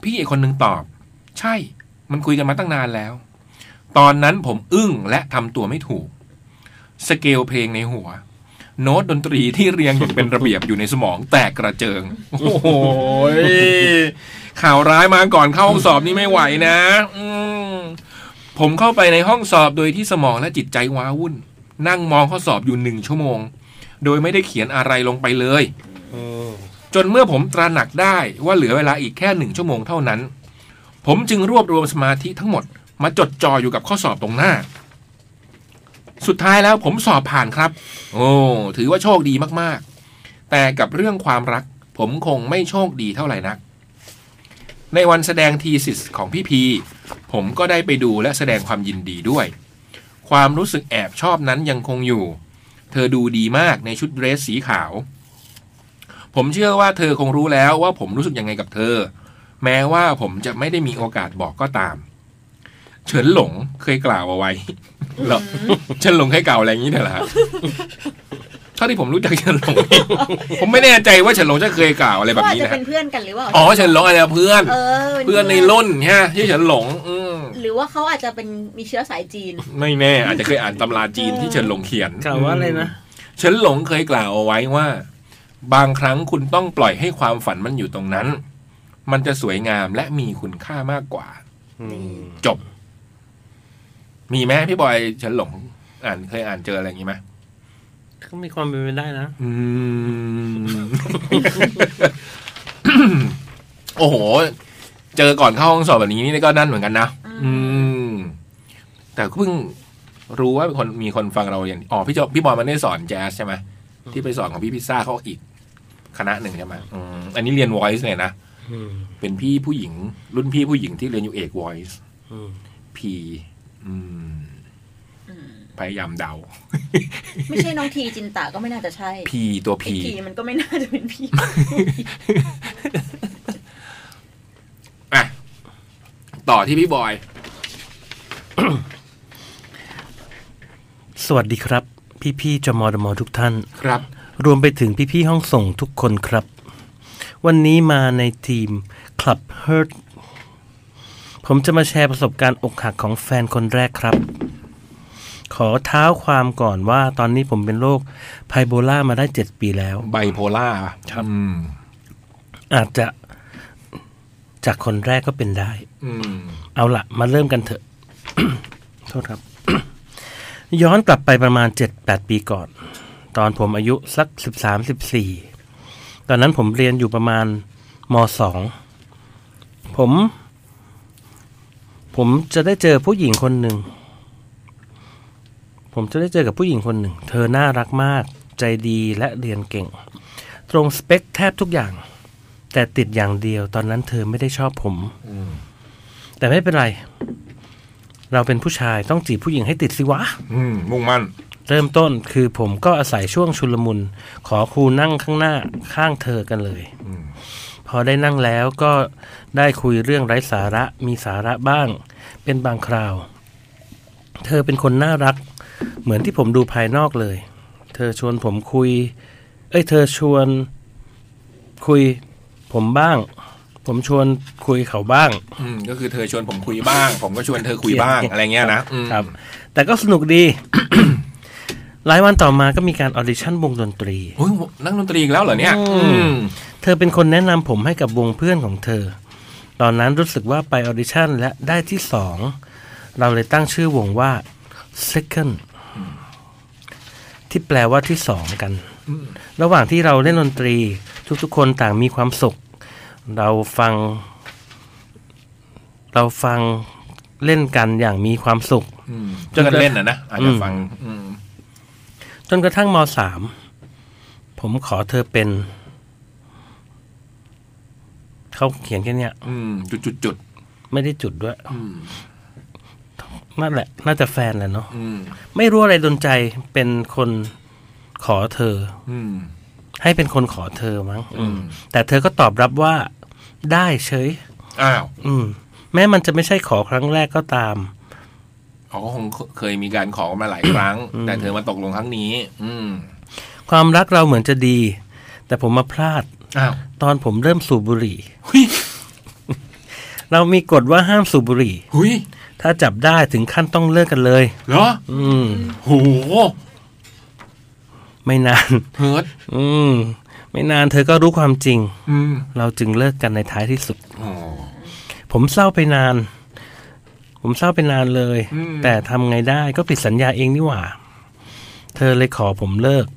Speaker 3: พี่อีกคนหนึ่งตอบ ใช่ มันคุยกันมาตั้งนานแล้ว ตอนนั้นผมอึ้งและทำตัวไม่ถูก สเกลเพลงในหัว โน้ตดนตรีที่เรียงอย่างเป็นระเบียบอยู่ในสมองแตกกระเจิง โอ้โหยข่าวร้ายมาก่อนเข้าห้องสอบนี่ไม่ไหวนะอืมผมเข้าไปในห้องสอบโดยที่สมองและจิตใจว้าวุ่น นั่งมองข้อสอบอยู่หนึ่งชั่วโมง โดยไม่ได้เขียนอะไรลงไปเลย จนเมื่อผมตระหนักได้ว่าเหลือเวลาอีกแค่หนึ่งชั่วโมงเท่านั้น ผมจึงรวบรวมสมาธิทั้งหมด มาจดจ่ออยู่กับข้อสอบตรงหน้า สุดท้ายแล้วผมสอบผ่านครับ โอ้ถือว่าโชคดีมากๆ แต่กับเรื่องความรัก ผมคงไม่โชคดีเท่าไหร่นัก ในวันแสดงทีสิสของพี่พี ผมก็ได้ไปดูและแสดงความยินดีด้วย ความรู้สึกแอบชอบนั้นยังคงอยู่ เธอดูดีมากในชุดเดรสสีขาว ผมเชื่อว่าเธอคงรู้แล้วว่าผมรู้สึกยังไงกับเธอ แม้ว่าผมจะไม่ได้มีโอกาสบอกก็ตาม เฉินหลงเคยกล่าวเอาไว้ เหรอเฉินหลงเคยกล่าวอะไรอย่างนี้เนี่ยเหรอฮะ เท่าที่ผมรู้จักเฉินหลง ผมไม่แน่ใจว่าเฉินหลงจะเคยกล่าวอะไรแบบ
Speaker 4: ก็อาจ
Speaker 3: นี้
Speaker 4: จะ
Speaker 3: นะ
Speaker 4: เป็
Speaker 3: ฮะ
Speaker 4: นเพื่อนกันหรือเปล่า
Speaker 3: อ๋อเฉินหลงอะไรนะเพื่อน
Speaker 4: เออ
Speaker 3: เพื่อนในรุ่นฮะที่อเฉินหลง อืม
Speaker 4: หรือว่าเขาอาจจะเป็นมีเชื้อสายจีน
Speaker 3: ไม่แน่อาจจะเคยอ่านตำราจีนที่เฉินหลงเขียน
Speaker 5: กล่าวว่าอะไรนะ
Speaker 3: เฉินหลงเคยกล่าวเอาไว้ว่า บางครั้งคุณต้องปล่อยให้ความฝันมันอยู่ตรงนั้น มันจะสวยงามและมีคุณค่ามากกว่า จบ มีไหมพี่บอยเฉินหลง อ่านเคยอ่านเจออะไรอย่างนี้ไหม
Speaker 5: ก็มีความเป็นไปได้นะ
Speaker 3: อืม โอ้โห เจอก่อนเข้าห้องสอบแบบนี้นี่ก็นั่นเหมือนกันนะ อืม แต่ก็เพิ่งรู้ว่ามีคนมีคนฟังเราเรียนอ๋อพี่จบพี่บอยมันได้สอนแจ๊สใช่ไหมที่ไปสอนของพี่พิซซ่าเขาอีก คณะหนึ่งใช่ไหมอืมอันนี้เรียน voice เนี่ยนะ
Speaker 5: อืม
Speaker 3: เป็นพี่ผู้หญิง รุ่นพี่ผู้หญิงที่เรียนอยู่เอก voice
Speaker 5: อืม
Speaker 3: พีอืม พยายามเดา
Speaker 4: ไม่ใช่น้องทีจินตาก็ไม่น่าจะใช่
Speaker 3: พีตัว
Speaker 4: ไอ้
Speaker 3: พี
Speaker 4: ทีมันก็ไม่น่าจะเป็นพี่
Speaker 3: อ่ะ ต่อที่พี่บอย
Speaker 5: สวัสดีครับ พี่ๆจมอดมอทุกท่าน
Speaker 3: ครับ
Speaker 5: รวมไปถึงพี่ๆห้องส่งทุกคนครับ วันนี้มาในทีม Club Hurt ผมจะมาแชร์ประสบการณ์อกหักของแฟนคนแรกครับ ขอเท้าความก่อนว่าตอนนี้ผมเป็นโรคไพโบล่ามาได้เจ็ดปีแล้ว
Speaker 3: ไบโพล่า
Speaker 5: ครับ
Speaker 3: อืม
Speaker 5: อาจจะจากคนแรกก็เป็นได้
Speaker 3: อืม
Speaker 5: เอาละมาเริ่มกันเถอะ โทษครับ ย้อนกลับไปประมาณเจ็ดแปดปีก่อน ตอนผมอายุสักสิบสามสิบสี่ตอนนั้นผมเรียนอยู่ประมาณมสองผม ผมจะได้เจอผู้หญิงคนหนึ่ง ผมจะได้เจอกับผู้หญิงคนหนึ่ง เธอน่ารักมาก ใจดีและเรียนเก่ง ตรงสเปคแทบทุกอย่าง แต่ติดอย่างเดียว ตอนนั้นเธอไม่ได้ชอบผม แต่ไม่เป็นไร เราเป็นผู้ชายต้องจีบผู้หญิงให้ติดสิวะ
Speaker 3: อืมมุ่งมั่น
Speaker 5: เริ่มต้นคือผมก็อาศัยช่วงชุลมุน ขอครูนั่งข้างหน้าข้างเธอกันเลย
Speaker 3: อืม
Speaker 5: พอได้นั่งแล้วก็ได้คุยเรื่องไร้สาระมีสาระบ้าง เป็นบางคราว เธอเป็นคนน่ารัก เหมือนที่ผมดูภายนอกเลย เธอชวนผมคุย เอ้ย เธอชวนคุยผมบ้าง ผมชวนคุยเขาบ้าง
Speaker 3: อืมก็คือเธอชวนผมคุยบ้าง ผมก็ชวนเธอคุยบ้างอะไรเงี้ยนะอืม
Speaker 5: ครับ แต่ก็สนุกดี หลายวันต่อมาก็มีการออดิชั่นวงดนตรี
Speaker 3: โอ้ยนักดนตรีอีกแล้วเหรอเนี่ย
Speaker 5: อืม
Speaker 3: อืม
Speaker 5: เธอเป็นคนแนะนำผมให้กับวงเพื่อนของเธอ ตอนนั้นรู้สึกว่าไปออดิชั่นและได้ที่สอง เราเลยตั้งชื่อวงว่า second ที่แปลว่าที่สองกัน ระหว่างที่เราเล่นดนตรี ทุกๆคนต่างมีความสุข เราฟัง เราฟังเล่นกันอย่างมีความสุข
Speaker 3: อืมเจอกันเล่นนะนะอาจจะฟังอืม
Speaker 5: จนกระทั่งมสามผมขอเธอเป็น เขาเขียนแค่เนี้ย
Speaker 3: อืมจุดจุดจุด
Speaker 5: ไม่ได้จุดด้วย
Speaker 3: อืม
Speaker 5: นั่นแหละ น่าจะแฟนแหละเนาะ
Speaker 3: อืม
Speaker 5: ไม่รู้อะไรดนใจเป็นคนขอเธอ
Speaker 3: อืม
Speaker 5: ให้เป็นคนขอเธอมั้ง
Speaker 3: อืม
Speaker 5: แต่เธอก็ตอบรับว่า ได้เฉย
Speaker 3: อ้าว
Speaker 5: อืม แม้มันจะไม่ใช่ขอครั้งแรกก็ตาม
Speaker 3: เขาก็คงเคยมีการขอมาหลายครั้ง แต่เธอมาตกลงครั้งนี้ อืม
Speaker 5: ความรักเราเหมือนจะดี แต่ผมมาพลาด
Speaker 3: อ้าว
Speaker 5: ตอนผมเริ่มสูบบุหรี่
Speaker 3: หุย
Speaker 5: เรามีกฎว่าห้ามสูบบุหรี่
Speaker 3: หุย
Speaker 5: ถ้าจับได้ถึงขั้นต้องเลิกกันเลย
Speaker 3: เหรอ
Speaker 5: อืม
Speaker 3: โห
Speaker 5: ไม่นาน
Speaker 3: เฮิร์ต
Speaker 5: อืม ไม่นานเธอก็รู้ความจริง
Speaker 3: อืม
Speaker 5: เราจึงเลิกกันในท้ายที่สุด
Speaker 3: โอ้
Speaker 5: ผมเศร้าไปนาน ผมเศร้าไปนานเลย
Speaker 3: อืม
Speaker 5: แต่ทำไงได้ก็ผิดสัญญาเองนี่หว่า เธอเลยขอผมเลิก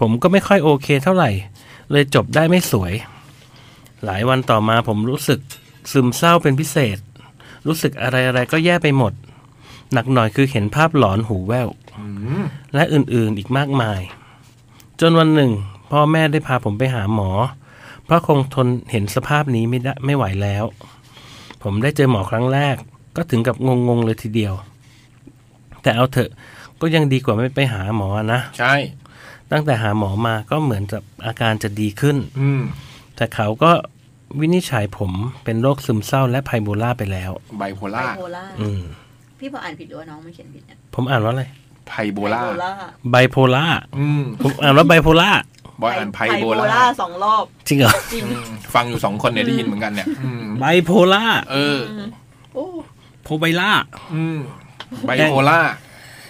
Speaker 5: ผมก็ไม่ค่อยโอเคเท่าไหร่ เลยจบได้ไม่สวย หลายวันต่อมาผมรู้สึกซึมเศร้าเป็นพิเศษ รู้สึกอะไรอะไรก็แย่ไปหมด หนักหน่อยคือเห็นภาพหลอนหูแว่ว
Speaker 3: อืม
Speaker 5: และอื่นๆ อีกมากมาย จนวันหนึ่ง พ่อแม่ได้พาผมไปหาหมอ เพราะคงทนเห็นสภาพนี้ไม่ได้ไม่ไหวแล้ว ผมได้เจอหมอครั้งแรก ก็ถึงกับงง ๆ เลยทีเดียว แต่เอาเถอะก็ยังดีกว่าไม่ไปหาหมอนะ
Speaker 3: ใช่
Speaker 5: ตั้งแต่หาหมอมาก็เหมือนจะอาการจะดีขึ้น
Speaker 3: อืม
Speaker 5: แต่เขาก็วินิจฉัยผมเป็นโรคซึมเศร้าและไพโบล่าไปแล้ว
Speaker 3: ไบโพ
Speaker 4: ไบ
Speaker 3: ล่า
Speaker 4: โพล่า
Speaker 5: อืม
Speaker 4: พี่พออ่านผิดหรือว่าน้องมันเขียนผิดเนี่ย
Speaker 5: ผมอ่านว่าอะไร
Speaker 3: ไพโบล่า
Speaker 4: ไบโพ
Speaker 5: ไบโพล่า
Speaker 4: ล่า
Speaker 3: อืม
Speaker 5: ผมอ่านว่าไบโพล่า
Speaker 3: บอยอ่านไพโบ
Speaker 4: ไบ
Speaker 3: ล่า
Speaker 4: สองรอบ
Speaker 5: จริงเหรอ
Speaker 4: จริง
Speaker 3: อืมฟังอยู่สองคนเนี่ยได้ยินเหมือนกันเนี่ยอืม
Speaker 5: ไบโพล่า
Speaker 3: เออ
Speaker 4: โอ้
Speaker 5: โพไบล่า
Speaker 3: อืมไบโพล่า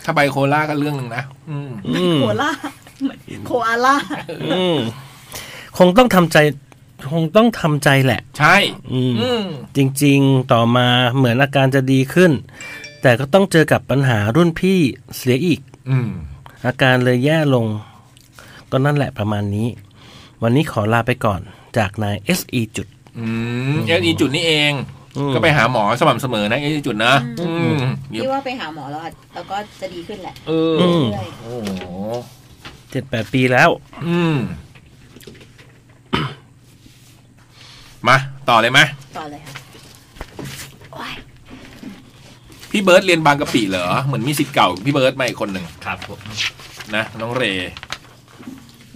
Speaker 3: ถ้าไบโพล่าก็เรื่องหนึ่งนะอืม
Speaker 5: อืม
Speaker 4: โคล่าเหมือนโคอาล่า
Speaker 5: อืมคงต้องทำใจ คงต้องทำใจแหละ
Speaker 3: ใช่
Speaker 5: อืม
Speaker 3: อืม
Speaker 5: จริง ๆ ต่อมาเหมือนอาการจะดีขึ้น แต่ก็ต้องเจอกับปัญหารุ่นพี่เสียอีก
Speaker 3: อืม
Speaker 5: อาการเลยแย่ลง ก็นั่นแหละประมาณนี้ วันนี้ขอลาไปก่อนจากนาย SE จุด
Speaker 3: อืมเอสอีจุดนี่เอง
Speaker 5: อืม
Speaker 3: ก็ไปหาหมอสม่ำเสมอนะเอสอีจุดนะอืมเดี๋ยว
Speaker 4: ที่ว่าไปหาหมอแล้วอะแล้วก็จะดีขึ้นแหละ
Speaker 3: เออ
Speaker 5: ม
Speaker 4: เรื่อย
Speaker 3: โอ้โห
Speaker 5: เจ็ดแปดปีแล้ว
Speaker 3: อืม มา ต่อเลยไหม
Speaker 4: ๆต่อเลยค่ะโอ้ย
Speaker 3: พี่เบิร์ดเรียนบางกะปิเหรอ เหมือนมีสิทธิ์เก่า พี่เบิร์ดมาอีกคนหนึ่ง
Speaker 1: ครับผม
Speaker 3: นะน้องเร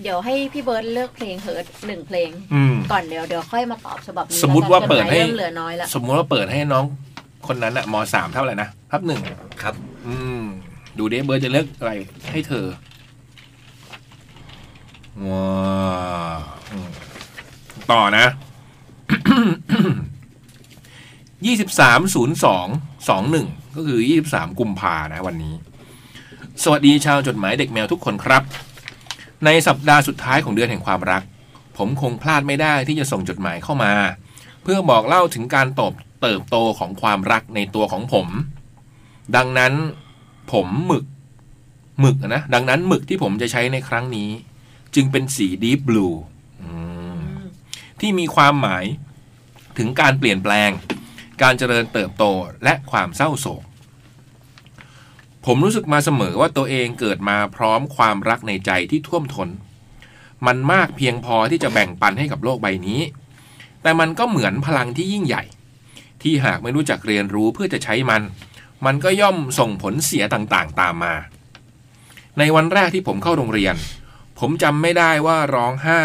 Speaker 4: เดี๋ยวให้พี่เบิร์ดเลือกเพลงเฮิร์ตหนึ่งเพลง
Speaker 3: อืม
Speaker 4: ก่อนเดี๋ยวเดี๋ยวค่อยมาตอบฉบับนี้
Speaker 3: สมมุติว่าเปิดให้
Speaker 4: เริ่มเหลือน้อยละ
Speaker 3: สมมุติว่าเปิดให้น้องคนนั้นอะมสามเท่าไหร่นะทับหนึ่ง
Speaker 6: ครับ
Speaker 3: อืม ดูเดเบิร์ดจะเลือกอะไรให้เธอว้าวอืมต่อนะ ยี่สิบสามศูนย์สองสองหนึ่งก็คือยี่สิบสามกุมภานะวันนี้ สวัสดีชาวจดหมายเด็กแมวทุกคนครับ ในสัปดาห์สุดท้ายของเดือนแห่งความรัก ผมคงพลาดไม่ได้ที่จะส่งจดหมายเข้ามา เพื่อบอกเล่าถึงการโตบเติบโตของความรักในตัวของผม ดังนั้นผมหมึกหมึกนะ ดังนั้นหมึกที่ผมจะใช้ในครั้งนี้ จึงเป็นสีดีฟบลูที่มีความหมายถึงการเปลี่ยนแปลง การเจริญเติบโตและความเศร้าโศก ผมรู้สึกมาเสมอว่าตัวเองเกิดมาพร้อมความรักในใจที่ท่วมทน้น มันมากเพียงพอที่จะแบ่งปันให้กับโลกใบนี้ แต่มันก็เหมือนพลังที่ยิ่งใหญ่ ที่หากไม่รู้จักเรียนรู้เพื่อจะใช้มัน มันก็ย่อมส่งผลเสียต่างๆ ตามมา ในวันแรกที่ผมเข้าโรงเรียน ผมจำไม่ได้ว่าร้องไห้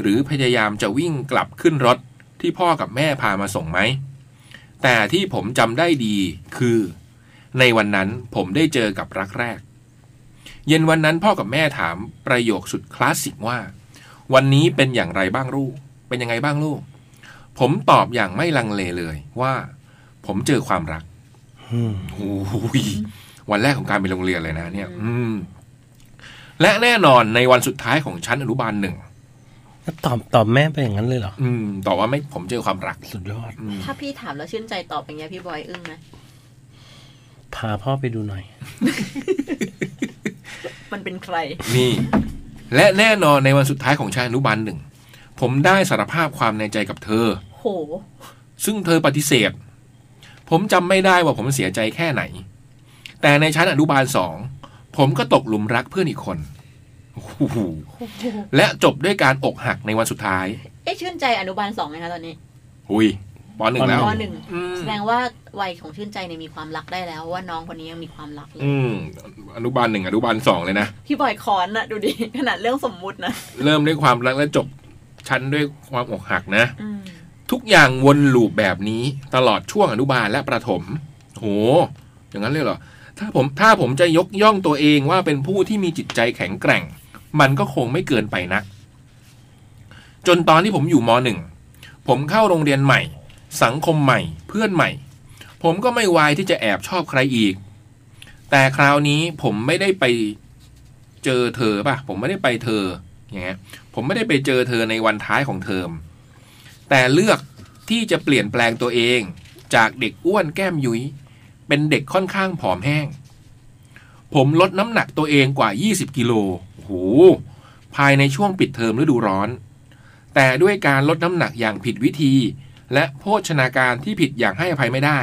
Speaker 3: หรือพยายามจะวิ่งกลับขึ้นรถที่พ่อกับแม่พามาส่งไหม แต่ที่ผมจำได้ดีคือ ในวันนั้นผมได้เจอกับรักแรก เย็นวันนั้นพ่อกับแม่ถามประโยคสุดคลาสสิกว่า วันนี้เป็นอย่างไรบ้างลูก เป็นยังไงบ้างลูก ผมตอบอย่างไม่ลังเลเลยว่า ผมเจอความรัก
Speaker 5: อืม
Speaker 3: โอ้โหวันแรกของการไปโรงเรียนเลยนะเนี่ยอืมและแน่นอนในวันสุดท้ายของชั้นอนุบาลหนึ่ง
Speaker 5: แล้วตอบตอบแม่ไปอย่างนั้นเลยเหรอ
Speaker 3: อืมต่อบว่าไม่ผมเจอความรัก
Speaker 5: สุดยอด
Speaker 3: อืม
Speaker 4: ถ้าพี่ถามแล้วชื่นใจตอบอย่างเงี้ยพี่บอยอึ้งไหม
Speaker 5: พาพ่อไปดูหน่อย
Speaker 4: มันเป็นใคร
Speaker 3: นี่ และแน่นอนในวันสุดท้ายของชั้นอนุบาลหนึ่งผมได้สารภาพความในใจกับเธอ
Speaker 4: โห
Speaker 3: ซึ่งเธอปฏิเสธ ผมจำไม่ได้ว่าผมเสียใจแค่ไหน แต่ในชั้นอนุบาลสองผมก็ตกหลุมรักเพื่อนอีกคนโอ้โหและจบด้วยการอกหักในวันสุดท้าย
Speaker 4: เอ๊ะชื่นใจอนุบาลสองไหมคะตอนนี้
Speaker 3: หุยปหนึ่งแล้ว
Speaker 4: ปหนึ่ง
Speaker 3: อืม
Speaker 4: แสดงว่าวัยของชื่นใจเนี่ยมีความรักได้แล้ว ว่าน้องคนนี้ยังมีความรักอยู่
Speaker 3: อืมอนุบาลหนึ่งอนุบาลสองเลยนะ
Speaker 4: พี่บอยคอนนะดูดิ ขนาดเรื่องสมมุตินะ
Speaker 3: เริ่มด้วยความรักและจบ ชั้นด้วยความอกหักนะ
Speaker 4: อืม
Speaker 3: ทุกอย่างวนลูปแบบนี้ตลอดช่วงอนุบาลและประถม โห อย่างนั้นเลยเหรอ ถ้าผมถ้าผมจะยกย่องตัวเองว่าเป็นผู้ที่มีจิตใจแข็งแกร่ง มันก็คงไม่เกินไปนัก จนตอนที่ผมอยู่มหนึ่ง ผมเข้าโรงเรียนใหม่ สังคมใหม่ เพื่อนใหม่ ผมก็ไม่วายที่จะแอบชอบใครอีก แต่คราวนี้ผมไม่ได้ไปเจอเธอป่ะ ผมไม่ได้ไปเธอ อย่างเงี้ย ผมไม่ได้ไปเจอเธอในวันท้ายของเทอม แต่เลือกที่จะเปลี่ยนแปลงตัวเองจากเด็กอ้วนแก้มยุย้ยเป็นเด็กค่อนข้างผอมแห้ง ผมลดน้ำหนักตัวเองกว่า 20 กิโลโอ้โหภายในช่วงปิดเทอมฤดูร้อน แต่ด้วยการลดน้ำหนักอย่างผิดวิธี และโภชนาการที่ผิดอย่างให้อภัยไม่ได้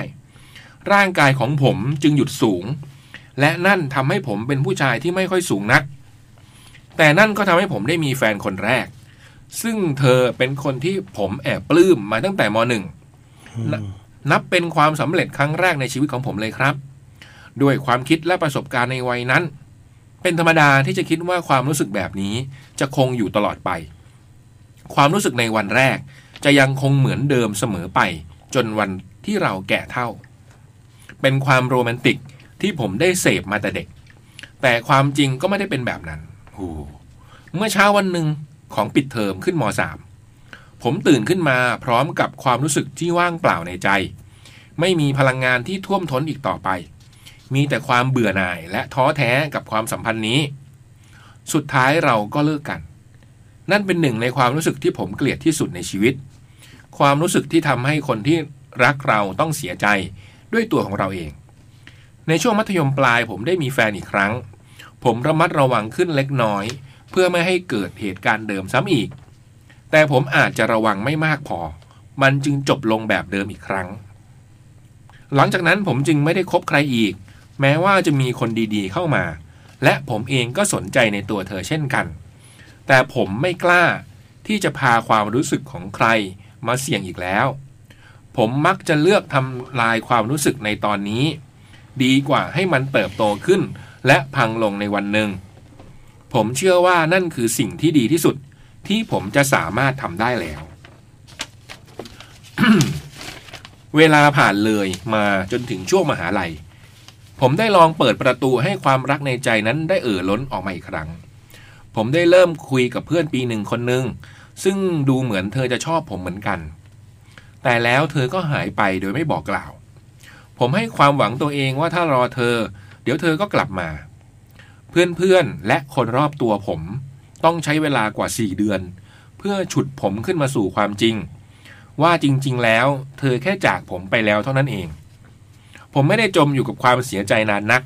Speaker 3: ร่างกายของผมจึงหยุดสูง และนั่นทำให้ผมเป็นผู้ชายที่ไม่ค่อยสูงนัก แต่นั่นก็ทำให้ผมได้มีแฟนคนแรก ซึ่งเธอเป็นคนที่ผมแอบปลื้มมาตั้งแต่มหนึ่ง นะ นับเป็นความสำเร็จครั้งแรกในชีวิตของผมเลยครับ ด้วยความคิดและประสบการณ์ในวัยนั้น เป็นธรรมดาที่จะคิดว่าความรู้สึกแบบนี้จะคงอยู่ตลอดไป ความรู้สึกในวันแรก จะยังคงเหมือนเดิมเสมอไป จนวันที่เราแก่เท่า เป็นความโรแมนติกที่ผมได้เสพมาแต่เด็ก แต่ความจริงก็ไม่ได้เป็นแบบนั้นโอ้โหเมื่อเช้าวันหนึ่งของปิดเทอมขึ้นม .3 ผมตื่นขึ้นมาพร้อมกับความรู้สึกที่ว่างเปล่าในใจ ไม่มีพลังงานที่ท่วมท้นอีกต่อไป มีแต่ความเบื่อหน่ายและท้อแท้กับความสัมพันธ์นี้ สุดท้ายเราก็เลิกกัน นั่นเป็นหนึ่งในความรู้สึกที่ผมเกลียดที่สุดในชีวิต ความรู้สึกที่ทำให้คนที่รักเราต้องเสียใจด้วยตัวของเราเอง ในช่วงมัธยมปลายผมได้มีแฟนอีกครั้ง ผมระมัดระวังขึ้นเล็กน้อย เพื่อไม่ให้เกิดเหตุการณ์เดิมซ้ำอีก แต่ผมอาจจะระวังไม่มากพอ มันจึงจบลงแบบเดิมอีกครั้ง หลังจากนั้นผมจึงไม่ได้คบใครอีก แม้ว่าจะมีคนดีๆเข้ามา และผมเองก็สนใจในตัวเธอเช่นกัน แต่ผมไม่กล้าที่จะพาความรู้สึกของใครมาเสี่ยงอีกแล้ว ผมมักจะเลือกทำลายความรู้สึกในตอนนี้ ดีกว่าให้มันเติบโตขึ้น และพังลงในวันหนึ่ง ผมเชื่อว่านั่นคือสิ่งที่ดีที่สุด ที่ผมจะสามารถทำได้แล้ว เวลาผ่านเลยมาจนถึงช่วงมหาลัย ผมได้ลองเปิดประตูให้ความรักในใจนั้นได้เอ่อล้นออกมาอีกครั้ง ผมได้เริ่มคุยกับเพื่อนปีหนึ่งคนหนึ่งซึ่งดูเหมือนเธอจะชอบผมเหมือนกัน แต่แล้วเธอก็หายไปโดยไม่บอกกล่าว ผมให้ความหวังตัวเองว่าถ้ารอเธอ เดี๋ยวเธอก็กลับมา เพื่อนๆ และคนรอบตัวผม ต้องใช้เวลากว่า 4 เดือน เพื่อฉุดผมขึ้นมาสู่ความจริง ว่าจริงๆ แล้ว เธอแค่จากผมไปแล้วเท่านั้นเอง ผมไม่ได้จมอยู่กับความเสียใจนานนัก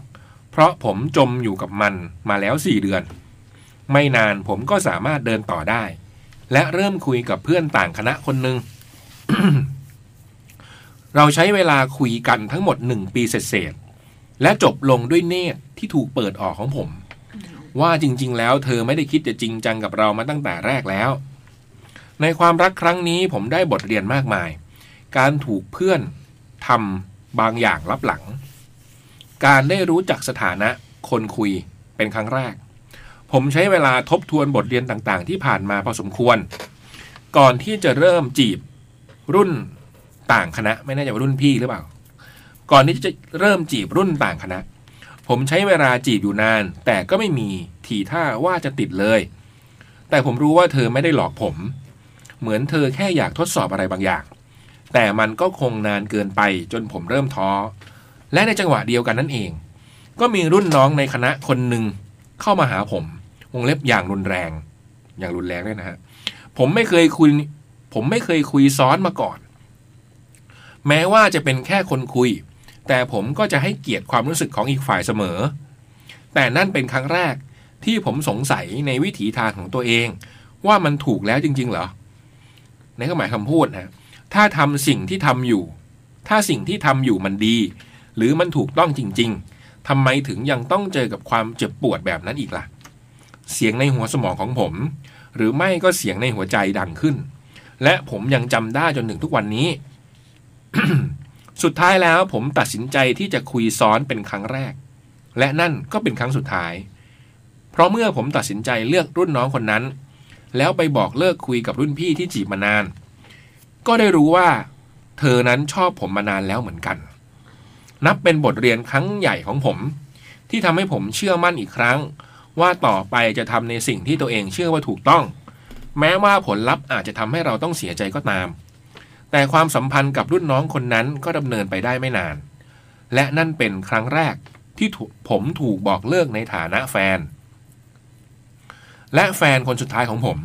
Speaker 3: เพราะผมจมอยู่กับมันมาแล้ว 4 เดือน ไม่นานผมก็สามารถเดินต่อได้ และเริ่มคุยกับเพื่อนต่างคณะคนหนึ่ง เราใช้เวลาคุยกันทั้งหมดหนึ่งปีเศษๆและจบลงด้วยเนตรที่ถูกเปิดออกของผม ว่าจริง ๆ แล้วเธอไม่ได้คิดจะจริงจังกับเรามาตั้งแต่แรกแล้ว ในความรักครั้งนี้ผมได้บทเรียนมากมาย การถูกเพื่อนทำบางอย่างลับหลัง การได้รู้จักสถานะคนคุยเป็นครั้งแรก ผมใช้เวลาทบทวนบทเรียนต่างๆ ที่ผ่านมาพอสมควร ก่อนที่จะเริ่มจีบรุ่นต่างคณะ ไม่แน่ใจว่ารุ่นพี่หรือเปล่า ก่อนที่จะเริ่มจีบรุ่นต่างคณะ ผมใช้เวลาจีบอยู่นาน แต่ก็ไม่มีทีท่าว่าจะติดเลย แต่ผมรู้ว่าเธอไม่ได้หลอกผม เหมือนเธอแค่อยากทดสอบอะไรบางอย่าง แต่มันก็คงนานเกินไปจนผมเริ่มท้อ และในจังหวะเดียวกันนั่นเอง ก็มีรุ่นน้องในคณะคนหนึ่งเข้ามาหาผม วงเล็บอย่างรุนแรง อย่างรุนแรงด้วยนะฮะ ผมไม่เคยคุย ผมไม่เคยคุยซ้อนมาก่อน แม้ว่าจะเป็นแค่คนคุย แต่ผมก็จะให้เกียรติความรู้สึกของอีกฝ่ายเสมอ แต่นั่นเป็นครั้งแรกที่ผมสงสัยในวิถีทางของตัวเอง ว่ามันถูกแล้วจริง ๆ เหรอ ในความหมายคำพูดนะ ถ้าทำสิ่งที่ทำอยู่ ถ้าสิ่งที่ทำอยู่มันดี หรือมันถูกต้องจริง ๆทำไมถึงยังต้องเจอกับความเจ็บปวดแบบนั้นอีกล่ะ เสียงในหัวสมองของผม หรือไม่ก็เสียงในหัวใจดังขึ้น และผมยังจำได้จนถึงทุกวันนี้ สุดท้ายแล้วผมตัดสินใจที่จะคุยซ้อนเป็นครั้งแรก และนั่นก็เป็นครั้งสุดท้าย เพราะเมื่อผมตัดสินใจเลือกรุ่นน้องคนนั้น แล้วไปบอกเลิกคุยกับรุ่นพี่ที่จีบมานาน ก็ได้รู้ว่า เธอนั้นชอบผมมานานแล้วเหมือนกัน นับเป็นบทเรียนครั้งใหญ่ของผม ที่ทำให้ผมเชื่อมั่นอีกครั้ง ว่าต่อไปจะทำในสิ่งที่ตัวเองเชื่อว่าถูกต้อง แม้ว่าผลลัพธ์อาจจะทำให้เราต้องเสียใจก็ตาม แต่ความสัมพันธ์กับรุ่นน้องคนนั้นก็ดำเนินไปได้ไม่นาน และนั่นเป็นครั้งแรกที่ถูกผมถูกบอกเลิกในฐานะแฟน และแฟนคนสุดท้ายของผม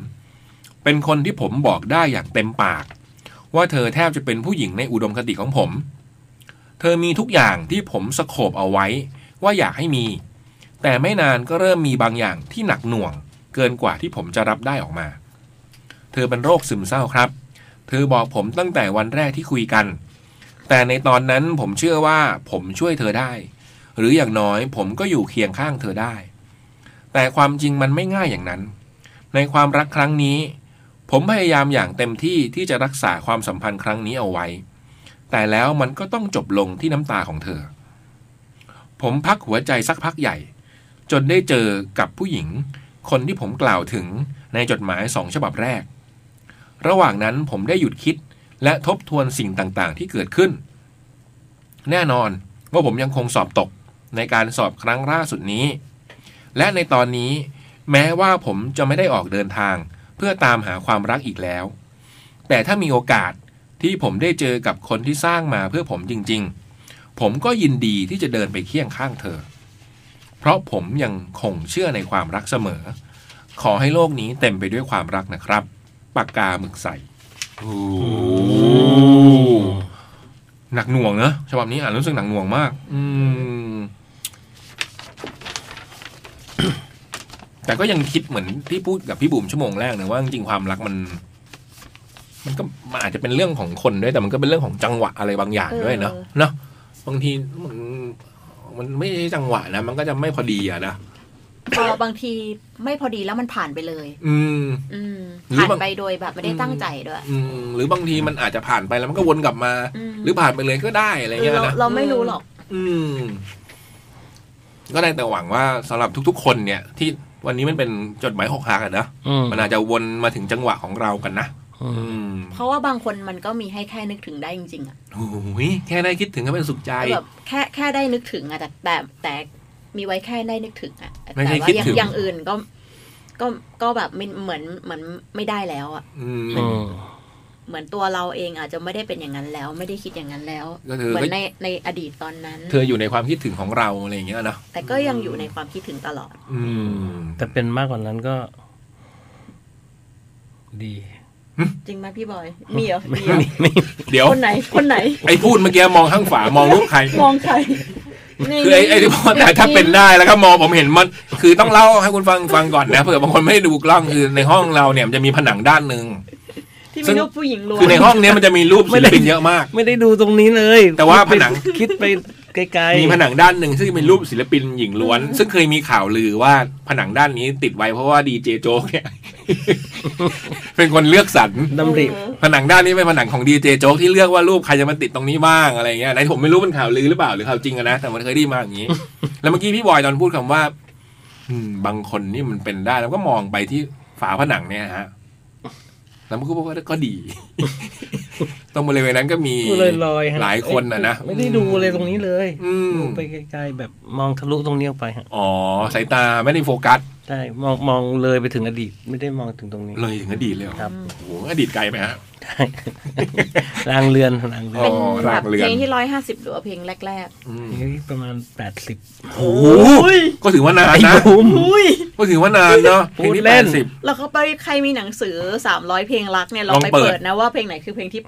Speaker 3: เป็นคนที่ผมบอกได้อย่างเต็มปาก ว่าเธอแทบจะเป็นผู้หญิงในอุดมคติของผม เธอมีทุกอย่างที่ผมสโคบเอาไว้ว่าอยากให้มี แต่ไม่นานก็เริ่มมีบางอย่างที่หนักหน่วง เกินกว่าที่ผมจะรับได้ออกมา เธอเป็นโรคซึมเศร้าครับ เธอบอกผมตั้งแต่วันแรกที่คุยกัน แต่ในตอนนั้นผมเชื่อว่าผมช่วยเธอได้ หรืออย่างน้อยผมก็อยู่เคียงข้างเธอได้ แต่ความจริงมันไม่ง่ายอย่างนั้น ในความรักครั้งนี้ ผมพยายามอย่างเต็มที่ที่จะรักษาความสัมพันธ์ครั้งนี้เอาไว้ แต่แล้วมันก็ต้องจบลงที่น้ำตาของเธอ ผมพักหัวใจสักพักใหญ่ จนได้เจอกับผู้หญิง คนที่ผมกล่าวถึงในจดหมายสองฉบับแรก ระหว่างนั้นผมได้หยุดคิดและทบทวนสิ่งต่างๆ ที่เกิดขึ้น แน่นอนว่าผมยังคงสอบตกในการสอบครั้งล่าสุดนี้ และในตอนนี้ แม้ว่าผมจะไม่ได้ออกเดินทาง เพื่อตามหาความรักอีกแล้ว แต่ถ้ามีโอกาสที่ผมได้เจอกับคนที่สร้างมาเพื่อผมจริงๆ ผมก็ยินดีที่จะเดินไปเคียงข้างเธอ เพราะผมยังคงเชื่อในความรักเสมอ ขอให้โลกนี้เต็มไปด้วยความรักนะครับ ปากกาหมึกใสหนักหน่วงเนอะฉบับนี้อ่านรู้สึกหนักหน่วงมาก อืม แต่ก็ยังคิดเหมือนที่พูดกับพี่บุ๋มชั่วโมงแรกนะว่าจริงๆความรักมัน มันก็มันอาจจะเป็นเรื่องของคนด้วยแต่มันก็เป็นเรื่องของจังหวะอะไรบางอย่างด้วยเนาะ
Speaker 4: เออ
Speaker 3: เนาะบางทีมันมันไม่ใช่จังหวะนะมันก็จะไม่พอดีอะนะ
Speaker 4: พอบางทีไม่พอดีแล้วมันผ่านไปเลย
Speaker 3: อืม
Speaker 4: อืม
Speaker 3: หรือ
Speaker 4: ผ่าน
Speaker 3: บาง
Speaker 4: ไปโดยแบบไม่ได้ตั้งใจด้วย
Speaker 3: อืมหรือบางทีมันอาจจะผ่านไปแล้วมันก็วนกลับมา
Speaker 4: อืม
Speaker 3: หรือผ่านไปเลยก็ได้อะไร
Speaker 4: คือ
Speaker 3: เงี้ย
Speaker 4: เรา
Speaker 3: นะ
Speaker 4: เราไม่รู้หรอก
Speaker 3: อืม ก็ได้แต่หวังว่าสำหรับทุก ๆ คนเนี่ย ที่วันนี้มันเป็นจดหมายหกหักอะนะ
Speaker 5: อืม
Speaker 3: มันอาจจะวนมาถึงจังหวะของเรากันนะ
Speaker 5: อื
Speaker 3: อื
Speaker 5: ม
Speaker 3: ม
Speaker 4: เพราะว่าบางคนมันก็มีให้แค่นึกถึงได้จริงๆอะ
Speaker 3: โอ้ยแค่ได้คิดถึงก็เป็นสุขใจ
Speaker 4: แบบแค่แค่ได้นึกถึงอะแต่แต่แต่มีไว้แค่ได้นึกถึงอะแต่
Speaker 3: ไม่ใช่
Speaker 4: ว่า
Speaker 3: คิด
Speaker 4: อย่าง
Speaker 3: ถึง
Speaker 4: อย่างอื่นก็ ก็ก็แบบมันเหมือนเหมือนไม่ได้แล้วอะ
Speaker 3: อืม
Speaker 5: อืม
Speaker 4: เหมือนตัวเราเองอาจจะไม่ได้เป็นอย่างนั้นแล้ว ไม่ได้คิดอย่างนั้นแล้ว
Speaker 3: ก็คือ
Speaker 4: เหมือนในในอดีตตอนนั้น
Speaker 3: เธออยู่ในความคิดถึงของเราอะไรอย่างเงี้ยเนาะ
Speaker 4: แต่ก็ยังอยู่ในความคิดถึงตลอด
Speaker 3: อืม
Speaker 5: แต่เป็นมากกว่านั้นก็ ดี
Speaker 4: จริงไหมพี่บอย มีเหรอมีเหรอ
Speaker 5: ไม่ไม่
Speaker 3: เดี๋ยว
Speaker 4: คนไหนคนไหน
Speaker 3: ไอ้พูดเมื่อกี้มองข้างฝามองรูปใคร
Speaker 4: มองใครนี่
Speaker 3: คือไอ้ไอ้ที่พ่อแต่ถ้าเป็นได้แล้วก็มองผมเห็นมันคือต้องเล่าให้คุณฟังฟังก่อนนะเผื่อบางคนไม่ได้ดูกล้องคือในห้องเราเนี่ยมันจะมีผนังด้านหนึ่ง
Speaker 4: ที่
Speaker 3: ซึ่
Speaker 4: มี
Speaker 3: ง
Speaker 4: รูปผู้หญิงล้วน
Speaker 3: คือในห้องเนี้ยมันจะมีรูปศิลปินเยอะมาก
Speaker 5: ไม่ได้ดูตรงนี้เลย
Speaker 3: แต่ว่าผ
Speaker 5: คิดไป
Speaker 3: นัง
Speaker 5: คิดไปไกลๆ
Speaker 3: มีผนังด้านหนึ่งซึ่งเป็นรูปศิลปินหญิงล้วน ซึ่งเคยมีข่าวลือว่าผนังด้านนี้ติดไว้เพราะว่าดีเจโจ๊กเนี่ย เป็นคนเลือกสรร
Speaker 5: ดำริ
Speaker 4: เออ
Speaker 3: ผนังด้านนี้เป็นผนังของดีเจโจ๊กที่เลือกว่ารูปใครจะมาติดตรงนี้บ้างอะไรเงี้ยไหนผมไม่รู้เป็นข่าวลือหรือเปล่าหรือข่าวจริงอะนะแต่มันเคยได้ยินมาอย่างนี้ แล้วเมื่อกี้พี่บอยตอนพูดคำว่า อืม บางคนนี่มันเป็นได้แล้วก็มองไปที่ฝาผนังเนี่ยฮะแล้วมันก็บอกว่าก็ดี ตรงบริเวณนั้นก็มี
Speaker 5: ลอยๆฮะ
Speaker 3: หลายคนอะนะ
Speaker 5: ไม่ได้ดูเลยตรงนี้เลย
Speaker 3: อืม
Speaker 5: ดูไปไกลๆแบบมองทะลุตรงเนี้ยไปฮะ
Speaker 3: อ๋อสายตาไม่ได้โฟกัส
Speaker 5: ใช่มองมองเลยไปถึงอดีต ไม่ได้มองถึงตรงนี้
Speaker 3: เลยถึงอดีตเลยเหรอ
Speaker 5: ครับ
Speaker 3: โอ้โหอดีตไกลไหมฮะ
Speaker 5: รางเรือนรางเรือน
Speaker 4: เป็น
Speaker 3: อ๋อ
Speaker 4: แบ
Speaker 3: ราง
Speaker 4: บ
Speaker 3: เรือน
Speaker 4: เพลงที่ร้อยห้าสิบหรือว่าเพลงแรก
Speaker 3: อืม
Speaker 5: นี่ประมาณแปดสิบ
Speaker 3: โอ้โหก็ถือว่านาน
Speaker 5: ไอ้
Speaker 3: นะ
Speaker 5: บุ้ม
Speaker 4: ๆอุ้ย
Speaker 3: ก็ถือว่านานเนาะเพลงที่
Speaker 5: พูดเล่
Speaker 3: แป
Speaker 5: น
Speaker 3: ดสิบ
Speaker 4: เราเข้าไปใครมีหนังสือ 300 เพลงรักเนี่ย เรา
Speaker 3: ลอง
Speaker 4: ไป
Speaker 3: เปิด
Speaker 4: เปิดนะว่าเพลงไหนคือเพลงที่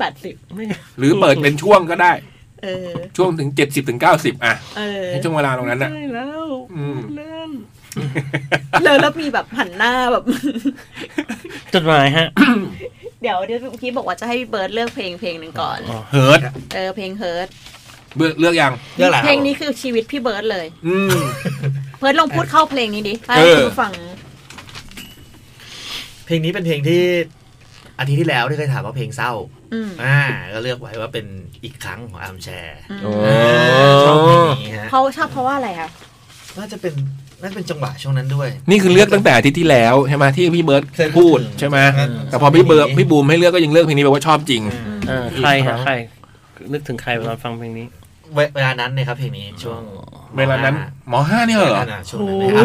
Speaker 5: ไม่
Speaker 3: หรือเปิดเป็นช่วงก็ได้
Speaker 4: 80 เออ
Speaker 3: ช่วงถึง 70ถึง90 อ่ะ
Speaker 4: เออ
Speaker 3: ให้ช่วงเวลาตรงนั้นน่ะ
Speaker 5: ได้แล้ว
Speaker 3: อืม
Speaker 5: เลื่อน
Speaker 4: แล้วแล้วมีแบบหันหน้าแบบ
Speaker 5: จดหมายฮะ
Speaker 4: เดี๋ยวเดี๋ยวพี่บอกว่าจะให้พี่เบิร์ดเลือกเพลงเพลงหนึ่งก่อน
Speaker 3: เฮิร์ต
Speaker 4: เออเพลงเฮิร์ต
Speaker 3: เลือกเลือกยัง
Speaker 6: เรื่องอะไร
Speaker 4: เพลงนี้คือชีวิตพี่เบิร์ดเลย
Speaker 3: อืม
Speaker 4: เบิร์ดลองพูดเข้าเพลงนี้ดิให้
Speaker 3: เออ
Speaker 4: คุณผู้ฟัง
Speaker 6: เพลงนี้เป็นเพลงที่อาทิตย์ที่แล้วที่เคยถามว่าเพลงเศร้า
Speaker 4: อืม
Speaker 6: อ่า ก็เลือกไว้ว่าเป็นอีกครั้งของอาร์มแชร์
Speaker 4: อืม
Speaker 6: ชอบเพลงนี้ฮะ
Speaker 4: เขาชอบเพราะว่าอะไรคะ
Speaker 6: น่าจะเป็นน่าจะเป็นจังหวะช่วงนั้นด้วย
Speaker 3: นี่คือเลือกตั้งแต่อาทิตย์ที่แล้วใช่ไหมที่พี่เบิร์ต
Speaker 6: เคยพู
Speaker 3: พู
Speaker 6: ด
Speaker 3: ดใช่ไหม
Speaker 6: อืม
Speaker 3: แต่พอพี่เบิร์ตพี่บูมให้เลือกก็ยังเลือกเพลงนี้แปลว่าชอบจริง
Speaker 5: เออใครฮะใคร นึกถึงใครเวลาฟังเพลงนี้
Speaker 6: เวเวลานั้นเนี่ยครับเพลงนี้ช่วง
Speaker 3: เวลานั้นหมอห้าเนี่ย
Speaker 6: เว
Speaker 3: เหร
Speaker 6: ลา
Speaker 3: อ
Speaker 6: นั้นช่วงนั้นนะครับ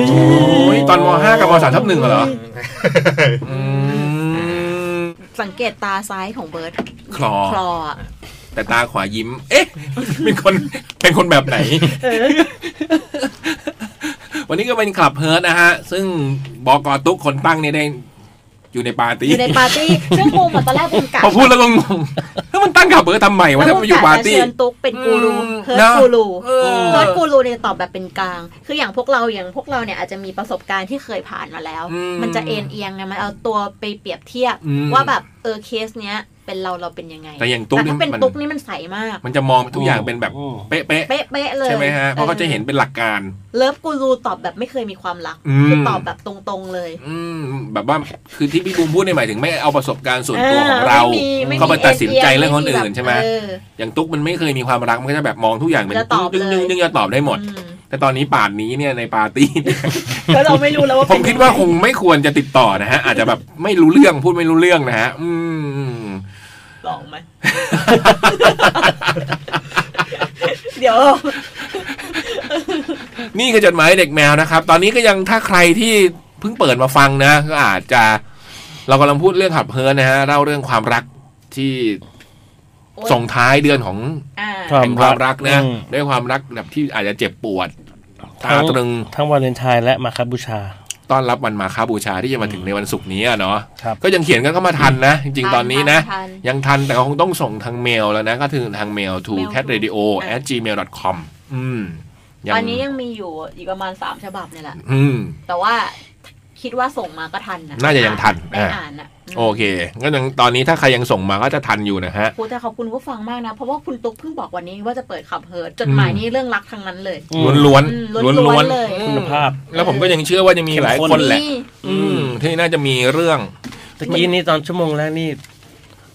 Speaker 3: โอ้ยตอนมห้ากับมสามทับหนึ่งเหรออืม
Speaker 4: สังเกตตาซ้ายของเบิร์ด
Speaker 3: คลอ
Speaker 4: คลออะ
Speaker 3: แต่ตาขวายิ้ม เอ๊ะ เป็นคนเป็นคนแบบไหน วันนี้ก็เป็นคลับเฮิร์ตนะฮะ ซึ่งบอกอตุ๊กคนตั้งเนี่ยได้อยู่ในปาร์
Speaker 4: อ
Speaker 3: ตี้
Speaker 4: ยู่ในปาร์ตี้ซึ่งบูมอะตอนแรกบูมกะ
Speaker 3: พอพูดแล้วก็งงแล้วมันตั้งคลับเฮิร์ตทำไมวะ
Speaker 4: แล้ว
Speaker 3: ถ้า
Speaker 4: บู
Speaker 3: มัน
Speaker 4: ม
Speaker 3: อยู่
Speaker 4: กะ
Speaker 3: ปาร์
Speaker 4: จะ
Speaker 3: ตี้
Speaker 4: เชิญตุ๊กเป็นกูรู
Speaker 3: อืม
Speaker 4: เฮิร์
Speaker 3: เน
Speaker 4: ต
Speaker 3: อะ
Speaker 4: กูรู
Speaker 3: เออ
Speaker 4: เฮิร์ตกูรูเนี่ยตอบแบบเป็นกลาง คืออย่างพวกเราอย่างพวกเราเนี่ยอาจจะมีประสบการณ์ที่เคยผ่านมาแล้ว
Speaker 3: อืม
Speaker 4: มันจะเอ็นเอียงเนี่ยมันเอาตัวไปเปรียบเทียบ
Speaker 3: อืม
Speaker 4: ว่าแบบเออเคสเนี้ย เป็นเราเราเป็นยังไง
Speaker 3: แต่อย่างตุ๊ก
Speaker 4: ถ้าเป็น
Speaker 3: นี่มัน
Speaker 4: ตุ๊กนี่มันใสมาก
Speaker 3: มันจะมองทุกอย่างเป็นแบบ
Speaker 5: อืม
Speaker 3: เป๊ะ
Speaker 4: เป๊ะๆเล
Speaker 3: ๆ
Speaker 4: ย
Speaker 3: ใช่ไหมฮะ เพราะเขาจะเห็นเป็นหลักการ
Speaker 4: เลิฟกูรูตอบแบบไม่เคยมีความรัก
Speaker 3: อืม
Speaker 4: คือตอบแบบตรงๆเลย
Speaker 3: อืมแบบว่าคือที่พี่บูมพูดเนี่ยหมายถึงไม่เอาประสบการณ์ส่วนตัวของเรา
Speaker 4: ไม่มีไม่มี
Speaker 3: เขาไปตัดสินใจเรื่องคน
Speaker 4: ไม่มีแบบ
Speaker 3: อื่นใช่ไหม
Speaker 4: เออ
Speaker 3: อย่างตุ๊กมันไม่เคยมีความรักมันก็จะแบบมองทุกอย่างเป็น
Speaker 4: จะตอบเลย
Speaker 3: ดึงๆดึงๆจะตอบได้หมด
Speaker 4: อืม
Speaker 3: แต่ตอนนี้ป่านนี้เนี่ยในปาร์ ตี้เนี่ย
Speaker 4: แล้วเราไม่รู้แล้วว่า
Speaker 3: ผ
Speaker 4: เป็น
Speaker 3: มคิดว่าคงไม่ควรจะติดต่อนะฮะ อาจจะแบบไม่รู้เรื่องพูดไม่รู้เรื่องนะฮะ อืม
Speaker 4: หลอกไหม เดี๋ยว
Speaker 3: นี่คือจดหมายเด็กแมวนะครับ ตอนนี้ก็ยังถ้าใครที่เพิ่งเปิดมาฟังนะ ก็อาจจะ เรากำลังพูดเรื่องขับเพลินนะฮะเล่าเรื่องความรักที่
Speaker 4: โอ๊ย
Speaker 3: ส่งท้ายเดือนของ
Speaker 4: อ่า
Speaker 5: ครับ
Speaker 3: แห่งความรักนะ
Speaker 5: อืม
Speaker 3: ด้วยความรักแบบที่อาจจะเจ็บปวดตาตรึง
Speaker 5: ทั้งวาเลนไทน์และมาคาบูชา
Speaker 3: ต้อนรับวันมาคาบูชาที่จะมาถึงในวันศุกร์นี้อะเนาะ
Speaker 5: ครับ
Speaker 3: ก็ยังเขียนกันเข้ามาทันนะ จริง ๆ ตอนนี้นะ
Speaker 4: ทั
Speaker 3: ยังทันแต่ก็คงต้องส่งทางเมลแล้วนะ ก็คือทางเมล to
Speaker 4: mail to
Speaker 3: cat radio
Speaker 4: อ่ะ
Speaker 3: at gmail com อืม
Speaker 4: ตอนนี้ยังมีอยู่อีกประมาณสามฉบับเนี่ยแหละ
Speaker 3: อืม
Speaker 4: แต่ว่าคิดว่าส่งมาก็ทันนะ
Speaker 3: น่าจะยังทัน
Speaker 4: ได้
Speaker 3: อ่า
Speaker 4: อ่านอ่ะ
Speaker 3: โอเคก็ยังตอนนี้ถ้าใครยังส่งมาก็จะทันอยู่นะฮะ
Speaker 4: ครูแต่ขอบคุณผู้ฟังมากนะ เพราะว่าคุณตุ๊กเพิ่งบอกวันนี้ว่าจะเปิดขับเฮิร์ตจดหมายนี้เรื่องรักทั้งนั้นเลย
Speaker 5: อืม
Speaker 3: ล้วน
Speaker 4: อืม
Speaker 3: ๆ
Speaker 4: ล้วนๆเลย
Speaker 3: อืม
Speaker 5: คุณภาพ
Speaker 3: แล้วผมก็ยังเชื่อว่ายังมีหลายคนแหละ
Speaker 4: นี่
Speaker 3: อืมที่น่าจะมีเรื่อง
Speaker 5: ตะกี้นี้ตอนชั่วโมงแรกนี่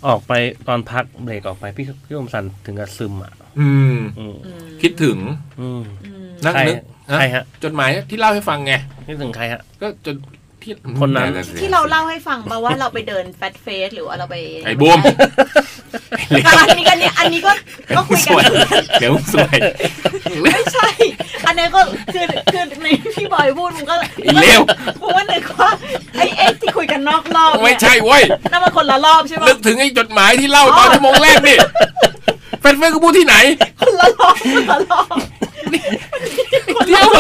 Speaker 5: ออกไปตอนพักเบรกออกไปพี่พี่คมสันถึงกับซึมอ่ะ
Speaker 3: อืม
Speaker 5: อืม
Speaker 4: อืม
Speaker 3: คิดถึง
Speaker 5: อืม
Speaker 4: อืม
Speaker 3: นั่งนึก
Speaker 5: ใครฮะใครฮะ
Speaker 3: จดหมายที่เล่าให้ฟังไง
Speaker 5: นึกถึงใครฮะ
Speaker 3: ก็จดที่
Speaker 5: คนนั้น
Speaker 3: แหละสิ
Speaker 4: ที่เราเล่าให้ฟังมาว่าเราไปเดินแฟตเฟสหรือว่าเราไป
Speaker 3: ไอ้บูม
Speaker 4: อันนี้กันเนี่ยอันนี้ก็ก็คุย
Speaker 3: ส
Speaker 4: กัน
Speaker 3: วยเดี๋ยวสวย
Speaker 4: ไม่ใช่ อันนี้ก็คือคือในพี่บอยพูดมันก็
Speaker 3: อีเลว
Speaker 4: กูว่านึกว่าไอ้ไอ้ที่คุยกัน นอกรอบเนี่ย
Speaker 3: ไม่ใช่เว้ย
Speaker 4: นั่นมันคนละรอบใช่ไหม
Speaker 3: นึกถึงไอ้จดหมายที่เล่าตอน
Speaker 4: อ๋อ
Speaker 3: ชั่วโมงแรก ดิแฟนเพื่อนกูพูดที่ไหน
Speaker 4: คนละรอบคนละรอบ
Speaker 3: เที่ยว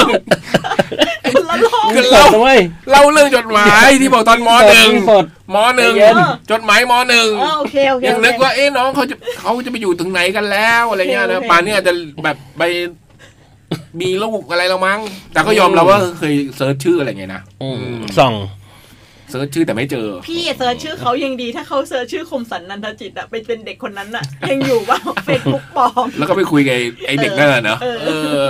Speaker 4: คนละรอบ
Speaker 3: คือ
Speaker 5: ส
Speaker 3: เล่า
Speaker 5: ดนะเว้ย
Speaker 3: เล่าเรื่องจดหมายที่บอกตอนมหนึ่ง
Speaker 5: สด
Speaker 3: มหนึ่ง
Speaker 5: ใจเย็น
Speaker 3: จดหมายมหนึ่ง
Speaker 4: อ๋อโอเคโอเค
Speaker 3: ยัง
Speaker 4: โอเค
Speaker 3: นึกว่าเอ๊ะน้องเขาจะเขาจะไปอยู่ถึงไหนกันแล้วอะไรเงี้ย
Speaker 4: โอ
Speaker 3: นะ
Speaker 4: เค
Speaker 3: ป่านนี้อาจจะแบบไปมีลูกอะไรแล้วมั้ง แต่ก็ยอมรับว่าเคยเซิร์ชชื่ออะไรเงี้ยนะ
Speaker 5: ส่อง
Speaker 3: เซิร์ชชื่อแต่ไม่เจอ
Speaker 4: พี่เสิร์ชชื่อเขายังดีถ้าเขาเสิร์ชชื่อคมสันนันทจิตอะเป็นเป็นเด็กคนนั้นอะยังอยู่ เปล่าเฟซบุ๊กปลอม
Speaker 3: แล้วก็ไปคุยกับไอ้ไอเด็กนั่นน่ะเนอะ
Speaker 4: เออ
Speaker 3: เออ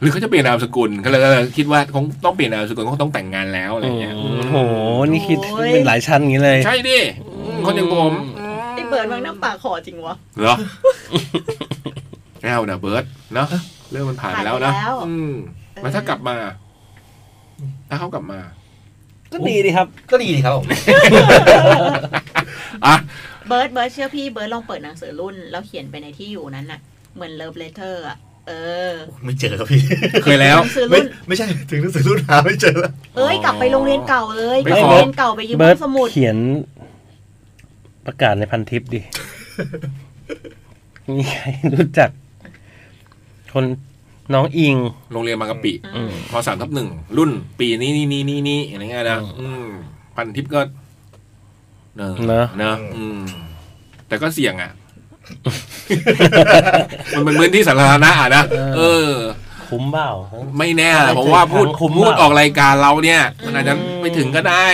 Speaker 3: หรือเขาจะเปลี่ยนนามสกุลเขาเลยคิดว่าคงต้องเปลี่ยนนามสกุลเขาต้องแต่งงานแล้วอะไรเงี้ย
Speaker 5: โอ้โห นี่คิดเป็นหลายชั้นอย่างนี้เลย
Speaker 3: ใช่ดิคนอย่างผม
Speaker 4: ไอ้เบิร์ดบางน้ำปากขอจริงวะ
Speaker 3: เหรอแอลนะเบิร์ดเนาะเรื่องมันผ่านไปแล้วนะ
Speaker 4: ผ่านไปแล้ว
Speaker 3: อืมแล้วถ้ากลับมา ถ้าเขากลับมา
Speaker 5: ก็ดีดีครับ
Speaker 6: ก็ดีดีครับผม
Speaker 3: อ่ะ
Speaker 4: เบิร์ดเบิร์ดเชื่อพี่เบิร์ดลองเปิดหนังสือรุ่น แล้วเขียนไปในที่อยู่นั้นอะเหมือนเลิฟเลเทอร์อะเออ
Speaker 6: ไม่เจอครับพี่
Speaker 3: เคยแล้ว
Speaker 4: หนังสือ
Speaker 6: ไม่
Speaker 4: รุ่น
Speaker 6: ไม่ใช่ถึงหนังสือรุ่นหาไม่เจอแล้ว
Speaker 4: เอ้ยกลับไปโรงเรียนเก่าเลย
Speaker 3: ไม่
Speaker 4: กลับ
Speaker 3: ขอ
Speaker 4: โรงเรียนเก่าไปยืม
Speaker 5: เบิ
Speaker 4: ห้
Speaker 5: ร์
Speaker 4: อ
Speaker 5: ด
Speaker 4: งสมุด
Speaker 5: เขียนประกาศในพันทิปดิ มีใครรู้จัก คนน้องอิง
Speaker 3: โรงเรียนบางกะปิ
Speaker 5: อืม
Speaker 3: พอสามทับหนึ่งรุ่น ปีนี้นี่นี่นี่นี่อะไรเงี้ยนะอืมพันทิปก็เนอะ
Speaker 5: เนอะ
Speaker 3: เนอะอืม แต่ก็เสี่ยงอ่ะ มันเป็นพื้นที่สาธารณะอ่ะนะเออ
Speaker 5: คุ้มเปล่า
Speaker 3: ไม่แน่
Speaker 5: อะไร
Speaker 3: ผมว่าพูด
Speaker 5: ใจครั้งคุ้ม
Speaker 3: พูด
Speaker 5: อะ
Speaker 3: ออกรายการเราเนี่ย มันอาจจะ
Speaker 5: อืม
Speaker 3: ไปถึงก็ได้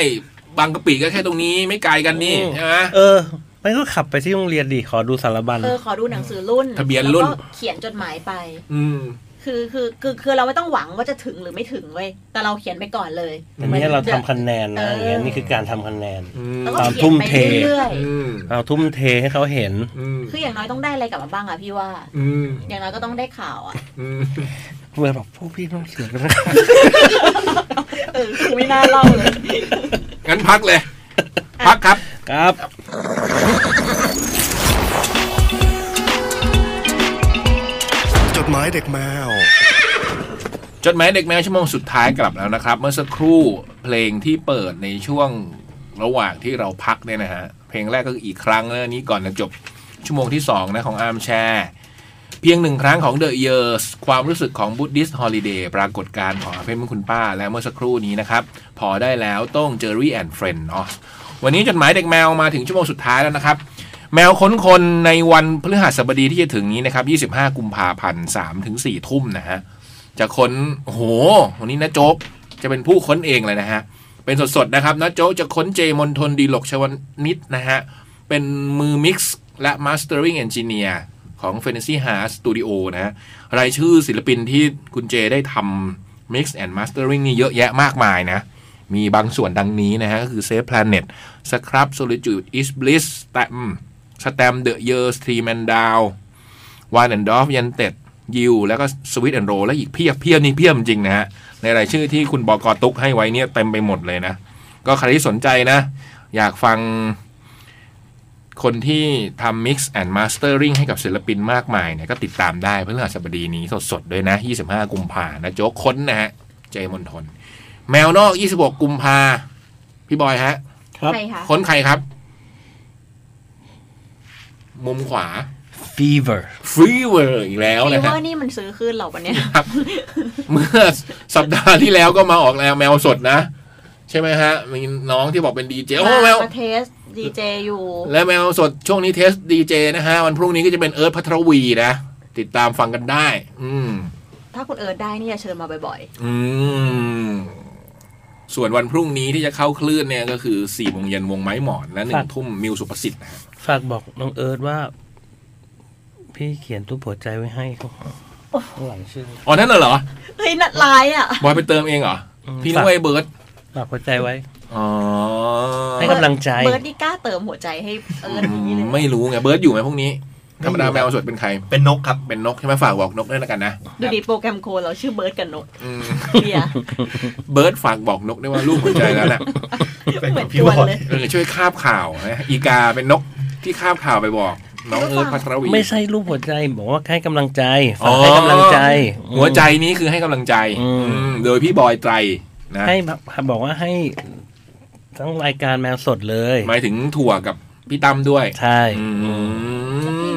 Speaker 3: บางกะปิก็แค่ตรงนี้ไม่ไกลกันนี่ใช่ไหม
Speaker 5: เออ ไม่ก็ขับไปที่โรงเรียนดิ ขอดูสารบัญ
Speaker 4: เออขอดูหนังสือรุ่น
Speaker 3: ทะเบียนรุ่น
Speaker 4: แล้วก็เขียนจดหมายไป
Speaker 3: อืม
Speaker 4: คือคือคือคือเราไม่ต้องหวังว่าจะถึงหรือไม่ถึงเว้ยแต่เราเขียนไปก่อนเลย
Speaker 5: อันนี้เราทำ
Speaker 4: คัน
Speaker 5: คะแนนนะอย่างเงี้ย
Speaker 4: เออ
Speaker 5: นี่คือการทำคะแนน
Speaker 3: อืม
Speaker 4: แล้วก็เขียนไปเรื่อย
Speaker 3: อืม
Speaker 5: เอาทุ่มเทให้เขาเห็น
Speaker 3: อืม
Speaker 4: ๆคืออย่างน้อยต้องได้อะไรกลับมาบ้างอะพี่ว่า
Speaker 3: อืม
Speaker 4: อย่างน้อยก็ต้องได้ข่าวอะ
Speaker 3: อืม
Speaker 5: เพื่อนบอกพวกพี่ต้องเสียกันนะ
Speaker 4: เออคือไม่น่าเล่าเลย
Speaker 3: งั้นพักเลย พักครับ
Speaker 5: ครับ
Speaker 2: จดหมายเด็กแมว
Speaker 3: จดหมายเด็กแมวชั่วโมงสุดท้ายกลับแล้วนะครับ เมื่อสักครู่เพลงที่เปิดในช่วงระหว่างที่เราพักเนี่ยนะฮะ เพลงแรกก็คืออีกครั้งแล้วอันนี้ก่อนจะจบชั่วโมงที่สองนะของอาร์มแชร์ เพียงหนึ่งครั้งของ The Years ความรู้สึกของ Buddhist Holiday ปรากฏการณ์ของอาเฟนเมื่อคุณป้า และเมื่อสักครู่นี้นะครับ พอได้แล้วต้องเจอรี่แอนด์เฟรนด์เนาะวันนี้จดหมายเด็กแมวมาถึงชั่วโมงสุดท้ายแล้วนะครับ แมวค้นคนในวันพฤหัสบดีที่จะถึงนี้นะครับ 25 กุมภาพันธ์3ถึง4ทุ่มนะฮะ จะค้นโอ้โห วันนี้นะโจ๊ก จะเป็นผู้ค้นเองเลยนะฮะ เป็นสดๆ นะครับนะโจ๊กจะค้นเจมนทนดีหลกชวนิดนะฮะ เป็นมือมิกซ์และ Mastering Engineer ของ f a n t a s y h a r Studio นะฮะ รายชื่อศิลปินที่คุณเจได้ทำ Mix and Mastering นี่เยอะแยะมากมายนะ มีบางส่วนดังนี้นะฮะ ก็คือ Save Planet Scrub Solitude Is Bliss แต่สแตม The Years Three Man Down วานแอนดอฟยันเต็ดยิวแล้วก็สวิตแอนโรและอีกเพียบเพียบนี่เพียบจริงนะฮะ ในรายชื่อที่คุณบอกอตุกให้ไว้เนี่ยเต็มไปหมดเลยนะ ก็ใครที่สนใจนะ อยากฟังคนที่ทำ Mix and Mastering ให้กับศิลปินมากมายเนี่ยก็ติดตามได้เพื่อหัสบดีนี้สดๆด้วยนะ 25 กุมภานะโจ๊กค้นนะฮะ เจมนทน แมวนอก 26 กุมภาพี่บอยฮะ
Speaker 5: ครับ
Speaker 4: ใครคะ
Speaker 3: ค้นใครครับ มุมขวา
Speaker 5: fever
Speaker 3: ฟรีเวอร์อีกแล้ว
Speaker 4: ฟี
Speaker 3: นะ
Speaker 4: เว
Speaker 3: ฮะ
Speaker 4: อร์นี่มันซื้อขึ้นเหรอวันเนี้ย
Speaker 3: เมื่อสัปดาห์ที่แล้วก็มาออกแนวแมวสดนะ ใช่ไหมฮะ มีน้องที่บอกเป็นดีเจโอ้แมว
Speaker 4: มาเทสดีเจอยู่
Speaker 3: และแมวสดช่วงนี้เทสดีเจนะฮะ วันพรุ่งนี้ก็จะเป็นเอิร์ธพัทรวีนะ ติดตามฟังกันได้ อืม
Speaker 4: ถ้าคุณเอิร์ดได้นี่จะเชิญมาบ่อย
Speaker 3: อืม ส่วนวันพรุ่งนี้ที่จะเข้าคลื่นเนี่ยก็คือ4ี่โมงเย็นวงไม้หมอนและหนึ่
Speaker 5: ครั
Speaker 3: ง
Speaker 5: บ
Speaker 3: ทุ่มมิวสุประสิทธิ์นะฮะ
Speaker 5: ฝากบอกน้องเอิร์ธว่า พี่เขียนรูปหัวใจไว้ให้เขาข้างหลังชื่อ
Speaker 3: อ๋อนั่นน่ะเหรอ
Speaker 4: ๆเฮ้ยนัดไลน์อ่ะ
Speaker 3: บอยไปเติมเองเหรอ
Speaker 5: อืม
Speaker 3: พี่นึกว่าไอ้เบิร์ด
Speaker 5: ฝากหัวใจไว้
Speaker 3: อ๋อ
Speaker 5: ให้กำลังใจ
Speaker 4: เบิร์ดนี่กล้าเติมหัวใจให้เอิร์ดอย่างนี้เลย
Speaker 3: ไม่รู้ไงเบิร์ดอยู่ไหมพรุ่งนี้ธรรมดาแมวสดเป็นใคร
Speaker 6: เป็นนกครับ
Speaker 3: เป็นนกใช่ไหมฝากบอกนกด้วยแล้วกันนะ
Speaker 4: ดูดิโปรแกรมโคดเราชื่อเบิร์ดกับนก
Speaker 3: อืม
Speaker 4: เบียร์
Speaker 3: เบิร์ดฝากบอกนกด้วยว่าลูกหัวใจแล้วน่ะ
Speaker 6: เป็น
Speaker 4: เหมื
Speaker 6: กั
Speaker 4: อน
Speaker 6: บ
Speaker 4: ช
Speaker 6: พี่
Speaker 4: ว
Speaker 6: บ
Speaker 4: น
Speaker 6: อย
Speaker 4: เลย
Speaker 3: เออช่วยคาบข่าวนะอีกาเป็นนกที่คาบข่าวไปบอก น้องเอิร์ธพัทรวี
Speaker 5: ไม่ใช่รูปหัวใจ บอกว่าให้กำลังใจฝากให้กำลังใจ
Speaker 3: อ๋อหัวใจนี้คือให้กำลังใจ
Speaker 5: อืม
Speaker 3: อืมโดยพี่บอยไตรนะ
Speaker 5: ให้บอกว่าให้ ทั้งรายการแมวสดเลย
Speaker 3: หมายถึงถั่วกับพี่ตั้มด้วย
Speaker 5: ใช่
Speaker 3: อื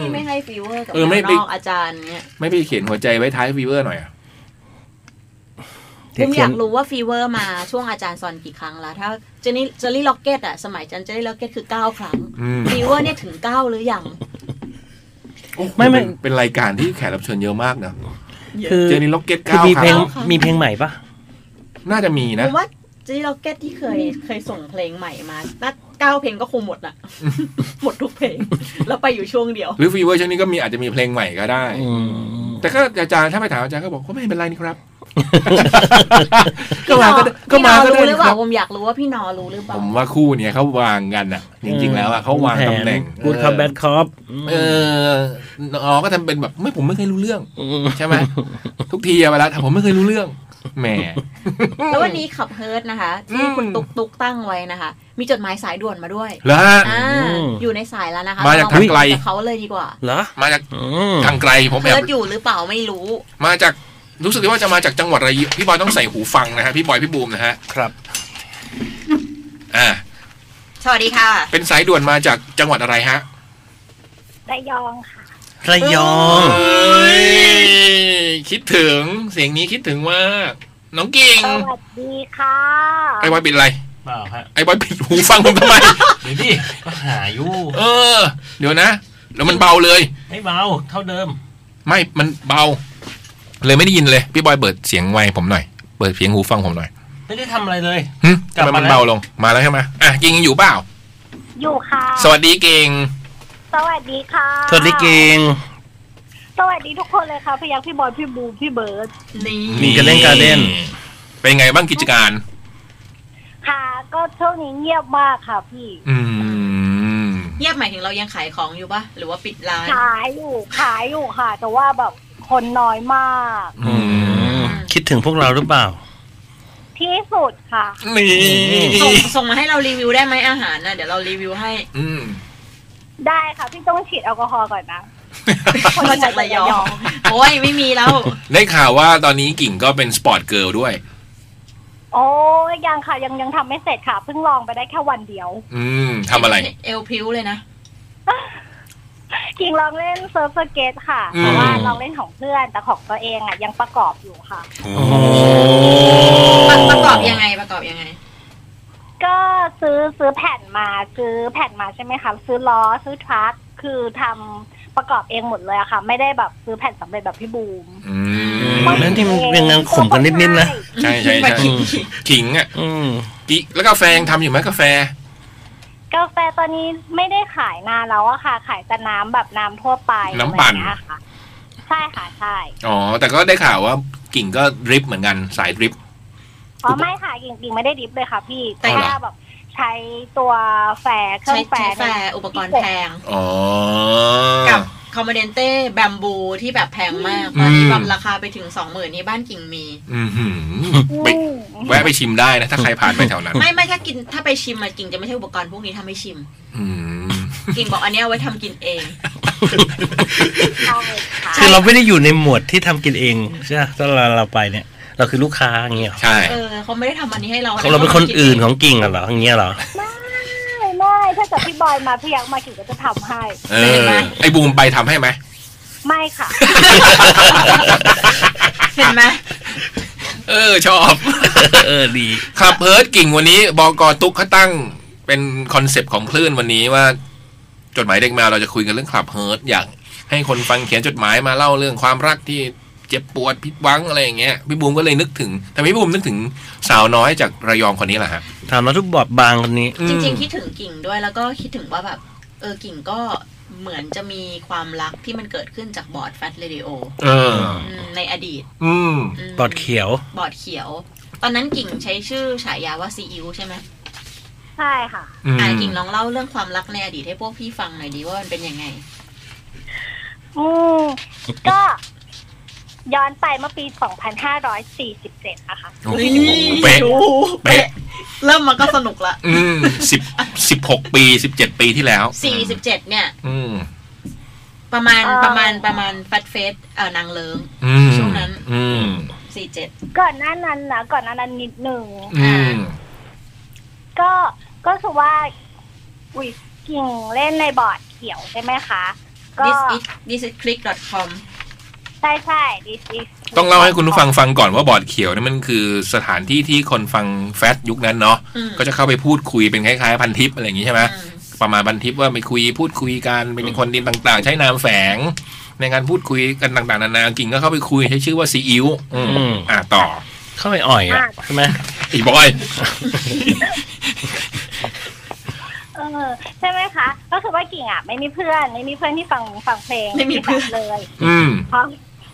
Speaker 4: พี่
Speaker 3: ม
Speaker 4: ไม่ให้ฟีเวอร์กับ
Speaker 3: เออไม่
Speaker 4: น
Speaker 3: ไป
Speaker 4: อกอาจารย์เนี่ย
Speaker 3: ไม่ไปเขียนหัวใจไว้ท้ายฟีเวอร์หน่อยอะ
Speaker 4: ผมอยากรู้ว่าฟีเวอร์มาช่วงอาจารย์สอนกี่ครั้งละถ้าเจนี่เจอรี่ล็อกเก็ตอะสมัยจันเจอรี่ล็อกเก็ตคือเก้าครั้ง
Speaker 3: อืม
Speaker 4: ฟีเวอร์เนี่ยถึงเก้าหรือยัง
Speaker 5: ไม่ไม่
Speaker 3: เป็นเป็นรายการที่แขกรับเชิญเยอะมากเนอะ
Speaker 5: คือ
Speaker 3: เจอนี่ล็อกเก็ต
Speaker 5: คือ
Speaker 3: เก้า
Speaker 5: มี
Speaker 3: ค
Speaker 5: เพล
Speaker 3: รั้
Speaker 5: ง
Speaker 3: ง
Speaker 4: ครับ
Speaker 5: มีเพลงใหม่ปะ
Speaker 3: น่าจะมี
Speaker 4: ผ
Speaker 3: นะ
Speaker 4: มว่าเจอรี่ล็อกเก็ตที่เคยเคยส่งเพลงใหม่มาน่าเก้าเพลงก็คงหมดอะหมดทุกเพลง แล้วไปอยู่ช่วงเดียว
Speaker 3: หรือฟีเวอร์ช่วงนี้ก็มีอาจจะมีเพลงใหม่ก็ได้
Speaker 5: อืม
Speaker 3: แต่ก็อาจารย์ถ้าไปถามอาจารย์ก็บอกก็ไม่เป็นไรนี่ครับ ก็มาก็ได้ก็
Speaker 4: พี่น
Speaker 3: มา
Speaker 4: อ
Speaker 3: ก็
Speaker 4: รู้
Speaker 3: ได้
Speaker 4: หรื
Speaker 3: นี่
Speaker 4: อเป
Speaker 3: ค
Speaker 4: ล่า
Speaker 3: รับ
Speaker 4: ผมอยากรู้ว่าพี่นอรู้หรือเป
Speaker 3: ผ
Speaker 4: ล่า
Speaker 3: มว่าคู่เนี้ยเขาวางกันอ่ะ จริง ๆ แล้วอ่ะเขาวางตำแหน่ง
Speaker 5: กูดคับแบดคอป
Speaker 3: เออน้องก็ทำเป็นแบบไม่ผมไม่เคยรู้เรื่อง ใช่ไหม ทุกทีอะเวลาถามผมไม่เคยรู้เรื่องแหม
Speaker 4: แล้ววันนี้ขับเฮิร์ตนะคะ ที่คุณ
Speaker 3: อืม
Speaker 4: ตุกตุกตั้งไว้นะคะ มีจดหมายสายด่วนมาด้วย
Speaker 3: แล้วฮะ
Speaker 4: อ่าอยู่ในสายแล้วนะคะ
Speaker 3: มาจากทางไกล
Speaker 4: เรมคุยบเขาเลยดีกว่า
Speaker 5: เหรอ
Speaker 3: มาจาก
Speaker 5: อืม
Speaker 3: ทางไกลผมแอ
Speaker 4: เฮิร์
Speaker 3: บ
Speaker 4: ตอยู่หรือเปล่าไม่รู้
Speaker 3: มาจากรู้สึกว่าจะมาจากจังหวัดระยองพี่บอยต้องใส่หูฟังนะฮะพี่บอยพี่บูมนะฮะ
Speaker 5: ครับ
Speaker 3: อ่า
Speaker 4: สวัสดีค่ะ
Speaker 3: เป็นสายด่วนมาจากจังหวัดอะไรฮะ
Speaker 7: ระยองค่ะ
Speaker 5: ระยอง
Speaker 3: เอ้ยคิดถึงเสียงนี้คิดถึงมากน้องกิ่ง
Speaker 7: สวัสดีค่ะ
Speaker 3: ไอ้บอยปิดอะไร
Speaker 8: เปล่าฮะ
Speaker 3: ไอ้บอยปิดหูฟังผมทำไม
Speaker 8: เดี๋ยวพี่ก็หาอยู่
Speaker 3: เออ เดี๋ยวนะแล้วมันเบาเลย
Speaker 8: ไม่เบาเท่าเดิม
Speaker 3: ไม่มันเบา เลยไม่ได้ยินเลย พี่บอยเปิดเสียงไมค์ผมหน่อยเปิดเสียงหูฟังผมหน่อย
Speaker 8: ไม่ได้ทำอะไรเลย
Speaker 3: หึ
Speaker 8: กลับ
Speaker 3: ทำไม
Speaker 8: มา
Speaker 3: มัน
Speaker 8: แล้ว
Speaker 3: เบาลงมาแล้วใช่ไหมอ่ะกิงยังอยู่เปล่า
Speaker 7: อยู่ค่ะ
Speaker 3: สวัสดีเก่ง
Speaker 7: สวัสดีค่ะ
Speaker 5: สวัสดีเกง
Speaker 7: สวัสดีทุกคนเลยค่ะพี่ยักษ์พี่บอยพี่บูมพี่เบิร์ด
Speaker 4: นี่
Speaker 5: มีกันเล่นการเล่น
Speaker 3: เป็นไงบ้างกิจการ
Speaker 7: ค่ะ ก็ช่วงนี้เงียบมากค่ะพี่
Speaker 3: อืม
Speaker 4: เงียบหมายถึงเรายังขายของอยู่ปะหรือว่าปิดร้าน
Speaker 7: ขายอยู่ขายอยู่ค่ะ แต่ว่าแบบคนน้อยมาก
Speaker 3: อืม
Speaker 5: คิดถึงพวกเราหรือเปล่า
Speaker 7: ที่สุดค่ะ
Speaker 3: นี่
Speaker 4: ส่งส่งมาให้เรารีวิวได้ไหมอาหารนะเดี๋ยวเรารีวิวให้
Speaker 3: อืม
Speaker 7: ได้ค่ะ พี่ต้องฉีดแอลกอฮอล์ก่อนนะ คน
Speaker 4: มา
Speaker 7: มา
Speaker 4: จา
Speaker 7: จาก ก
Speaker 4: ระ
Speaker 7: ระ
Speaker 4: ย
Speaker 7: ย
Speaker 4: อ
Speaker 7: อง ง
Speaker 4: โอ้ยไม่มีแล้ว
Speaker 3: ได้ข่าวว่าตอนนี้กิ่งก็เป็นสปอร์ตเกิร์ลด้วย
Speaker 7: โอ้ยยังค่ะยังยังทำไม่เสร็จค่ะเพิ่งลองไปได้แค่วันเดียว
Speaker 3: อืมทำอะไร
Speaker 4: เอลพิวเลยนะ
Speaker 7: กิ่งลองเล่นเซิร์ฟสเกตค่ะ
Speaker 3: อืม
Speaker 7: แต่ว่าลองเล่นของเพื่อนแต่ของตัวเองอ่ะ ยังประกอบอยู่ค่ะ
Speaker 3: โอ้
Speaker 4: ประกอบยังไงประกอบยังไง
Speaker 7: ก็ซื้อซื้อแผ่นมาซื้อแผ่นมาใช่ไหมคะซื้อล้อซื้อทรัคคือทำประกอบเองหมดเลยอะค่ะ ไม่ได้แบบซื้อแผ่นสำเร็จแบบพี่บูม
Speaker 3: อืม
Speaker 5: เหมือนที่มันยังงานข่มกันนิดๆนะ
Speaker 3: ใช่ใช่ใช่ขิงอ่ะ
Speaker 5: อืม
Speaker 3: กิแล้วกาแฟยังทำอยู่ไหมกาแฟ
Speaker 7: กาแฟตอนนี้ไม่ได้ขายนานแล้วอะค่ะ ขายแต่น้ำแบบน้ำทั่วไป
Speaker 3: น้ำปั่น
Speaker 7: อะไรอย่างเงี้ยค่ะ ใช่ค่ะใช่
Speaker 3: อ๋อ แต่ก็ได้ข่าวว่ากิ่งก็ดริปเหมือนกันสายดริป
Speaker 7: อ๋อไม่ค่ะกิ่งกิ่งไม่ได้ดิฟเลยค่ะ พี่
Speaker 4: แต่
Speaker 7: แต่แค่แบบใช้ตัวแฟร์เครื่อ
Speaker 4: ใช้
Speaker 7: งแฟ
Speaker 4: ใช้
Speaker 7: ร์
Speaker 4: แฟ
Speaker 7: เนี่ย
Speaker 4: ร์อุปกรณ์แพง
Speaker 3: อ๋อ
Speaker 4: กับคอมเมเดนเต้แบมบูที่แบบแพงมากตอนนี้แบบราคาไปถึงสองหมื่นนี่บ้านกิ่งมี
Speaker 3: อืมหือ
Speaker 7: อื
Speaker 3: ไป
Speaker 7: ม
Speaker 3: แวะไปชิมได้นะ ถ้าใครผ่านไปแถวนั้น
Speaker 4: ไม่ไม่ถ้ากินถ้าไปชิมอะกิ่งจะไม่ใช่อุปกรณ์พวกนี้ทำให้ชิม
Speaker 3: อืม
Speaker 4: กิ่งบอกอันเนี้ยเอาไว้ทำกินเอง
Speaker 7: ใช่ค่ะ
Speaker 5: คือเราไม่ได้อยู่ในหมวดที่ทำกินเองใช่ไหมตอนเราเราไปเนี่ย เราคือลูกค้าอย่างเงี้ยเหรอ
Speaker 3: ใช่
Speaker 4: เออเขาไม่ได้ทำอันนี้ให้เรา
Speaker 5: เราเป็นคนอื่นของกิ่งอะเหรออย่างเงี้ยเหรอ
Speaker 7: ไม่ไม่ถ้าเกิดพี่บอยมาพี่ยักษ์มากิ่งก็จะทำให้
Speaker 3: เออ ไอ้บูมไปทำให้ไหม
Speaker 7: ไม่ ค่ะ
Speaker 4: เห็นไหม
Speaker 3: เออ ชอบ
Speaker 5: เออดี
Speaker 3: ขับเพิร์ดกิ่งวันนี้บกตุ๊กเขาตั้งเป็นคอนเซปต์ของคลื่นวันนี้ว่า จดหมายเด็กแมวเราจะคุยกันเรื่องขับเพิร์ดอยากให้คนฟังเขียนจดหมายมาเล่าเรื่องความรักที่เจ็บปวดผิดหวังอะไรอย่างเงี้ยพี่บูมก็เลยนึกถึงทำไมพี่บูมนึกถึงสาวน้อยจากระยองคนนี้ล่ะฮะ
Speaker 5: ถามมาทุกบอดบางคนนี้
Speaker 4: จริงๆคิดถึงกิ่งด้วยแล้วก็คิดถึงว่าแบบเออกิ่งก็เหมือนจะมีความรักที่มันเกิดขึ้นจากบอร์ดแฟตเรดิโอ
Speaker 3: เออ
Speaker 4: มในอดีต
Speaker 3: อืม
Speaker 4: ม
Speaker 5: บอดเขียว
Speaker 4: บอร์ดเขียว ตอนนั้นกิ่งใช้ชื่อฉายาว่าซีอิ๊วใช่ไหม
Speaker 7: ใช่ค่ะ
Speaker 3: อืม
Speaker 4: อ่ากิ่งลองเล่าเรื่องความรักในอดีตให้พวกพี่ฟังหน่อยดีว่ามันเป็นยังไง
Speaker 7: อืม ก็ ย้อนไปเมื่อปี 2547นะคะ
Speaker 3: โอ้โหเป๊ะเป๊ะ
Speaker 4: เริ่มมาก็สนุกละ
Speaker 3: อืมสิบสิบหกปีสิบเจ็ดปีที่แล้ว
Speaker 4: 47 เนี่ย
Speaker 3: อืม
Speaker 4: ประมาณ
Speaker 7: เอ่อ
Speaker 4: ประมาณประมาณแฟตเฟสเออนางเลิง
Speaker 3: อืม
Speaker 4: ช่วงนั้น
Speaker 3: อืม
Speaker 4: 47
Speaker 7: ก่อนหน้านั้นนะก่อนหน้านั้นนิดหนึ่ง
Speaker 3: อืม
Speaker 7: ก็ ก็คือว่า อุ้ยกิ่งเล่นในบอร์ดเขียวใช่ไหมคะ ก็
Speaker 4: this is this is click dot com
Speaker 7: ใช่ใช่ดิส
Speaker 3: ต้องเล่าให้คุณผู้ฟังฟังก่อนว่าบอร์ดเขียวนี่มันคือสถานที่ที่คนฟังแฟชยุคนั้นเนาะ
Speaker 4: อืม
Speaker 3: ก็จะเข้าไปพูดคุยเป็นคล้ายๆ พันทิปอะไรอย่างงี้ใช่ไหม
Speaker 4: อืม
Speaker 3: ประมาณพันทิปว่าไปคุยพูดคุยกันเป็นคนดินต่างๆ ใช้นามแฝง ในการพูดคุยกันต่างๆนานากิ่งก็เข้าไปคุยใช้ชื่อว่าซีอิ๊วอืม
Speaker 5: อืม
Speaker 3: อ่ะต่อ
Speaker 5: เข้าไปอ่อยอ่ะใช่ไหม
Speaker 3: อีบอย
Speaker 7: เออใช่ไหมคะ ก็คือว่ากิ่งอ่ะ ไม่มีเพื่อน ไม่มีเพื่อนที่ฟังฟังเพลง
Speaker 4: ไม่มีเพื่อน
Speaker 7: แบบเลย
Speaker 3: อืม
Speaker 7: เพราะ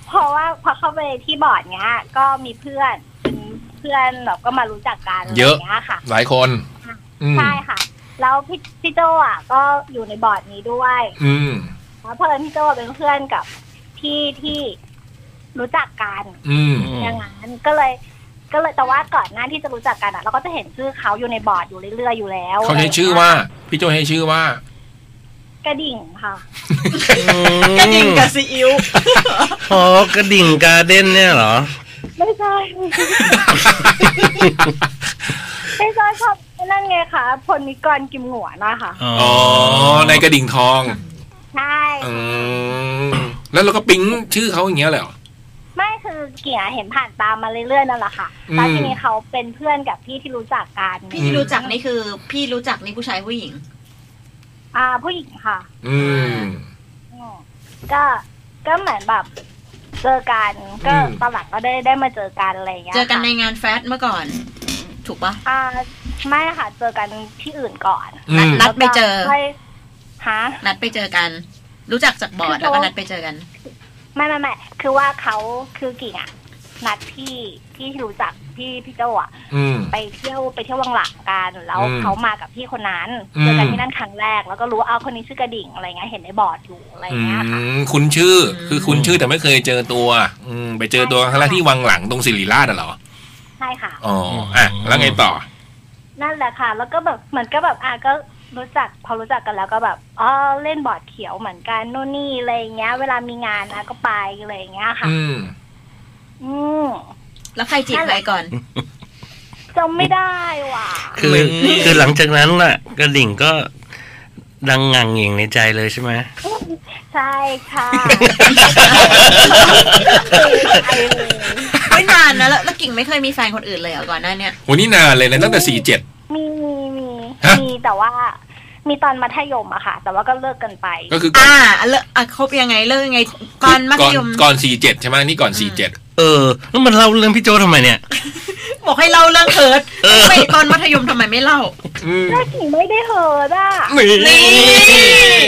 Speaker 7: เพราะว่าพอเข้าไปที่บอร์ดเนี้ย ก็มีเพื่อนเป็นเพื่อนแบบก็มารู้จักกัน
Speaker 3: เยอะ
Speaker 7: ไรางเงี้ยค่ะ
Speaker 3: หลายคนอืม
Speaker 7: ใช่ค่ะ แล้วพี่พี่โจอ่ะ ก็อยู่ในบอร์ดนี้ด้วย
Speaker 3: อืม
Speaker 7: แล้วเพื่อนพี่โจเป็นเพื่อนกับที่ที่รู้จักกัน
Speaker 3: อืม
Speaker 5: อืม
Speaker 7: อย่างนั้นก็เลย ก็เลยแต่ว่าก่อนหน้าที่จะรู้จักกันอ่ะเราก็จะเห็นชื่อเขาอยู่ในบอร์ดอยู่เรื่อยๆอยู่แล้ว
Speaker 3: เขาใช้ชื่อว่า พี่โจให้ชื่อว่า
Speaker 7: กระดิ่งค่ะ
Speaker 4: กระดิ่งกับซีอิ๊ว
Speaker 5: อ๋อกระดิ่งการ์เด้นเนี่ยเหรอ
Speaker 7: ไม่ใช่ ไม่ใช่ชอบนั่นไงค่ะผลนิกรกิมหัวนะคะ
Speaker 5: อ๋อ
Speaker 3: อ๋อ ในกระดิ่งทอง
Speaker 7: ใช่
Speaker 3: อืมแล้วเราก็ปิ๊งชื่อเขาอย่างเงี้ยเลยเหรอ
Speaker 7: ไม่คือเกียเห็นผ่านตามมาเรื่อยๆนั่นแหละค่ะ
Speaker 3: อืม
Speaker 7: แล้วทีนี้เขาเป็นเพื่อนกับพี่ที่รู้จักกัน
Speaker 4: พี่ที่รู้จักนี่คือ พี่รู้จักนี่ผู้ชายผู้หญิง
Speaker 7: อ่าผู้หญิงค่ะ
Speaker 3: อืม
Speaker 7: อืมก็ก็เหมือนแบบเจอกันก็
Speaker 3: อืม
Speaker 7: ตอนหลังก็ได้ได้มาเจอกันอะไรอย่างเงี้ย
Speaker 4: เจอกันใน
Speaker 7: ค่ะ
Speaker 4: งานแฟชเมื่อก่อน ถูกปะ
Speaker 7: อ่าไม่ค่ะ เจอกันที่อื่นก่อน
Speaker 3: อืม
Speaker 4: นัดไปเจอ
Speaker 7: แล้วก็ค่ยฮะ
Speaker 4: นัดไปเจอกัน รู้จักจากบอร์ด
Speaker 7: คือ
Speaker 4: แล้ว
Speaker 7: เขา
Speaker 4: ก็นัดไปเจอกัน
Speaker 7: ไม่ไม่ไม่คือว่าเขาคือกิ่งอะนัดพี่พี่ที่รู้จักพี่พี่เจ้าอะ
Speaker 3: อืม
Speaker 7: ไปเที่ยวไปเที่ยววังหลังกันแล้ว
Speaker 3: อืม
Speaker 7: เขามากับพี่คนนั้น
Speaker 3: อืม
Speaker 7: เจอกันที่นั่นครั้งแรก แล้วก็รู้ว่าเอาคนนี้ชื่อกระดิ่งอะไรเงี้ยเห็นในบอร์ดอยู่อะไร
Speaker 3: อื
Speaker 7: เงี้ยค่ะ
Speaker 3: มคุณชื่อ
Speaker 4: อืม
Speaker 3: คือคุณชื่อแต่ไม่เคยเจอตัว อืม ไปเจอตัวครั้งแรกที่วังหลังตรงศิริราชอะเหรอ
Speaker 7: ใช่ค่ะ
Speaker 3: อ๋อ อ่ะ แล้วไงต่อ
Speaker 7: นั่นแหละค่ะ แล้วก็แบบเหมือนก็แบบอ่ะก็รู้จักพอรู้จักกันแล้วก็แบบอ๋อเล่นบอร์ดเขียวเหมือนกันนู่นนี่อะไรอย่างเงี้ย เวลามีงานอ่ะก็ไปอะไรอย่างเงี้ยค่ะ
Speaker 3: อืม
Speaker 7: อืม
Speaker 4: แล้วใครจีบใครก่อน
Speaker 7: จำไม่ได้ว่ะ
Speaker 5: คือคือหลังจากนั้นล่ะ กระดิ่งก็ดังงังเงียงในใจเลยใช่ไหม
Speaker 7: ใช่ค่ะไอ้เลย
Speaker 4: ไม่นานนะแล้วแล้วกิ่งไม่เคยมีแฟนคนอื่นเลยเหรอก่อนหน้าเนี้ย
Speaker 3: โห นี่นานเลยนะตั้งแต่สี่เจ็ด
Speaker 7: มีมีมี
Speaker 3: ฮะ
Speaker 7: มีแต่ว่า มีตอนมัธยมอะค่ะ แต่ว่าก็เลิกกันไป
Speaker 3: ก็คือก่อน
Speaker 4: อ่าเลิกอ่ะคบยังไงเลิกยังไงตอนมัธยม
Speaker 3: ก่อนสี่เจ็ดใช่ไหมนี่ก่อนสี่เจ็ด
Speaker 5: เออ แล้วมันเล่าเรื่องพี่โจทำไมเนี่ย
Speaker 4: บอกให้เล่าเรื่องเฮิร์ตไม่ตอนมัธยมทำไมไม่เล่า
Speaker 3: อืม
Speaker 7: ก็กิ่งไม่ได้เหอะอ่ะ
Speaker 4: นี่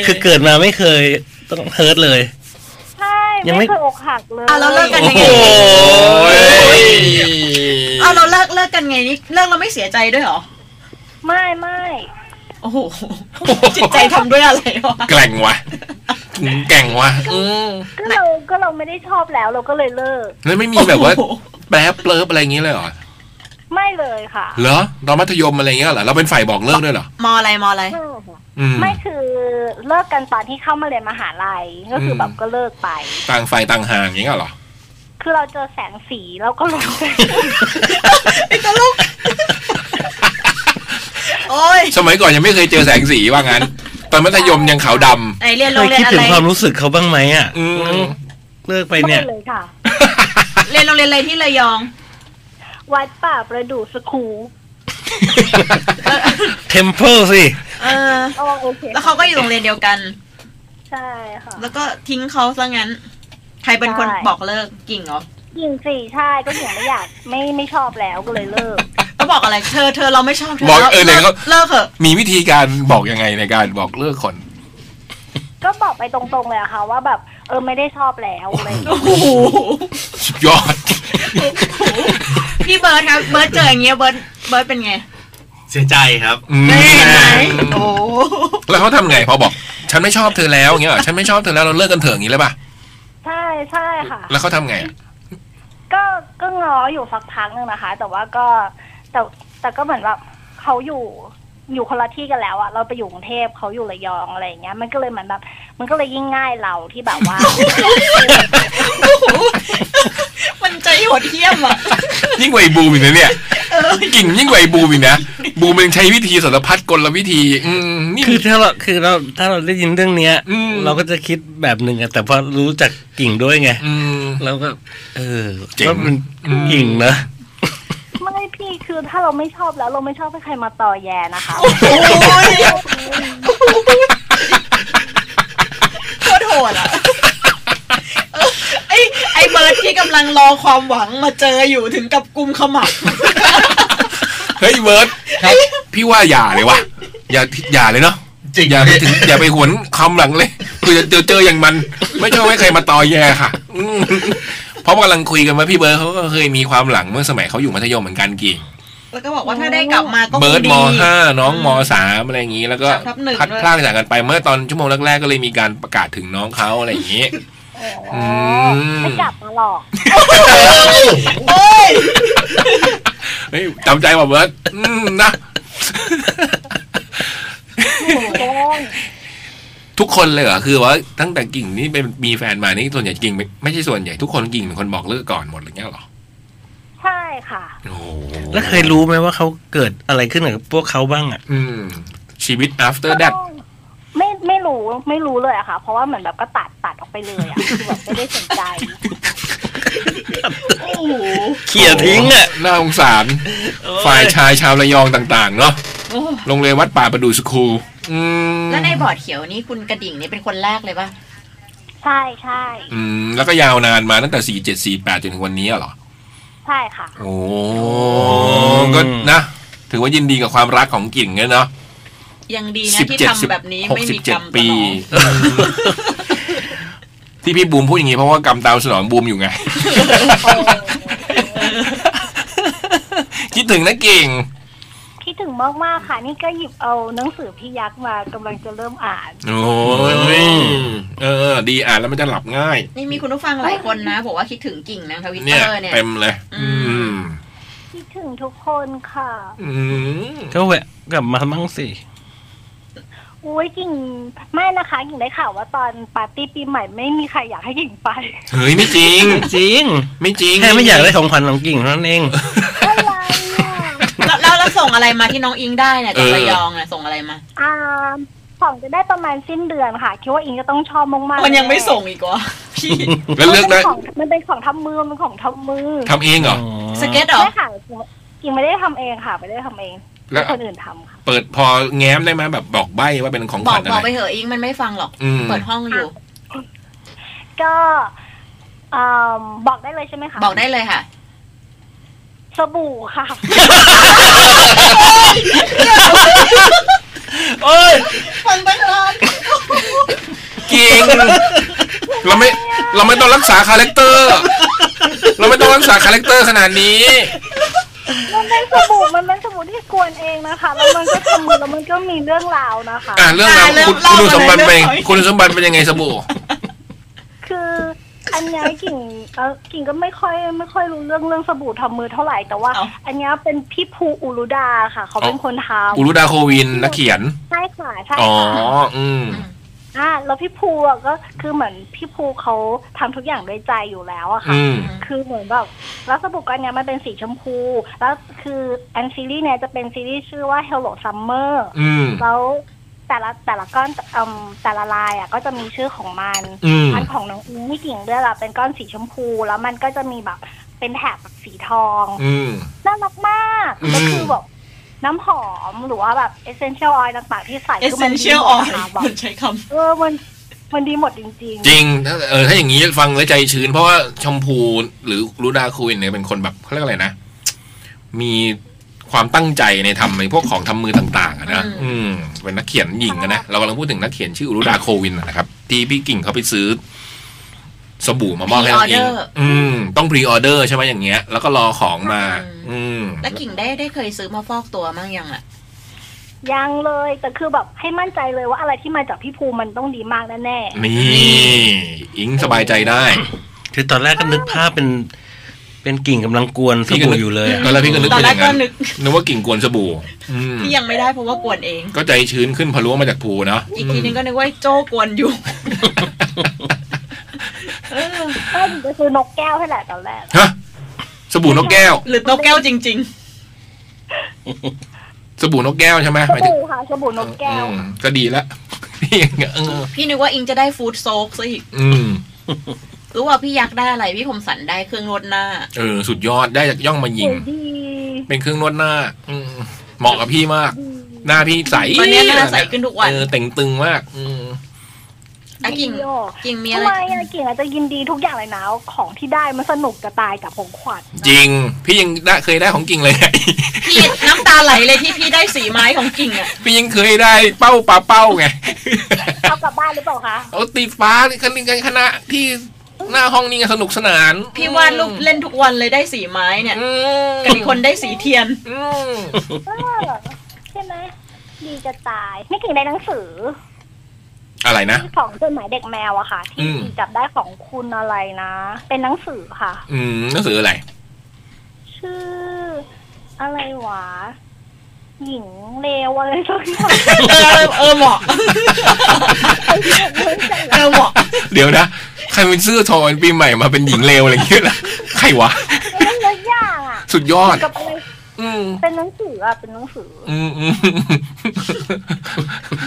Speaker 5: คือเกิดมาไม่เคยต้องเฮิร์ตเลย
Speaker 7: ใช่
Speaker 5: ยังไม่
Speaker 7: ไม่เคยอกหักเลย
Speaker 4: อ่ะแล้วเลิกกันยังไง
Speaker 3: โอ้ย
Speaker 4: เอาเราเลิกเลิกกันไงนี่เลิกเราไม่เสียใจด้วยเหรอ
Speaker 7: ไม่ไม่
Speaker 4: โอ้โหจิตใจทำด้วยอะไรวะ
Speaker 3: แกล่งวะแกล่งวะอืม
Speaker 7: ก็เราก็เราไม่ได้ชอบแล้วเราก็เลยเลิก
Speaker 3: แล้วไม่มีแบบว่าแปรเปลิบอะไรอย่างงี้เลยเหรอ
Speaker 7: ไม่เลยค่ะ
Speaker 3: เหรอตอนมัธยมอะไรอย่างเงี้ยเหรอ เราเป็นฝ่ายบอกเลิกด้วยเหรอ
Speaker 4: มออะไรมออะไร
Speaker 3: อืม
Speaker 7: ไม่คือเลิกกันตอนที่เข้ามาเรียนมหาลัยก็คืออ
Speaker 3: ม
Speaker 7: แบบก็เลิกไป
Speaker 3: ต่างฝ่ายต่างห่างอย่างเงี้ยเหรอ
Speaker 7: คือเราเจอแสงสีเราก็รู้
Speaker 4: โอ้ย
Speaker 3: สมัยก่อนยังไม่เคยเจอแสงสีว่างั้น ตอนมัธยมยังขาวด
Speaker 4: ไหนเรียน
Speaker 5: เค
Speaker 4: โรง
Speaker 5: ย
Speaker 4: เรียน
Speaker 5: คิด
Speaker 4: อะ
Speaker 5: ถึ
Speaker 4: ไรง
Speaker 5: ความรู้สึกเขาบ้างไหมอ่ะ
Speaker 3: ำอืม
Speaker 5: เลิกไป
Speaker 7: ไม่
Speaker 5: เนี่ย
Speaker 7: เลยค่ะ
Speaker 4: เรียนโรงเรียนอะไรที่ระยอง
Speaker 7: วัดป่าประดู่สคูป
Speaker 5: เทมเพลสิ
Speaker 4: เออ
Speaker 7: อ๋อโอเค
Speaker 4: แล้วเขาก็อยู่โรงเรียนเดียวกัน
Speaker 7: ใช่ค่ะ
Speaker 4: แล้วก็ทิ้งเขาซะงั้น ใครเป็นคน
Speaker 7: ใช่
Speaker 4: บอกเลิกกิ่งเหรอ
Speaker 7: ยิงสี่ใช่ก็ถึงไม่อยากไม่ไม่ชอบแล้วก็เลยเลิก
Speaker 4: แล้วบอกอะไร เธอเธอเราไม่ชอบเธอ
Speaker 3: บอกเออไหน
Speaker 4: เลิก
Speaker 3: เขา
Speaker 4: เลิกเถอะ
Speaker 3: มีวิธีการบอกยังไงในการบอกเลิกคน
Speaker 7: ก็บอกไปตรงๆเลยอะค่ะ ว่าแบบเออไม่ได้ชอบแล้วอะไรอย่างเงี้ย
Speaker 4: โอ้โห
Speaker 3: สุดยอด
Speaker 4: พี่เบิร์ดครับ เบิร์ดเจออย่างเงี้ย เบิร์ดเบิร์ดเป็นไง
Speaker 6: เสียใจครับ
Speaker 3: อืม
Speaker 4: เห็นไหมโอ้โห
Speaker 3: แล้วเขาทำไงพอบอก ฉันไม่ชอบเธอแล้วอย่างเงี้ยเหรอฉันไม่ชอบเธอแล้วเราเลิกกันเถอะอย่างงี้เลยป่ะ
Speaker 7: ใช่ใช่ค่ะ
Speaker 3: แล้วเขาทำไง
Speaker 7: ก็ก็ง้ออยู่สักพักหนึ่งนะคะ แต่ว่าก็แต่แต่ก็เหมือนแบบเขาอยู่อยู่คนละที่กันแล้วอะเราไปอยู่กรุงเทพเขาอยู่ระยองอะไรอย่างเงี้ย มันก็เลยเหมือนแบบ มันก็เลยยิ่งง่ายเราที่แบบ ว่า
Speaker 4: โอ้โห มันใจโหดเหี้ยมอ่ะ
Speaker 3: ยิ่งกว่าไอ้บูมอีกนะเนี่ย กิ่งยิ่งกว่าไอ้บูมอีกนะ บูมยังใช้วิธีสารพัดกลวิธี อืมนี่
Speaker 5: คือถ้าเราคือเราถ้าเราได้ยินเรื่องเนี้ย
Speaker 3: อืม
Speaker 5: เราก็จะคิดแบบหนึ่งอะแต่พอรู้จักกิ่งด้วยไง
Speaker 3: อืม
Speaker 5: เราก็ เออ
Speaker 3: เจ๋ง
Speaker 5: ว่ามันกิ่งนะ
Speaker 7: ไม่พี่คือถ้าเราไม่ชอบแล้วเราไม่ชอบให้ใครมาต่อแยนะคะ
Speaker 9: โคตรโหดอ่ะเออไอไอเบิร์ดที่กำลังรอความหวังมาเจออยู่ถึงกับกุมขมับ
Speaker 3: เฮ้ยเวิร์ดพี่ว่าอย่าเลยวะอย่าอย่าเลยเนาะ
Speaker 6: จริง
Speaker 3: อย่าไปถึงอย่าไปหวนคำหลังเลยคือจะเจอเจออย่างมัน ไม่ชอบให้ใครมาตอแยค่ะ อืมเพราะกำลังคุยกันว่าพี่เบิร์ดเขาก็เคยมีความหลังเมื่อสมัยเขาอยู่มัธยมเหมือนกันกี่
Speaker 9: แล้วก็บอกว่าถ้าได้กลับมาก็ค
Speaker 3: เบิ
Speaker 9: ง
Speaker 3: ร์ด
Speaker 9: ดี
Speaker 3: มห้าน้องมสามอะไรอย่างนี้ แล้วก็
Speaker 9: สามทับหนึ่ง
Speaker 3: พัด
Speaker 9: ด้วย
Speaker 3: พลาดจากกันไปเมื่อตอนชั่วโมงแรกๆก็เลยมีการประกาศถึงน้องเขาอะไรอย่างนี้อืม
Speaker 7: ไม่กลับมาหรอก
Speaker 3: เฮ้ยจำใจว่าเบิร์ดอืมนะ ทุกคนเลยเหรอคือว่าตั้งแต่กิ่งนี่เป็นมีแฟนมานี่ส่วนใหญ่กิ่งไม่ไม่ใช่ส่วนใหญ่ทุกคนกิ่งเป็นคนบอกเลิกก่อนหมดหรือไงยเหรอ
Speaker 7: ใช่ค่ะ
Speaker 3: โอ้โห
Speaker 5: แล้วเคยรู้ไหมว่าเขาเกิดอะไรขึ้นกับพวกเขาบ้างอะ
Speaker 3: อืมชีวิต after that
Speaker 7: ไม่ไม่รู้ไม่รู้เลยอะค่ะ เพราะว่าเหมือนแบบก็ตัดตัดออกไปเลยอะคือแบบไม่ได้สนใจ
Speaker 9: โอ้โห
Speaker 5: เขี่ยทิ้งอ่ะ
Speaker 3: น่าสงสาร ฝ่ายชายชาวระยองต่าง ๆ เนาะ
Speaker 9: โอ้
Speaker 3: โรงเรียนวัดป่าประดูสคูลอืม
Speaker 4: แล้วในบอร์ดเขียวนี่คุณกระดิ่งนี่เป็นคนแรกเลยปะ
Speaker 7: ใช่ใช่
Speaker 3: อืมแล้วก็ยาวนานมาตั้งแต่สี่เจ็ดสี่แปดจนถึงวันนี้อะเหรอ
Speaker 7: ใช่ค่ะ
Speaker 3: โอ้ก็นะ ถือว่ายินดีกับความรักของกิ่งเนี่ยเนาะ
Speaker 4: ยังดีนะ
Speaker 3: สิบ
Speaker 4: ที่
Speaker 3: เจ็ดสิ
Speaker 4: ทำแบบนี้
Speaker 3: หก
Speaker 4: ไม่
Speaker 3: สิบ
Speaker 4: มีก
Speaker 3: เจ็
Speaker 4: ร
Speaker 3: ด
Speaker 4: รม
Speaker 3: ปี
Speaker 4: ต่อ
Speaker 3: ที่พี่บูมพูดอย่างนี้เพราะว่ากรรมตามสนองบูมอยู่ไง คิดถึงนะกิ่ง
Speaker 7: คิดถึงมากมากๆค่ะ นี่ก็หยิบเอาหนังสือพี่ยักษ์มากำลังจะเริ่มอ่าน
Speaker 3: โอ้ยเออ ดีอ่านแล้วมันจะหลับง่าย
Speaker 4: นี่มีคุณผู้ฟังหลายคนนะ บอกว่าคิดถึงกิ่งนางทวิตเต
Speaker 3: เนี่
Speaker 4: อย ร์เนี่ย
Speaker 3: เต็มเลย อืม
Speaker 7: คิดถึงทุกคนค่ะ
Speaker 3: อืม
Speaker 5: ก็แวะกลับมามั่งสิ
Speaker 7: อุ้ยกิ่งไม่นะคะกิ่งได้ข่าวว่าตอนปาร์ตี้ปีใหม่ไม่มีใครอยากให้กิ่งไป
Speaker 3: เฮ้ยไม่จริง
Speaker 5: จริง
Speaker 3: ไม่จริง
Speaker 5: แค่ไม่อยากได้ของขวัญของกิ่งเท่านั้นเอง
Speaker 7: อะไรอ่ะ
Speaker 4: แล้วแล้วแล้วส่งอะไรมาที่น้องอิงได้เนี่ยจาก
Speaker 3: เออ
Speaker 4: ระยองเนี่ยส่งอะไรมา
Speaker 7: อ่าของจะได้ประมาณสิ้นเดือนค่ะ คิดว่าอิงจะต้องชอบมากๆ
Speaker 4: มันยังไม่ส่งอีกวะ พี่
Speaker 3: แล้วเลือกได้
Speaker 7: มันป็นของมันเป็นของทำมือ มันเป็นของทำมือ
Speaker 3: ทำเองเหรอ
Speaker 4: สเก็ตเหรอ
Speaker 7: ใช่ค่ะกิ่งไม่ได้ทำเองค่ะ ไม่ได้ทำเอง
Speaker 3: แล้ว
Speaker 7: ให้คนอื่นทำค่ะ
Speaker 3: เปิดพอแง้มได้ไหมแบบบอกใบ้ว่าเป็นของ
Speaker 4: บ
Speaker 3: ข
Speaker 4: อ
Speaker 3: วั
Speaker 4: ก
Speaker 3: ญ
Speaker 4: บ
Speaker 3: อะ
Speaker 4: อก
Speaker 3: ไร
Speaker 4: ไปเถอะอิงมันไม่ฟังหรอก
Speaker 3: อืม
Speaker 4: เปิดห้องอยู่
Speaker 7: ก็อ่าบอกได้เลยใช่ไหมคะ
Speaker 4: บอกได้เลยค่ะ
Speaker 7: สบู่ค่ะ
Speaker 9: ฟังตั้งนาน
Speaker 3: เก่งเราไม่เราไม่ต้องรักษาคาแรคเตอร์ เราไม่ต้องรักษาคาแรคเตอร์ขนาดนี้
Speaker 7: มันเป็นสบู่มันเป็นสบู่ที่กวนเองนะคะ แล้วมันก็ทำมือแล้วมันก็มีเรื่องราวนะคะ
Speaker 3: อ่ะเรื่องราว
Speaker 9: าเรื่อง
Speaker 3: คุณ
Speaker 9: เล่า
Speaker 3: คุณสมบัติ
Speaker 9: มา
Speaker 3: เป็
Speaker 9: เลย
Speaker 3: น
Speaker 9: เรื่อง
Speaker 3: คุณสมบัติเป็นยังไงสบู่
Speaker 7: คืออันเนี้ยกิ่งเออกิ่งก็ไม่ค่อยไม่ค่อยรู้เรื่องเรื่องสบู่ทำมือเท่าไหร่แต่ว่า
Speaker 9: เอ้า
Speaker 7: อันเนี้ยเป็นพี่ภูอุรุดาค่ะ เขาเป็นคนท
Speaker 3: อุรุดาโควินนักเขียน
Speaker 7: ำใช่ค่ะใช่
Speaker 3: อ๋อ
Speaker 7: ค่ะ
Speaker 3: อืม
Speaker 7: อ่าแล้วพี่ภูอะก็คือเหมือนพี่ภูเขาทำทุกอย่างด้วยใจอยู่แล้วอะค่ะ
Speaker 3: อืม
Speaker 7: คือเหมือนแบบแล้วสบู่ก้อนเนี้ยมันเป็นสีชมพู แล้วคืออันซีรีส์เนี้ยจะเป็นซีรีส์ชื่อว่า Hello Summer
Speaker 3: อืม
Speaker 7: แล้วแต่ละแต่ละก้อนเอิ่มแต่ละลายอ่ะก็จะมีชื่อของมัน
Speaker 3: อืม
Speaker 7: นของน้องอิงไม่กิ่งด้วยล่ะเป็นก้อนสีชมพู แล้วมันก็จะมีแบบเป็นแถบแบบสีทอง
Speaker 3: อืม
Speaker 7: น่ารักมาก
Speaker 3: อืม
Speaker 7: ก็คือแบบน้ำหอมหรือว่าแบบเอเซนเชียลออยล์ต่างๆที่ใส่
Speaker 9: เอ
Speaker 7: คือ
Speaker 9: เซ
Speaker 7: มัน
Speaker 9: น
Speaker 7: ดี
Speaker 9: เชียล
Speaker 7: หม
Speaker 9: อ
Speaker 7: ด
Speaker 9: อย
Speaker 7: ค่ะแบ
Speaker 9: มั
Speaker 7: บ
Speaker 9: นใช้ค
Speaker 7: เออมันมันดีหมดจริง
Speaker 3: จริงถ้าเออถ้าอย่างนี้ฟังแล้วใจชื้น เพราะว่าชมพูหรือรูดาคูวินเนี่ยเป็นคนแบบเขาเรียกอะไรนะ มีความตั้งใจในทำในพวกของทำมือต่างๆอะนะอืมเป็นนักเขียนหญิงอะนะเรากำลังพูดถึงนักเขียนชื่อรูดาโควินอะนะครับ ที่พี่กิ่งเขาไปซื้อ สบู่มามอบให้น้องอิง
Speaker 4: Pre-order
Speaker 3: อืม ต้องพรีออเดอร์ใช่ไหมอย่างเงี้ย แล้วก็รอของมา อืม
Speaker 4: แล้วกิ่งได้ได้เคยซื้อมาฟอกตัวมั้งยังอ่ะ
Speaker 7: ๆ ยังเลยแต่คือแบบให้มั่นใจเลยว่าอะไรที่มาจากพี่ภูมันต้องดีมากแน่ๆ
Speaker 3: นี่อิงสบายใจได้
Speaker 5: คือตอนแรกก็นึกภาพเป็น เป็นกิ่งกำลังกวนสบู่อยู่เลย
Speaker 3: ตอนแรกพี่ก็นึก
Speaker 9: ำตอ
Speaker 3: เป็น น
Speaker 9: แร
Speaker 3: อก ย่าง
Speaker 9: ก็
Speaker 3: นั้น
Speaker 9: นึก
Speaker 3: นึกว่ากิ่งกวนสบู่ อืม
Speaker 4: ที่ยังไม่ได้เพราะว่ากวนเอง
Speaker 3: ก็ใจชื้นขึ้นพะล้วมาจากภูเนาะ
Speaker 4: อีกทีนึงก็นึกว่าโจ้กวนอยู่ เออ
Speaker 7: เอ้ยจะซื้อนกแก้วให้แหละตอนแรก
Speaker 3: ฮะสบู่นกแก้ว
Speaker 9: หรือนกแก้วจริง
Speaker 3: สบู่นกแก้วใช่ไหม
Speaker 7: ส
Speaker 3: หมายถึง
Speaker 7: บู่ค่ะสบู่นกแก้ว
Speaker 3: อืมก็ดีละ พี่ยังเออ
Speaker 4: พี่นึกว่าอิงจะได้ฟู้ดโซกซะอีก
Speaker 3: อืม
Speaker 4: รู้ว่าพี่อยากได้อะไรพี่คมสันได้เครื่องนวดหน้า
Speaker 3: เออ สุดยอดได้จากย่องมายิง
Speaker 7: ดี
Speaker 3: เป็นเครื่องนวดหน้า อืมเหมาะกับพี่มาก หน้าพี่ใส
Speaker 4: ตอนนี้หน้าใสขึ้นทุกวัน
Speaker 3: เออแต่งตึงมาก อืม
Speaker 4: อะกิ่ง
Speaker 7: ดีอ่ะ
Speaker 4: กิ่งมี
Speaker 7: ทำ
Speaker 4: อะไร
Speaker 7: ไมอะกิ่งอาจจะยินดีทุกอย่างเลยนะของที่ได้มันสนุกจะตายกับของขวัญ
Speaker 3: จริง พี่ยังได้เคยได้ของกิ่งเลย
Speaker 4: พี่น้ำตาไหลเลยที่พี่ได้สีไม้ของกิ่งอ่ะ
Speaker 3: พี่ยังเคยได้เป้าปลาเป้าไง
Speaker 7: เอากลับบ้านหรือเปล่าคะ
Speaker 3: เอาตีฟ้าคันกันคณะที่หน้าห้องนี่ไงสนุกสนาน
Speaker 4: พี่วาดรูปเล่นทุกวันเลยได้สีไม้เนี่ย
Speaker 3: อืม
Speaker 4: กับอีกคนได้สีเทียน
Speaker 3: อืม
Speaker 7: เออใช่ไหมดีจะตายนี่กิ่งได้หนังสือ
Speaker 3: อะไรนะ
Speaker 7: ที่ของจดหมายเด็กแมวอะค่ะ ที่
Speaker 3: อืม
Speaker 7: กิ่งจับได้ของคุณอะไรนะ เป็นหนังสือค่ะ
Speaker 3: อืมหนังสืออะไร
Speaker 7: ชื่อ อะไรวะหญิงเลวอะไรสักอย่าง
Speaker 4: เออเออเหมาะ เออเหมาะ
Speaker 3: เดี๋ยวนะ ใครเป็นเสื้อทอนปีใหม่มาเป็นหญิงเลวอะไรอย่างเงี้ยล่ะใครวะ
Speaker 7: เป็นหลายอย่างอะ
Speaker 3: สุดยอด
Speaker 7: กับอะไร
Speaker 3: อืม
Speaker 7: เป็นหนังสืออะเป็นหนังสือ
Speaker 3: อืมอืม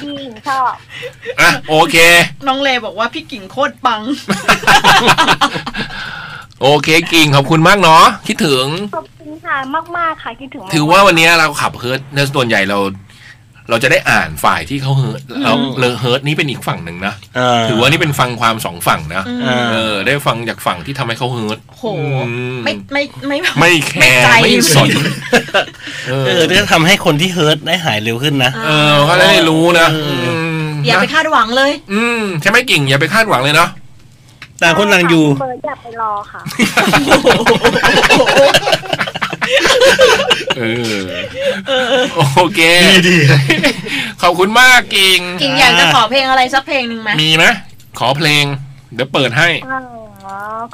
Speaker 7: ดีหญิงชอบ
Speaker 3: อ่ะโอเค
Speaker 4: น้องเลบอกว่าพี่กิ่งโคตรปัง
Speaker 3: โอเคกิ่งขอบคุณมากเนาะคิดถึง
Speaker 7: ขอบคุณค่ะมากๆค่ะคิดถึงมกๆ
Speaker 3: ถือว่าวันนี้เราขับเฮิร์ตเนยส่วนใหญ่เรา เราจะได้อ่านฝ่ายที่เขาเฮิร์ตแล้วเลอเฮิร์ตนี่เป็นอีกฝั่งหนึ่งนะ ถือว่านี่เป็นฟังความสองฝั่งนะ
Speaker 5: อ่า
Speaker 3: เออ ได้ฟังจากฝั่งที่ทำให้เขาเฮิร์ต
Speaker 4: โห
Speaker 3: อืม
Speaker 4: ไม่ไม่ไม่แบบ
Speaker 3: ไม่แคร์
Speaker 4: ไม่
Speaker 3: ไม่
Speaker 4: ใจ
Speaker 3: สนเอ
Speaker 5: เอ
Speaker 3: อ
Speaker 5: อจะทำให้คนที่เฮิร์ตได้หายเร็วขึ้นนะ
Speaker 3: เออก็ได้รู้นะอืม
Speaker 4: อย่าไปคาดหวังเลย
Speaker 3: อืมใช่ไหมกิ่ง อย่าไปคาดหวังเลยเนาะ
Speaker 5: ต่างคนต่างอยู่
Speaker 7: เบิร์ดอย่าไปรอค่ะ
Speaker 3: เออ โอเค ขอบคุณมากกิ่ง
Speaker 4: กิ่งอยากจะขอเพลงอะไรสักเพลงหนึ่งไหม
Speaker 3: มีไหมขอเพลง เดี๋ยวเปิดให้
Speaker 7: อ๋อ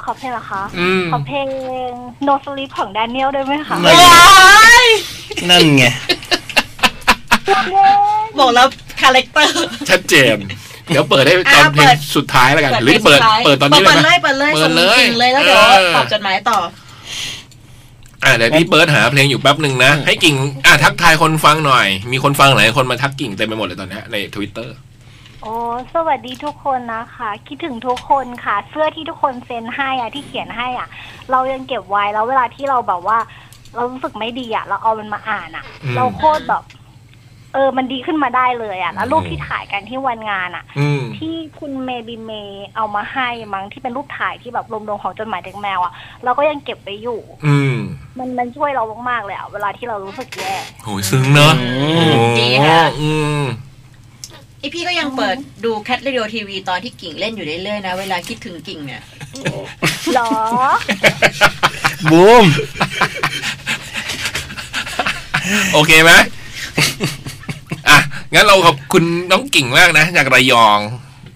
Speaker 7: ขอเพลงเหรอคะ
Speaker 3: อืม
Speaker 7: ขอเพลง No Sleep ของแดเนียลได้ไหมคะ
Speaker 5: ไม่
Speaker 4: โอ๊ย
Speaker 5: นั่นไง
Speaker 4: บอกแล้วคาแรคเตอร์
Speaker 3: ชัดเจน เดี๋ยวเปิดได้ตอน
Speaker 4: อ่ะ
Speaker 3: เพล
Speaker 4: เปิ
Speaker 3: ง
Speaker 4: ด
Speaker 3: สุดท้ายแล้วกัน หรือเปิด เปิดตอนนี้เลย
Speaker 4: เปิด
Speaker 3: ไห
Speaker 4: เล
Speaker 3: ม
Speaker 4: ยเปิดเลย
Speaker 3: เปิ
Speaker 4: ส่
Speaker 3: ด
Speaker 4: ง
Speaker 3: เล
Speaker 4: เลย ยเลยแล้วเดี๋ยว
Speaker 3: เออ
Speaker 4: ตอบจดหมายต่อ
Speaker 3: อ่ะเดี๋ยวพี่เปิดหาเพลงอยู่แป๊บหนึ่งนะ ให้กิ่ง อ่ะทักทายคนฟังหน่อย มีคนฟังหลายคนมาทักกิ่งเต็มไปหมดเลยตอนเนี้ยในทวิตเตอร์
Speaker 7: โอ้ สวัสดีทุกคนนะคะ คิดถึงทุกคนค่ะ เสื้อที่ทุกคนเซ็นให้อะที่เขียนให้อะเรายังเก็บไว้แล้วเวลาที่เราแบบว่า เรารู้สึกไม่ดีอะเราเอามันมาอ่านอะ
Speaker 3: อืม
Speaker 7: เราโคตรแบบ เออ มันดีขึ้นมาได้เลยอะแล้วรูปที่ถ่ายกันที่วันงานอะ
Speaker 3: อืม
Speaker 7: ที่คุณเมบีเมย์เอามาให้มั้งที่เป็นรูปถ่ายที่แบบรวมๆของจดหมายเด็กแมวอะเราก็ยังเก็บไว้อยู่
Speaker 3: อืม
Speaker 7: มันมันช่วยเรามากๆเลยอะเวลาที่เรารู้สึก แย่
Speaker 3: โหยซึ้งเนอะ
Speaker 5: อืม
Speaker 3: โอ้
Speaker 4: ดีค่ะ
Speaker 3: อืม
Speaker 4: ไอพี่ก็ยังเปิดดูแคทเรดิโอทีวีตอนที่กิ่งเล่นอยู่เรื่อยๆนะ เวลาคิดถึงกิ่งเนี่ย
Speaker 7: หรอ
Speaker 5: บูม
Speaker 3: โอเคไหม อ่ะ งั้นเราขอบคุณน้องกิ่งมากนะจากระยอง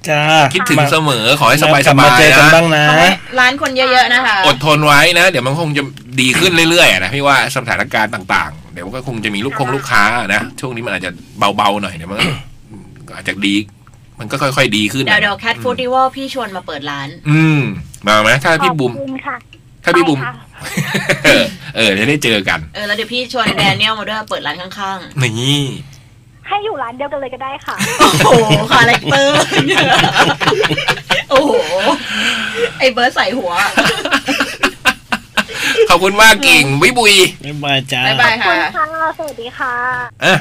Speaker 5: จ้า
Speaker 3: คิดถึงเสมอขอให้สบาย
Speaker 5: กลั
Speaker 3: ส
Speaker 5: บมา
Speaker 3: บาย
Speaker 5: เจอ
Speaker 3: ๆ
Speaker 5: กัน
Speaker 3: นะ
Speaker 5: บ้างนะ
Speaker 4: เอาไว้ร้านคนเยอะ ๆ นะคะ
Speaker 3: อดทนไว้นะ เดี๋ยวมันคงจะดีขึ้นเรื่อยๆอะนะพี่ว่าสถานการณ์ต่าง ๆ เดี๋ยวมันก็คงจะมีลูกคงลูกค้าอะนะ ช่วงนี้มันอาจจะเบาๆหน่อยเดี๋ยวมันก็อาจจะดี มันก็ค่อยๆดีขึ้น
Speaker 4: เดี๋ยว
Speaker 3: นะ
Speaker 4: เดี๋ยวแคทฟูดดิวอพี่ชวนมาเปิดร้าน
Speaker 3: อืม มาไหมถ้าพี่บุ๋ม
Speaker 7: ขอบคุณค่ะ
Speaker 3: ถ้าพี่บุ๋ม
Speaker 7: ไปค่ะ
Speaker 3: เออเออจะได้เจอกัน
Speaker 4: เออแล้วเดี๋ยวพี่ชวนแดเนียลมาด้วยเปิดร้านข้าง
Speaker 3: นี่
Speaker 7: ให้อยู่ร้านเดียวกันเลยก็ได้ค่ะ
Speaker 4: ๆ โอ้โหคาแรคเตอร์ โอ้โห ไอเบิร์ดใส่หัว
Speaker 3: ขอบคุณมากกิ่งวิบุย
Speaker 5: บ๊ายบายจ้า
Speaker 4: บายบาย
Speaker 7: ขอบคุ
Speaker 4: ค่ะ
Speaker 7: ณค่ะ สวัสดีค่ะ
Speaker 3: อ่ะ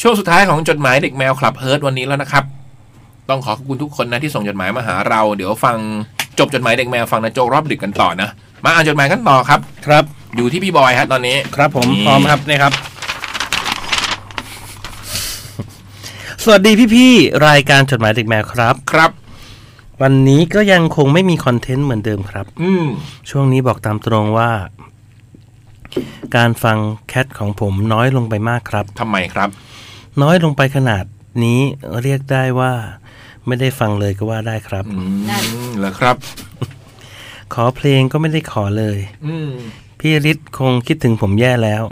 Speaker 3: ช่วงสุดท้ายของจดหมายเด็กแมวคลับเฮิร์ตวันนี้แล้วนะครับ ต้องขอขอบคุณทุกคนนะที่ส่งจดหมายมาหาเรา เดี๋ยวฟังจบจดหมายเด็กแมวฟังนะโจกรอบดึกกันต่อนะ มาอ่านจดหมายกันต่อครับ
Speaker 5: ครับ
Speaker 3: อยู่ที่พี่บอยฮะตอนนี้
Speaker 5: ครับผม
Speaker 3: นี่
Speaker 5: พร้อมครับนี่ครับ สวัสดีพี่ๆ รายการจดหมายเด็กแมวครับ
Speaker 3: ครับ
Speaker 5: วันนี้ก็ยังคงไม่มีคอนเทนต์เหมือนเดิมครับ
Speaker 3: อืม
Speaker 5: ช่วงนี้บอกตามตรงว่า การฟังแคทของผมน้อยลงไปมากครับ
Speaker 3: ทำไมครับ
Speaker 5: น้อยลงไปขนาดนี้เรียกได้ว่า ไม่ได้ฟังเลยก็ว่าได้ครับ
Speaker 3: อื
Speaker 4: นั่น
Speaker 3: มเหรอครับ
Speaker 5: ขอเพลงก็ไม่ได้ขอเลย
Speaker 3: อืม
Speaker 5: พี่ฤทธิ์คงคิดถึงผมแย่แล้ว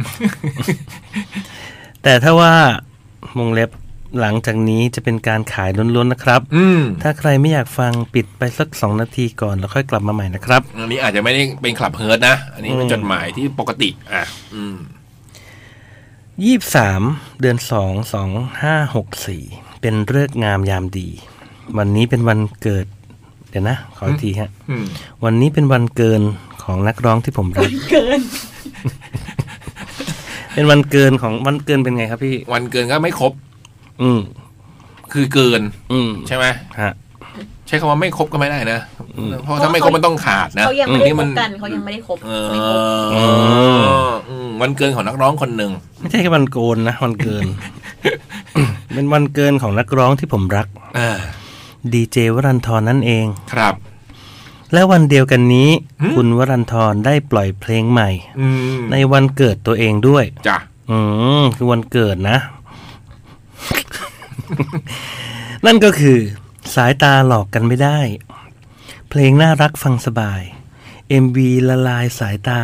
Speaker 5: แต่ถ้าว่าวงเล็บหลังจากนี้จะเป็นการขายล้วนๆนะครับ
Speaker 3: อืม
Speaker 5: ถ้าใครไม่อยากฟังปิดไปสักสองนาทีก่อนแล้วค่อยกลับมาใหม่นะครับ
Speaker 3: อันนี้อาจจะไม่ได้เป็นคลับเฮิร์ตนะ อันนี้เป็น
Speaker 5: อืม
Speaker 3: จดหมายที่ปกติ อ่ะ อืม
Speaker 5: ยี่สามเดือนสองสองห้าหกสี่เป็นเลิกษ์งามยามดี วันนี้เป็นวันเกิด เดี๋ยวนะ ขออีกทีฮะ
Speaker 3: อืม
Speaker 5: วันนี้เป็นวันเกินของนักร้องที่ผมรัก
Speaker 4: เกิน
Speaker 5: เป็นวันเกินของวันเกินเป็นไงครับพี่
Speaker 3: วันเกินก็ไม่ครบ
Speaker 5: อืม
Speaker 3: คือเกิน
Speaker 5: อืม
Speaker 3: ใช่ไหม
Speaker 5: ฮะ
Speaker 3: ใช้คำว่าไม่ครบก็ไม่ได้นะ
Speaker 5: อืม
Speaker 3: เพราะถ้าไม่ครบมันต้องขาดนะ
Speaker 4: เขายังไม่ได้
Speaker 3: นี่
Speaker 4: ค
Speaker 3: มัน
Speaker 4: บกันเขายังไม่ได้คบ
Speaker 3: เอ
Speaker 4: ไม่คบ
Speaker 3: ออืมวันเกินของนักร้องคนหนึ่ง
Speaker 5: ไม่ใช่แค่วันโกนนะวันเกิน เป็นวันเกินของนักร้องที่ผมรัก
Speaker 3: อ่า
Speaker 5: ดีเจวรันทรนั่นเอง
Speaker 3: ครับ
Speaker 5: และวันเดียวกันนี้
Speaker 3: หืม
Speaker 5: คุณวรันทรได้ปล่อยเพลงใหม่
Speaker 3: อืม
Speaker 5: ในวันเกิดตัวเองด้วย
Speaker 3: จ้ะ
Speaker 5: อืมคือวันเกิดนะ นั่นก็คือ สายตาหลอกกันไม่ได้ เพลงน่ารักฟังสบาย MV ละลายสายตา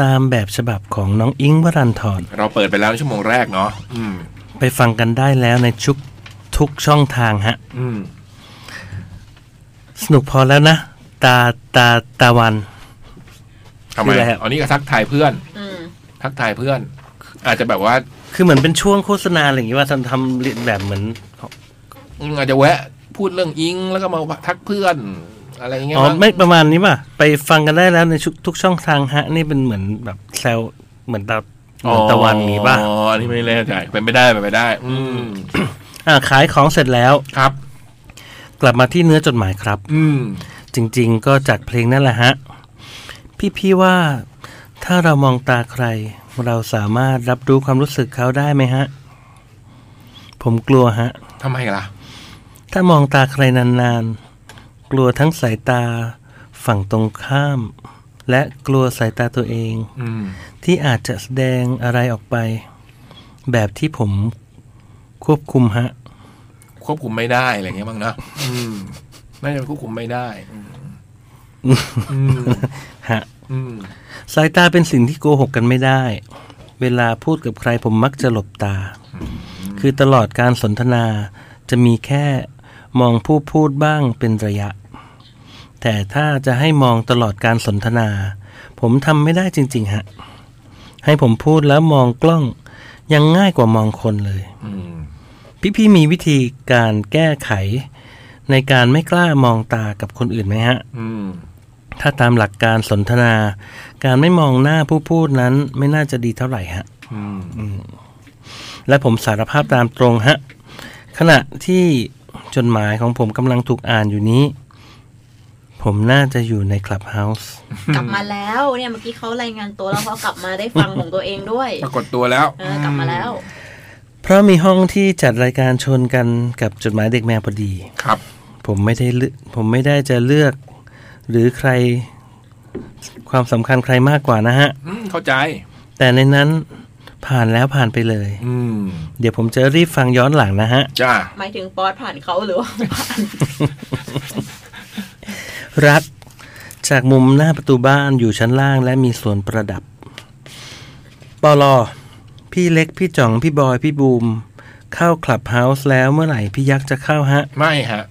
Speaker 5: ตามแบบฉบับของน้องอิงค์วรันทร
Speaker 3: เราเปิดไปแล้วในชั่วโมงแรกเนาะอืม
Speaker 5: ไปฟังกันได้แล้วในชุกทุกช่องทางฮะ
Speaker 3: อืม
Speaker 5: สนุกพอแล้วนะ ตาตาตาวัน
Speaker 3: ทำ
Speaker 5: คื
Speaker 3: ไม
Speaker 5: ออะไรฮะ
Speaker 3: อันนี้ก็ทักทายเพื่อน
Speaker 4: อืม
Speaker 3: ทักทายเพื่อน อาจจะแบบว่า
Speaker 5: คือเหมือนเป็นช่วงโฆษณาอะไรอย่างงี้ว่าทำทำเรียนแบบเหมือน
Speaker 3: อืมอาจจะแวะ พูดเรื่องอิงแล้วก็มาทักเพื่อน อะไรอย่างเงี้ย
Speaker 5: อ๋อ
Speaker 3: มั้ง
Speaker 5: ไม่ประมาณนี้ป่ะ ไปฟังกันได้แล้วในชุกทุกช่องทางฮะ นี่เป็นเหมือนแบบแซวเหมือนตาเหมือนตะวันนี้ป่ะ
Speaker 3: อ๋ออันนี้ไม่แน่ใจเป็นไม่ได้เป็นไม่ได้ อืม
Speaker 5: อ่าขายของเสร็จแล้ว
Speaker 3: ครับ
Speaker 5: กลับมาที่เนื้อจดหมายครับ
Speaker 3: อืม
Speaker 5: จริงๆ ก็จากเพลงนั่นแหละฮะ พี่พี่ว่า ถ้าเรามองตาใคร เราสามารถรับรู้ความรู้สึกเขาได้ไหมฮะ ผมกลัวฮะ
Speaker 3: ทำไมล่ะ
Speaker 5: ถ้ามองตาใครนานๆ กลัวทั้งสายตาฝั่งตรงข้าม และกลัวสายตาตัวเอง
Speaker 3: อืม
Speaker 5: ที่อาจจะแสดงอะไรออกไป แบบที่ผมควบคุมฮะ
Speaker 3: ควบคุมไม่ได้อะไรอย่างเงี้ยบ้างเนอะอืมน่าจะควบคุมไม่ได้ อืมอืม
Speaker 5: ฮะ
Speaker 3: อืม
Speaker 5: สายตาเป็นสิ่งที่โกหกกันไม่ได้ เวลาพูดกับใครผมมักจะหลบตา คือตลอดการสนทนาจะมีแค่มองผู้พูดบ้างเป็นระยะ แต่ถ้าจะให้มองตลอดการสนทนา ผมทำไม่ได้จริง ๆ ฮะ ให้ผมพูดแล้วมองกล้องยังง่ายกว่ามองคนเลย
Speaker 3: อืม
Speaker 5: พี่ๆมีวิธีการแก้ไข ในการไม่กล้ามองตากับคนอื่นไหมฮะ
Speaker 3: อืม
Speaker 5: ถ้าตามหลักการสนทนา การไม่มองหน้าผู้พูดนั้นไม่น่าจะดีเท่าไหร่ฮะ
Speaker 3: อืม
Speaker 5: และผมสารภาพตามตรงฮะ ขณะที่จดหมายของผมกำลังถูกอ่านอยู่นี้ ผมน่าจะอยู่ในคลับเฮาส์
Speaker 4: กลับมาแล้วเนี่ยเมื่อกี้เขารายงานตัวแล้วเขากลับมาได้ฟังของตัวเองด้วย
Speaker 3: ปรากฏตัวแล้ว
Speaker 4: เออกลับมาแล้ว
Speaker 5: เพราะมีห้องที่จัดรายการชนกันกับจดหมายเด็กแมวพอดี
Speaker 3: ครับ
Speaker 5: ผมไม่ได้เลือกผมไม่ได้จะเลือก หรือใครความสำคัญใครมากกว่านะฮะ
Speaker 3: อืมเข้าใจ
Speaker 5: แต่ในนั้นผ่านแล้วผ่านไปเลย
Speaker 3: อืม
Speaker 5: เดี๋ยวผมจะรีบฟังย้อนหลังนะฮะ
Speaker 3: จ้า
Speaker 4: หมายถึงป๊อตผ่านเขาหรือว่า ผ่าน
Speaker 5: รักจากมุมหน้าประตูบ้านอยู่ชั้นล่างและมีสวนประดับ ปลอ พี่เล็ก พี่จ่อง พี่บอย พี่บูม เข้าคลับเฮาส์แล้วเมื่อไหร่พี่ยักษ์จะเข้าฮะ
Speaker 3: ไม่ฮะ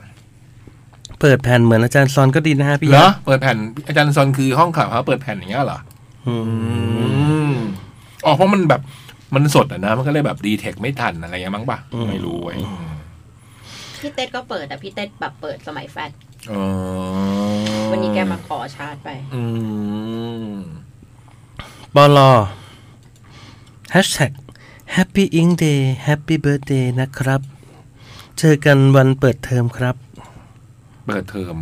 Speaker 5: เปิดแผ่นเหมือนอาจารย์ซอนก็ดีนะฮะพี่
Speaker 3: เหร
Speaker 5: ยั
Speaker 3: อก
Speaker 5: ษ์
Speaker 3: เปิดแผ่นอาจารย์ซอนคือห้องข่าวเขาเปิดแผ่นอย่างเงี้ยเหรอ
Speaker 5: อืม
Speaker 3: อ๋อเพราะมันแบบมันสดอ่ะนะ มันก็เลยแบบดีเทคไม่ทันอะไรเงี้ยมั้งป่ะ ไม่รู้เว้ย
Speaker 4: พี่เต้ก็เปิดแต่พี่เต้แบบเปิดสมัยแฟด
Speaker 3: อ๋อ
Speaker 4: วันนี้แกมาขอชาร์จไป
Speaker 3: อืม
Speaker 5: ปลอ Hashtag Happy Ink Day Happy Birthday นะครับ เจอกันวันเปิดเทอมครับ
Speaker 3: เปิดเทอม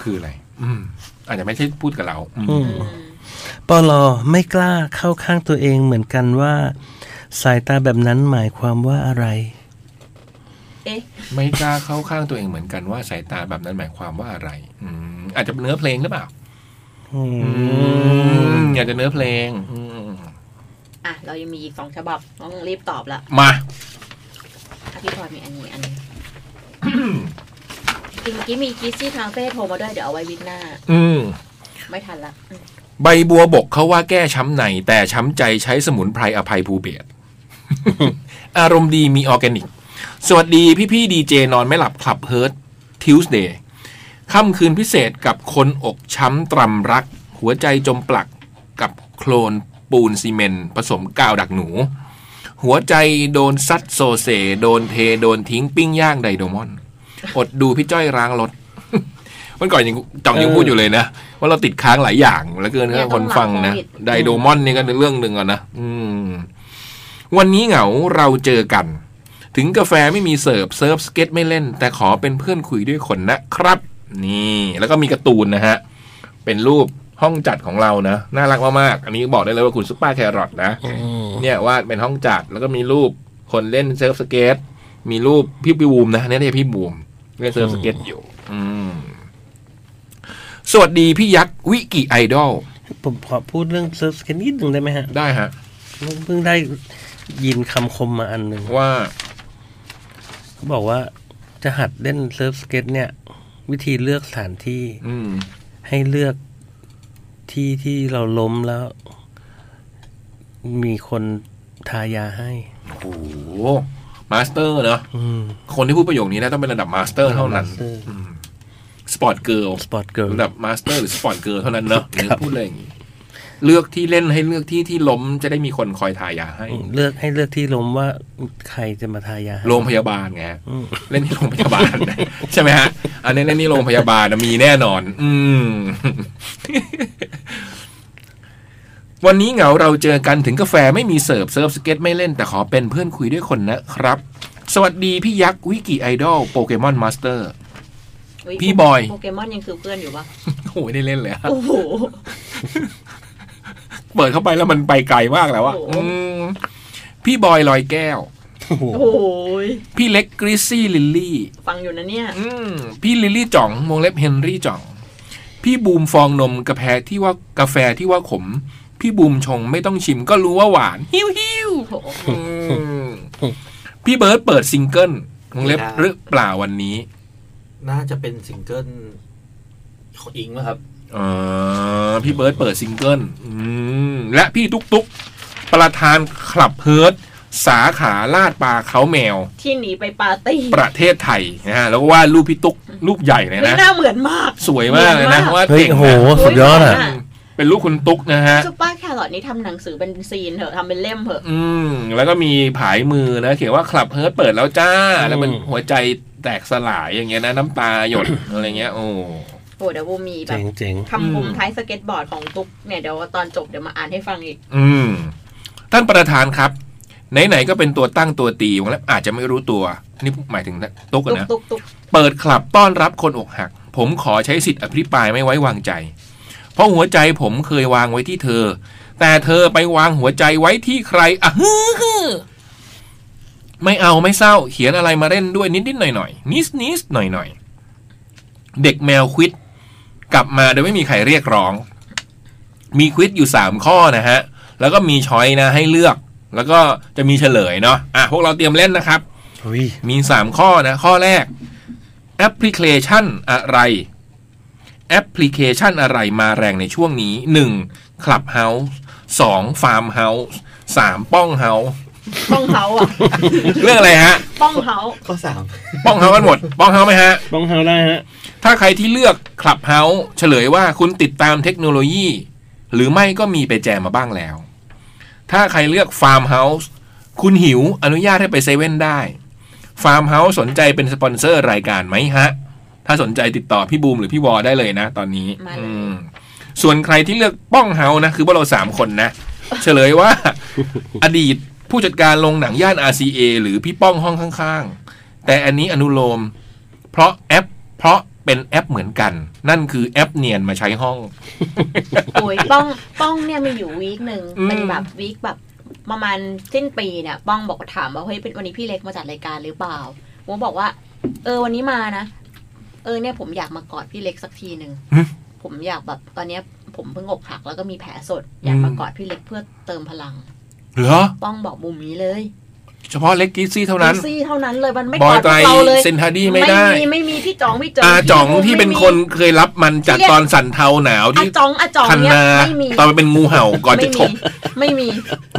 Speaker 3: คืออะไร อืม อาจจะไม่ใช่พูดกับเรา อื
Speaker 5: อื
Speaker 3: ม
Speaker 5: ม ปลอไม่กล้าเข้าข้างตัวเองเหมือนกันว่า สายตาแบบนั้นหมายความว่าอะไร
Speaker 4: เอ๊ะ
Speaker 3: ไม่กล้าเข้าข้างตัวเองเหมือนกันว่าสายตาแบบนั้นหมายความว่าอะไร อืม อาจจะเป็นเนื้อเพลงหรือเปล่า อืมอาจจะเนื้อเพลง อืม
Speaker 4: อ่ะ เรายังมีอีกสองฉบับต้องรีบตอบละ
Speaker 3: มา
Speaker 4: อ่ะพี่พลอยมีอันนี้อันนี้จริ งเมื่อกี้มีคิสซี่ทางเฟ่โทรมาด้วยเดี๋ยวเอาไว้วิกหน้า
Speaker 3: อืม
Speaker 4: ไม่ทันละอืม
Speaker 3: ใบบัวบกเขาว่าแก้ช้ำในแต่ช้ำใจใช้สมุนไพรอภัยภูเบศ อารมณ์ดีมีออร์แกนิก สวัสดีพี่พี่ดีเจนอนไม่หลับคลับเฮิร์ตทิวส์เดย์ค่ำคืนพิเศษกับคนอกช้ำตรำรัก หัวใจจมปลักกับโคลน ปูนซีเมนต์ผสมกาวดักหนู หัวใจโดนซัดโซเซ โดนเท โดนทิ้งปิ้งย่างไดโดมอน อดดูพี่จ้อยร้างรถ วันก่อนยังจองยังพูดอยู่เลยนะ ว่าเราติดค้างหลายอย่างแล้วเกิน
Speaker 4: เนี่ย
Speaker 3: คนฟังนะ
Speaker 4: ต้องหลังโควิด
Speaker 3: ไดโดมอนนี่ก็เรื่องหนึ่งอ่ะนะอืม วันนี้เหงาเราเจอกัน ถึงกาแฟไม่มีเสิร์ฟเซิร์ฟสเก็ตไม่เล่น แต่ขอเป็นเพื่อนคุยด้วยคนนะครับ นี่แล้วก็มีการ์ตูนนะฮะ เป็นรูปห้องจัดของเรานะน่ารักมากๆอันนี้บอกได้เลยว่าคุณซุปเปอร์แครอทนะ เนี่ยว่าดเป็นห้องจัดแล้วก็มีรูปคนเล่นเซิร์ฟสเก็ตมีรูปพี่บูมนะอันนี่เรียกพี่บูมเล่นเซิร์ฟสเก็ตอยู่ อืมสวัสดีพี่ยักษ์วิกิไอดอล
Speaker 5: ผมขอพูดเรื่องเซิร์ฟสเก็ตนิดหนึ่งได้ไหมฮะ
Speaker 3: ได้ฮะ
Speaker 5: เพิ่งได้ยินคำคมมาอันหนึ่ง
Speaker 3: ว่า
Speaker 5: เขาบอกว่าจะหัดเล่นเซิร์ฟสเก็ตเนี่ย วิธีเลือกสถานที่
Speaker 3: อืม
Speaker 5: ให้เลือกที่ที่เราล้มแล้ว มีคนทายาให้
Speaker 3: โอ้โหมาสเตอร์เนอะ
Speaker 5: อืม
Speaker 3: คนที่พูดประโยคนี้นะต้องเป็นระดับมาสเตอร์เท่านั้นสปอร์ตเกิร์ล
Speaker 5: สปอร์ตเกิร์ล
Speaker 3: ระดับมาสเตอร์หรือสปอร์ตเกิร์ลเท่านั้นเนอะ
Speaker 5: ครับ
Speaker 3: หรือพูดเลยอย่างนี้เลือกที่เล่นให้เลือกที่ที่ล้มจะได้มีคนคอยทายาให้
Speaker 5: เลือกให้เลือกที่ล้มว่าใครจะมาทายาให้
Speaker 3: โรงพยาบาลไงฮะ
Speaker 5: อืม
Speaker 3: เล่นที่โรงพยาบาล ใช่ไหมฮะ อันนี้เล่นที่โรงพยาบาลนะมีแน่นอน อืม วันนี้เหงาเราเจอกันถึงกาแฟไม่มีเสิร์ฟเซิร์ฟสเก็ตไม่เล่นแต่ขอเป็นเพื่อนคุยด้วยคนนะครับ สวัสดีพี่ยักษ์วิกิไอดอลโปเกมอนมาสเตอร์
Speaker 4: เฮ้ย
Speaker 3: พี่บอย
Speaker 4: โปเกมอนยังคือเพื่อนอยู่ปะ
Speaker 3: โอ้ยได้เล่นเลยอะ
Speaker 4: โอ้โห
Speaker 3: เปิดเข้าไปแล้วมันไปไกลมากแล้วอะ
Speaker 4: โอ้
Speaker 3: อื
Speaker 4: โห
Speaker 3: มพี่บอยลอยแก้ว
Speaker 4: โอ้โหย
Speaker 3: พี่เล็กกริซซี่ลิลลี่
Speaker 4: ฟังอยู่นะเนี่ย
Speaker 3: อืมพี่ลิลลี่จ่องวงเล็บเฮนรี่จ่อง พี่บูมฟองนมกาแฟที่ว่ากาแฟที่ว่าขม พี่บูมชงไม่ต้องชิมก็รู้ว่าหวาน หิวหิว
Speaker 4: โอ้โห
Speaker 3: อืมพี่เบิร์ดเปิดซิงเกิลวงเล็บหรือเปล่าวันนี้
Speaker 6: น่าจะเป็นซิงเกิลของอิงป่ะครับ
Speaker 3: เออพี่เบิร์ดเปิดซิงเกิลอืมและพี่ตุ๊กตุ๊กประธานคลับเฮิร์ตสาขาลาดปลาเขาแมว
Speaker 4: ที่หนีไปปาร์ตี้
Speaker 3: ประเทศไทยนะฮะแล้วก็ว่าดรูปพี่ตุ๊กรูปใหญ่เลย
Speaker 4: ไม่
Speaker 3: นะ
Speaker 4: น่าเหมือนมาก
Speaker 3: สวยมากเลยนะว่าด
Speaker 5: เฮ้ย
Speaker 3: เก่ง
Speaker 5: โอ้โห
Speaker 3: นะ
Speaker 5: สุดยอดอ่ะ
Speaker 4: โอ้ย
Speaker 3: เป็นรูปคุณตุ๊กนะฮะ
Speaker 4: ซุปเปอร์แครอทนี่ทำหนังสือเป็นซีนเถอะทำเป็นเล่มเถอะ
Speaker 3: อืม แล้วก็มีผายมือนะ เขียนว่าคลับเฮิร์ตเปิดแล้วจ้า แล้วมัน
Speaker 5: อืม
Speaker 3: หัวใจแตกสลายอย่างเงี้ยนะ น้ำตา หยด อะไรเงี้ย โอ้
Speaker 4: โอ้เดี๋ยวบูมมีแบบ
Speaker 5: เจ๋งเจ๋ง
Speaker 4: คำคม
Speaker 3: อืม
Speaker 4: ท้ายสเก็ตบอร์ดของตุ๊กเนี่ยเดี๋ยวตอนจบเดี๋ยวมาอ่านให้ฟังอีก
Speaker 3: อืม ท่านประธานครับ ไหน ๆ ก็เป็นตัวตั้งตัวตีวงแล้วอาจจะไม่รู้ตัว นี่หมายถึงตุ๊กอะ
Speaker 4: ตุ๊ก
Speaker 3: นะ
Speaker 4: ตุ๊กตุ๊ก
Speaker 3: เปิดคลับต้อนรับคนอกหัก ผมขอใช้สิทธิ์อภิปรายไม่ไว้วางใจ เพราะหัวใจผมเคยวางไว้ที่เธอ แต่เธอไปวางหัวใจไว้ที่ใคร อะฮือฮือไม่เอาไม่เศร้า เขียนอะไรมาเล่นด้วยนิดนิดๆหน่อยหน่อยนิสนิสหน่อยหน่อยๆ เด็กแมวควิดกลับมาโดยไม่มีใครเรียกร้อง มีควิดอยู่สามข้อนะฮะ แล้วก็มีช้อยนะให้เลือก แล้วก็จะมีเฉลยเนาะอ่ะพวกเราเตรียมเล่นนะครับ
Speaker 5: ๆเฮ้ย
Speaker 3: มี 3 ข้อนะ ข้อแรก แอปพลิเคชันอะไร แอปพลิเคชันอะไรมาแรงในช่วงนี้ 1. Clubhouse 2. Farmhouse 3. ป้องเฮา
Speaker 4: ป้องเขา อ่ะ
Speaker 3: เรื่องอะไรฮะ
Speaker 4: ป้องเขา
Speaker 6: ข้อสาม
Speaker 3: ป้องเฮากันหมด ป้องเฮาไหมฮะ
Speaker 5: ต้องเฮาได้ฮะ
Speaker 3: ถ้าใครที่เลือก Clubhouse เฉลยว่าคุณติดตามเทคโนโลยี หรือไม่ก็มีไปแจมมาบ้างแล้ว ถ้าใครเลือก Farmhouse คุณหิวอนุญาตให้ไปเซเว่นได้ Farmhouse สนใจเป็นสปอนเซอร์รายการไหมฮะ ถ้าสนใจติดต่อพี่บูมหรือพี่วอได้เลยนะตอนนี้อืมส่วนใครที่เลือกป้องเฮานะ คือพวกเราสามคนนะ เฉลย ว่า อดีตผู้จัดการโรงหนังย่าน RCA หรือพี่ป้องห้องข้างๆ แต่อันนี้อนุโลม เพราะแอป เพราะเป็นแอปเหมือนกัน นั่นคือแอปเนียนมาใช้ห้อง
Speaker 4: โอ้ยป้องป้องเนี่ยมีอยู่วีคหนึ่ง
Speaker 3: อืม
Speaker 4: เป็นแบบวีคแบบประมาณสิ้นปีเนี่ย ป้องบอกถามว่าเฮ้ยเป็นวันนี้พี่เล็กมาจัดรายการหรือเปล่าผมบอกว่า เออวันนี้มานะ เออเนี่ยผมอยากมากอดพี่เล็กสักทีหนึ่งผมอยากแบบตอนเนี้ยผมเพิ่งอกหักแล้วก็มีแผลสด อยากมากอดพี่เล็กเพื่อเติมพลัง
Speaker 3: เหรอ
Speaker 4: ป้องบอกมุมนี้เลย
Speaker 3: เฉพาะเล็กกิซี่เท่านั้น
Speaker 4: ดูซี่เท่านั้นเลยมันไม่
Speaker 3: บ
Speaker 4: ก
Speaker 3: อ
Speaker 4: อย ด
Speaker 3: ไตร
Speaker 4: พวกเราเลย
Speaker 3: เซนทาดี้ไม่ได้
Speaker 4: มีไม่มีพี่จ๋องพี่จ๋อง
Speaker 3: อาจ่อง
Speaker 4: พี่
Speaker 3: ที่เป็น
Speaker 4: ไม่มี
Speaker 3: คนเคยรับมันจาก
Speaker 4: ที่เรียก
Speaker 3: ตอนสันเทาหนาว
Speaker 4: อา
Speaker 3: ที่
Speaker 4: จองอาจอง
Speaker 3: คัน
Speaker 4: เนี่ย
Speaker 3: นา
Speaker 4: ไม่มี
Speaker 3: ตอนมันเป็นงูเห่าก่อนจะฉก
Speaker 4: ไม่มี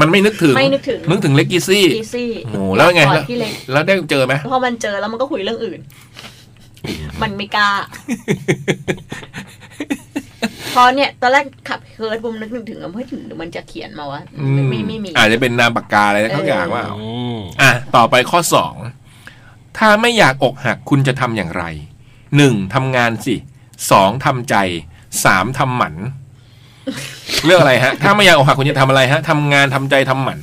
Speaker 3: มันไม่นึกถึง
Speaker 4: ไม่นึกถึง
Speaker 3: นึกถึงเล็กกิซี่
Speaker 4: ไม่มีซี่
Speaker 3: โอ้โหแล้วไง
Speaker 4: กอ
Speaker 3: แล้ว
Speaker 4: ดพี่เล็ก
Speaker 3: แล้วได้เจอไหม
Speaker 4: พอมันเจอแล้วมันก็คุยเรื่องอื่น มันไม่กล้า พอเนี่ย ตอนแรกขับเฮิร์ตบุมนึกถึงว่าเฮ้ยถึงมันจะเขียนมาวะ
Speaker 3: อื
Speaker 4: ไม่ไม่ไม่มี
Speaker 3: อาจจะเป็นนามปากกาอะไรทั้งอย่างว่า
Speaker 5: อืม
Speaker 3: อ่ะ ต่อไปข้อสอง ถ้าไม่อยากอกหักคุณจะทำอย่างไร หนึ่งทำงานสิ สองทำใจ สามทำหมัน เรื่องอะไรฮะ ถ้าไม่อยากอกหักคุณจะทำอะไรฮะทำงานทำใจทำหมัน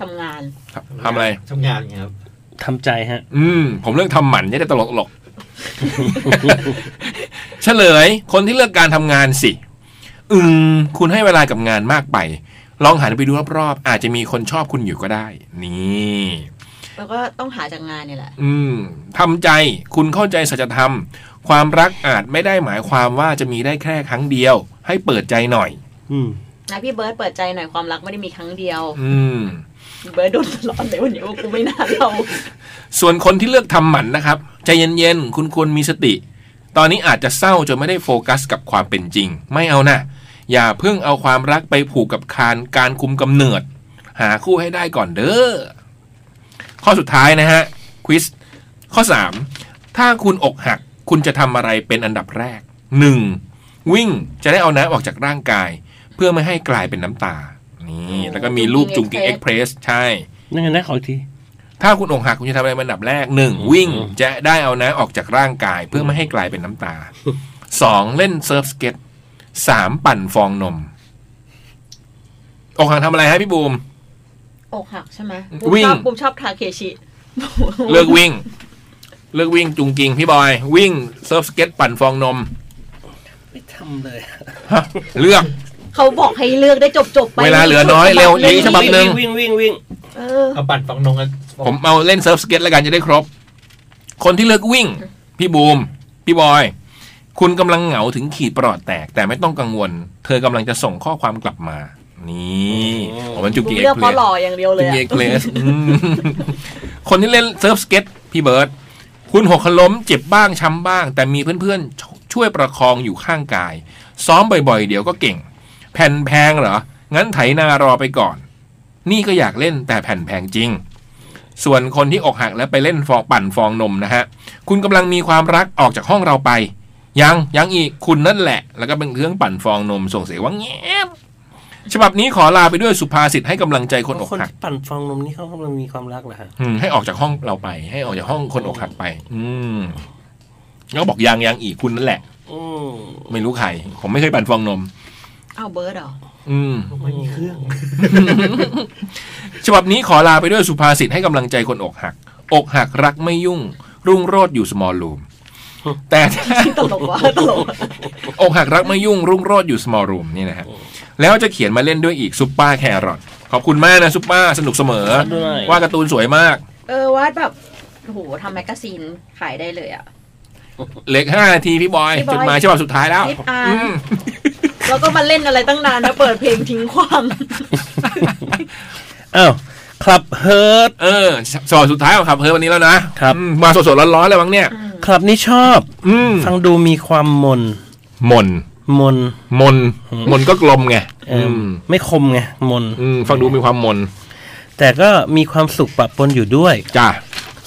Speaker 4: ทำงาน
Speaker 3: ครับทำอะไร
Speaker 6: ทำงานไงครับ
Speaker 5: ทำใจฮะ
Speaker 3: อืม ผมเลือกทำหมันจะได้ตลกหลก เฉลย คนที่เลือกการทำงานสิ อืม คุณให้เวลากับงานมากไป ลองหันไปดูรอบๆ อาจจะมีคนชอบคุณอยู่ก็ได้ นี่
Speaker 4: แล้วก็ต้องหาจากงานเนี่ยแหละ
Speaker 3: อืมทำใจคุณเข้าใจสัจธรรม ความรักอาจไม่ได้หมายความว่าจะมีได้แค่ครั้งเดียว ให้เปิดใจหน่อย
Speaker 5: อืม
Speaker 4: นะพี่เบิร์ดเปิดใจหน่อยความรักไม่ได้มีครั้งเดียว
Speaker 3: อืม
Speaker 4: พี่เบิร์ดโดนตลอดเลยวันนี้ว่ากูไม่น่าเรา
Speaker 3: ส่วนคนที่เลือกทำหมันนะครับ ใจเย็นๆ คุณควรมีสติ ตอนนี้อาจจะเศร้าจนไม่ได้โฟกัสกับความเป็นจริง ไม่เอานะอย่าเพิ่งเอาความรักไปผูกกับคานการคุมกำเนิด หาคู่ให้ได้ก่อนเด้อ ข้อสุดท้ายนะฮะควิสข้อ 3 ถ้าคุณอกหัก คุณจะทำอะไรเป็นอันดับแรก 1. วิ่งจะได้เอาน้ำออกจากร่างกาย เพื่อไม่ให้กลายเป็นน้ำตา นี่แล้วก็มีรูปจุงกิงเอ็กเพรสใช่
Speaker 5: นั่นไงนะขออีกที
Speaker 3: ถ้าคุณอกหักคุณจะทำอะไรเป็นอันดับแรกหนึ่งวิ่ง
Speaker 5: อืม
Speaker 3: จะได้เอาน้ำออกจากร่างกายเพื่อไม่ให้กลายเป็นน้ำตาสองเล่นเซิร์ฟสเก็ตสามปั่นฟองนม อกหักทำอะไรฮะพี่บูม
Speaker 4: อกหักใช่ไหม
Speaker 3: วิ่ง
Speaker 4: ปุมชอบทาเคชิ
Speaker 3: เลิกวิ่ง เลิกวิ่งจุงกิงพี่บอย วิ่งเซิร์ฟสเก็ตปั่นฟองนม
Speaker 5: ไม่ทำเลย
Speaker 3: ฮะเลือก
Speaker 4: เขาบอกให้เลือกได้จบจบๆไป
Speaker 3: เวลาเหลือน้อยเร็ว
Speaker 4: ไม่
Speaker 3: อีกฉบับ หนึ่ง
Speaker 5: วิ่งวิ่งวิ่ง
Speaker 4: เออ
Speaker 6: เอาปั่นฟังนงกัน
Speaker 3: ผมเอาเล่นเซิร์ฟสเก็ตแล้วกันจะได้ครบ คนที่เลิกวิ่ง พี่บูม พี่บอย คุณกำลังเหงาถึงขีดประหลอดแตก แต่ไม่ต้องกังวล เธอกำลังจะส่งข้อความกลับมา นี่ผมมันจุ
Speaker 4: กู
Speaker 3: กีเอ็
Speaker 4: เลือก
Speaker 3: กเพล
Speaker 4: เพราะ
Speaker 3: ส
Speaker 4: หล่ออย่างเดียวเล
Speaker 3: จุ
Speaker 4: ย
Speaker 3: กี
Speaker 4: อะ
Speaker 3: เอ็กเพลสอืมคนที่เล่นเซิร์ฟสเก็ตพี่เบิร์ตคุณหกล้มเจ็บบ้างช้ำบ้าง แต่มีเพื่อนๆชช่วยประคองอยู่ข้างกาย ซ้อมบ่อยๆ เดี๋ยวก็เก่ง แผ่นแพงเหรอ งั้นไถนารอไปก่อน นี่ก็อยากเล่นแต่แผ่นแพงจริง ส่วนคนที่อกหักแล้วไปเล่นฟองปั่นฟองนมนะฮะ คุณกำลังมีความรักออกจากห้องเราไป ยังยังอีกคุณนั่นแหละ แล้วก็เป็นเครื่องปั่นฟองนมส่งเสียงว่าแง้มฉบับนี้ขอลาไปด้วยสุภาษิตให้กำลังใจคนอก
Speaker 5: คน
Speaker 3: หัก
Speaker 5: ที่ปั่นฟองนมนี่เขากำลังมีความรักเหรอฮะ
Speaker 3: อืมให้ออกจากห้องเราไป ให้ออกจากห้องคนอกหักไป อืมแล้วก็บอกยังยังอีกคุณนั่นแหละ
Speaker 5: อืม
Speaker 3: ไม่รู้ใครผมไม่เคยปั่นฟองนม
Speaker 4: เอาเบิร์ดเหรอ
Speaker 3: อืม
Speaker 6: ไม่มีเครื่อง
Speaker 3: ฉบับนี้ขอลาไปด้วยสุภาษิตให้กำลังใจคนอกหัก อกหักรักไม่ยุ่ง รุ่งโรดอยู่สมอล รูม แต่ ถ้า
Speaker 4: ตลกวะตลกวะ
Speaker 3: อกหักรักไม่ยุ่ง รุ่งโรดอยู่สมอลรูมนี่นะฮะแล้วจะเขียนมาเล่นด้วยอีกซุปเปอร์แครอทขอบคุณมากนะซุปเปอร์สนุกเสมอ
Speaker 5: ด้วย
Speaker 3: ว่าดการ์ตูนสวยมาก
Speaker 4: เออวาดแบบโอ้โหทำแมกกาซีนขายได้เลยอะ
Speaker 3: เหล็กห้านาทีพี่บอย
Speaker 4: พี่บ
Speaker 3: จ
Speaker 4: อย
Speaker 3: ดหมายฉบับสุดท้ายแล้ว
Speaker 4: รีบอ่าน
Speaker 3: อืม
Speaker 4: แล้วก็มาเล่นอะไรตั้งนานนะเปิดเพลงทิ้งขว้าง
Speaker 5: อ้าวคลับเฮิร์ต
Speaker 3: เออฉบับสุดท้ายของครับเฮ้ยวันนี้แล้วนะครับ อืมมาสดๆร้อนๆเลยมั้งเนี่ย
Speaker 5: คลับนี้ชอบ
Speaker 3: อืม
Speaker 5: ฟังดูมีความมน
Speaker 3: มน
Speaker 5: มน
Speaker 3: มนมนก็กลมไง
Speaker 5: เออ
Speaker 3: อื
Speaker 5: อ
Speaker 3: ม
Speaker 5: ไม่คมไงมน
Speaker 3: อืมฟังดูมีความมน
Speaker 5: แต่ก็มีความสุขปะปนอยู่ด้วย
Speaker 3: จ้า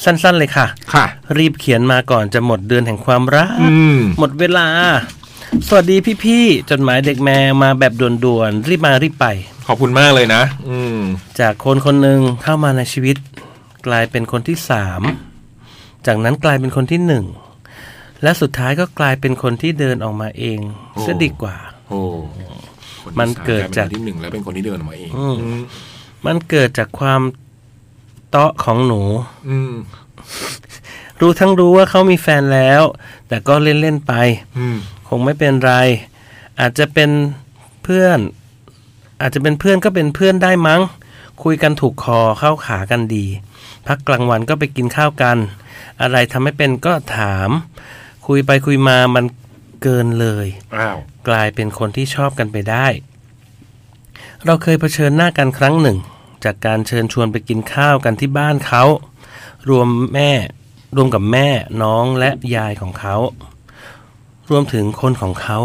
Speaker 5: สั้น ๆ เลยค่ะ
Speaker 3: ค่ะ
Speaker 5: รีบเขียนมาก่อนจะหมดเดือนแห่งความรัก
Speaker 3: อืม
Speaker 5: หมดเวลา สวัสดีพี่ๆจดหมายเด็กแมวมาแบบด่วนๆรีบมารีบไป
Speaker 3: ขอบคุณมากเลยนะ อืม
Speaker 5: จากคนคนหนึ่งเข้ามาในชีวิต กลายเป็นคนที่สามจากนั้นกลายเป็นคนที่หนึ่งและสุดท้ายก็กลายเป็นคนที่เดินออกมาเอง
Speaker 3: โอ้
Speaker 5: ซะดีกว่า
Speaker 3: โอ้คนที่
Speaker 5: มัน
Speaker 3: สา
Speaker 5: เกิดจาก
Speaker 3: ลยป็นคนที่หนึ่งแล้วเป็นคนที่เดินออกมาเอง
Speaker 5: อืม มันเกิดจากความเตาะของหนู
Speaker 3: อืม
Speaker 5: รู้ทั้งรู้ว่าเขามีแฟนแล้ว แต่ก็เล่น ๆ ไป
Speaker 3: อืม
Speaker 5: คงไม่เป็นไร อาจจะเป็นเพื่อน อาจจะเป็นเพื่อนก็เป็นเพื่อนได้มั้ง คุยกันถูกคอเข้าขากันดี พักกลางวันก็ไปกินข้าวกัน อะไรทำไม่เป็นก็ถาม คุยไปคุยมามันเกินเลย
Speaker 3: อ้าว
Speaker 5: กลายเป็นคนที่ชอบกันไปได้ เราเคยเผชิญหน้ากันครั้งหนึ่ง จากการเชิญชวนไปกินข้าวกันที่บ้านเขา รวมแม่ รวมกับแม่น้องและยายของเขา รวมถึงคนของเขา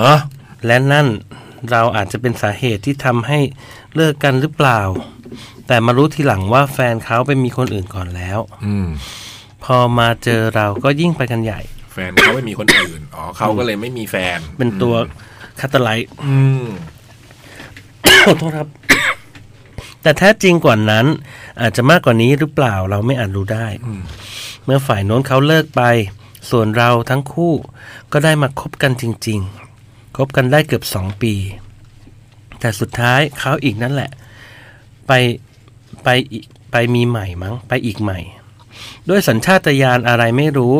Speaker 3: ฮะ
Speaker 5: และนั่นเราอาจจะเป็นสาเหตุที่ทำให้เลิกกันหรือเปล่า แต่มารู้ทีหลังว่าแฟนเขาไปมีคนอื่นก่อนแล้ว
Speaker 3: อืม
Speaker 5: พอมาเจอเราก็ยิ่งไปกันใหญ่
Speaker 3: แฟนเขาไม่มีคนอื่น อ๋อเขาก็เลยไม่มีแฟน
Speaker 5: เป็นตัวคาตาไลท์
Speaker 3: อืม
Speaker 5: ขอโทษครับ แต่แท้จริงกว่านั้น อาจจะมากกว่านี้หรือเปล่าเราไม่อาจรู้ได้
Speaker 3: อืม
Speaker 5: เมื่อฝ่ายโน้นเขาเลิกไป ส่วนเราทั้งคู่ก็ได้มาคบกันจริง ๆ คบกันได้เกือบสองปี แต่สุดท้ายเขาอีกนั่นแหละ ไปไปอีกไปมีใหม่มั้ง ไปอีกใหม่ ด้วยสัญชาตญาณอะไรไม่รู้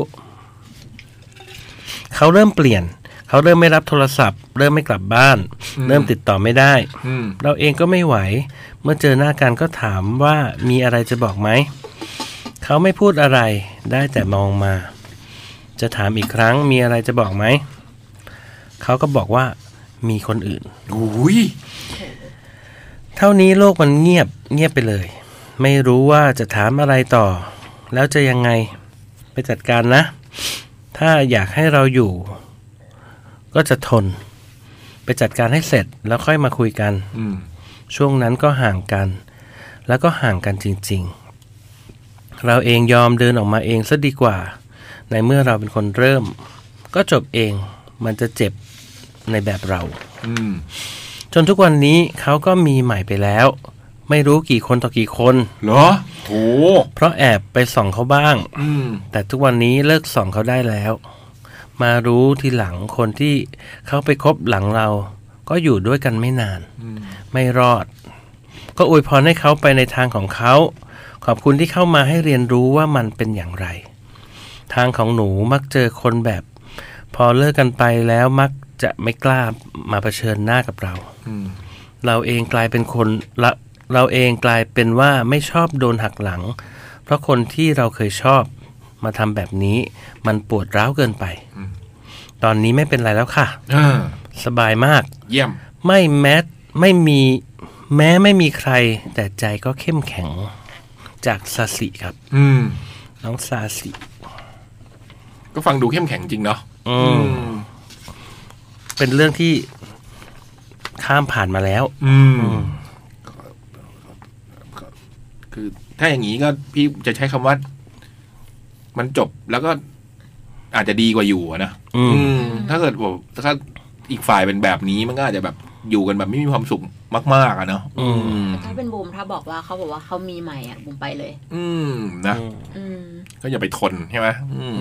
Speaker 5: เขาเริ่มเปลี่ยน เขาเริ่มไม่รับโทรศัพท์ เริ่มไม่กลับบ้าน เริ่มติดต่อไม่ได้
Speaker 3: อืม
Speaker 5: เราเองก็ไม่ไหว เมื่อเจอหน้ากันก็ถามว่ามีอะไรจะบอกไหม เขาไม่พูดอะไร ได้แต่มองมา จะถามอีกครั้งมีอะไรจะบอกไหม เขาก็บอกว่ามีคนอื่น
Speaker 3: อุ้ย
Speaker 5: เท่านี้โลกมันเงียบเงียบไปเลย ไม่รู้ว่าจะถามอะไรต่อ แล้วจะยังไงไปจัดการนะ ถ้าอยากให้เราอยู่ ก็จะทน ไปจัดการให้เสร็จแล้วค่อยมาคุยกัน
Speaker 3: อืม
Speaker 5: ช่วงนั้นก็ห่างกัน แล้วก็ห่างกันจริงๆ เราเองยอมเดินออกมาเองซะดีกว่า ในเมื่อเราเป็นคนเริ่ม ก็จบเอง มันจะเจ็บในแบบเรา
Speaker 3: อืม
Speaker 5: จนทุกวันนี้เขาก็มีใหม่ไปแล้ว ไม่รู้กี่คนต่อกี่คน
Speaker 3: เหรอโห
Speaker 5: เพราะแอบไปส่องเขาบ้าง
Speaker 3: อืม
Speaker 5: แต่ทุกวันนี้เลิกส่องเขาได้แล้ว มารู้ทีหลังคนที่เขาไปคบหลังเรา ก็อยู่ด้วยกันไม่นาน
Speaker 3: อืม
Speaker 5: ไม่รอด ก็อวยพรให้เขาไปในทางของเขา ขอบคุณที่เข้ามาให้เรียนรู้ว่ามันเป็นอย่างไร ทางของหนูมักเจอคนแบบ พอเลิกกันไปแล้วมักจะไม่กล้ามาเผชิญหน้ากับเรา
Speaker 3: อืม
Speaker 5: เราเองกลายเป็นคนละเราเองกลายเป็นว่าไม่ชอบโดนหักหลัง เพราะคนที่เราเคยชอบมาทำแบบนี้ มันปวดร้าวเกินไป
Speaker 3: อืม
Speaker 5: ตอนนี้ไม่เป็นไรแล้วค่ะ
Speaker 3: อ่า
Speaker 5: สบายมาก
Speaker 3: เยี่ยม
Speaker 5: ไม่แม้ไม่มีแม้ไม่มีใคร แต่ใจก็เข้มแข็งจากซาสิครับ
Speaker 3: อืม
Speaker 5: น้องซาสิ
Speaker 3: ก็ฟังดูเข้มแข็งจริงเนาะ
Speaker 5: อื
Speaker 3: อื
Speaker 5: ม
Speaker 3: ม
Speaker 5: เป็นเรื่องที่ข้ามผ่านมาแล้ว
Speaker 3: อืม คือถ้าอย่างนี้ก็พี่จะใช้คำว่า มันจบแล้วก็อาจจะดีกว่าอยู่อะนะ
Speaker 5: อืม
Speaker 3: อืม ถ้าเกิดแบบถ้าอีกฝ่ายเป็นแบบนี้มันก็อาจจะแบบอยู่กันแบบไม่มีความสุขมาก ๆอะเนาะ
Speaker 5: อืม
Speaker 3: ม
Speaker 4: ถ้าเป็นบูมถ้าบอกว่าเขาบอกว่าเขามีใหม่อ่ะบูมไปเลย
Speaker 3: อืมนะ
Speaker 5: อืม
Speaker 4: อืม
Speaker 3: ก็อย่าไปทนใช่ไหมอืม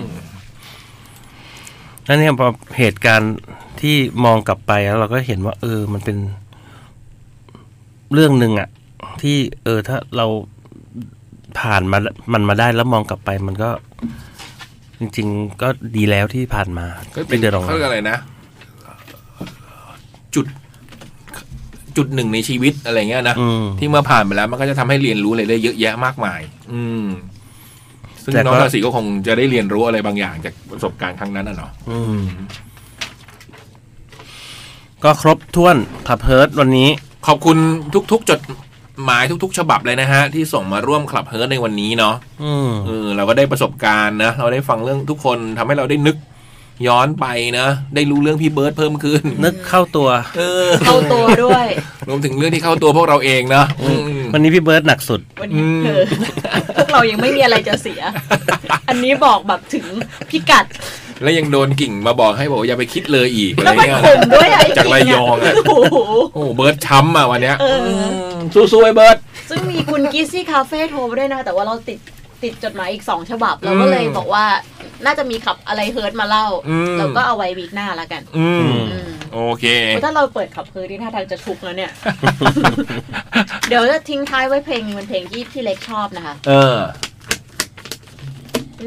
Speaker 5: นั่นเนี่ยพอเหตุการณ์ที่มองกลับไปแล้วเราก็เห็นว่า เออ มันเป็นเรื่องหนึ่งอะที่ เออ ถ้าเราผ่านมามันมาได้แล้วมองกลับไป มันก็ จริง ๆ ก็ดีแล้วที่ผ่านมา
Speaker 3: ก็เป็น
Speaker 5: ที่เดือดร้อน
Speaker 3: เขาเรียกอะไรนะ จุด จุดหนึ่งในชีวิตอะไรเงี้ยนะ
Speaker 5: อืม
Speaker 3: ที่เมื่อผ่านไปแล้ว มันก็จะทำให้เรียนรู้อะไรได้เยอะแยะมากมาย อืม ซึ่ง
Speaker 5: แต่ก็
Speaker 3: น้องราศีก็คงจะได้เรียนรู้อะไรบางอย่างจากประสบการณ์ครั้งนั้นน่ะเนาะ
Speaker 5: อืม ก็ครบถ้วนขับเฮิร์ตวันนี้
Speaker 3: ขอบคุณทุกๆจดหมายทุก ๆ ฉบับเลยนะฮะ ที่ส่งมาร่วมคลับเฮิร์ทในวันนี้เนาะ
Speaker 5: อืม
Speaker 3: เออเราก็ได้ประสบการณ์นะเราได้ฟังเรื่องทุกคนทำให้เราได้นึก ย้อนไปนะได้รู้เรื่องพี่เบิร์ดเพิ่ม ขึ้น
Speaker 5: นึกเข้าตัว
Speaker 3: เออ
Speaker 4: เข้าตัวด้วย
Speaker 3: รวมถึงเรื่องที่เข้าตัวพวกเราเองนะอืม
Speaker 5: วันนี้พี่เบิร์ดหนักสุด
Speaker 4: วันนี้เธอ พวกเรายังไม่มีอะไรจะเสีย อันนี้บอกแบบถึงพิกัด
Speaker 3: แล้วยังโดนกิ่งมาบอกให้บอกว่าอย่าไปคิดเลยอีกอะไร
Speaker 4: แล้วมัน
Speaker 3: เงี้ย
Speaker 4: ข่มด้วยไอ้
Speaker 3: จากระยองอะ
Speaker 4: โอ้โห
Speaker 3: โอ้เบิร์ดช้ำอ่ะวันเนี้ย
Speaker 4: เออ
Speaker 3: สู้ๆไอ้เบิร์ด
Speaker 4: ซึ่งมีคุณกิซซี่คาเฟ่โทรมาด้วยนะ แต่ว่าเราติดติดจดหมายอีกสองฉบับ เราก็เลย
Speaker 3: อืม
Speaker 4: บอกว่าน่าจะมีขับอะไรเฮิร์ตมาเล่า
Speaker 3: อืม
Speaker 4: เราก็เอาไว้วีคหน้าละกัน
Speaker 3: อืม
Speaker 4: อืม
Speaker 3: โอเค
Speaker 4: เพราะถ้าเราเปิดขับเฮิร์ตที่ท่าทางจะชุกแล้ วเนี่ย เดี๋ยวจะทิ้งท้ายไว้เพลงเป็นเพลงที่พี่เล็กชอบนะคะ
Speaker 3: เออ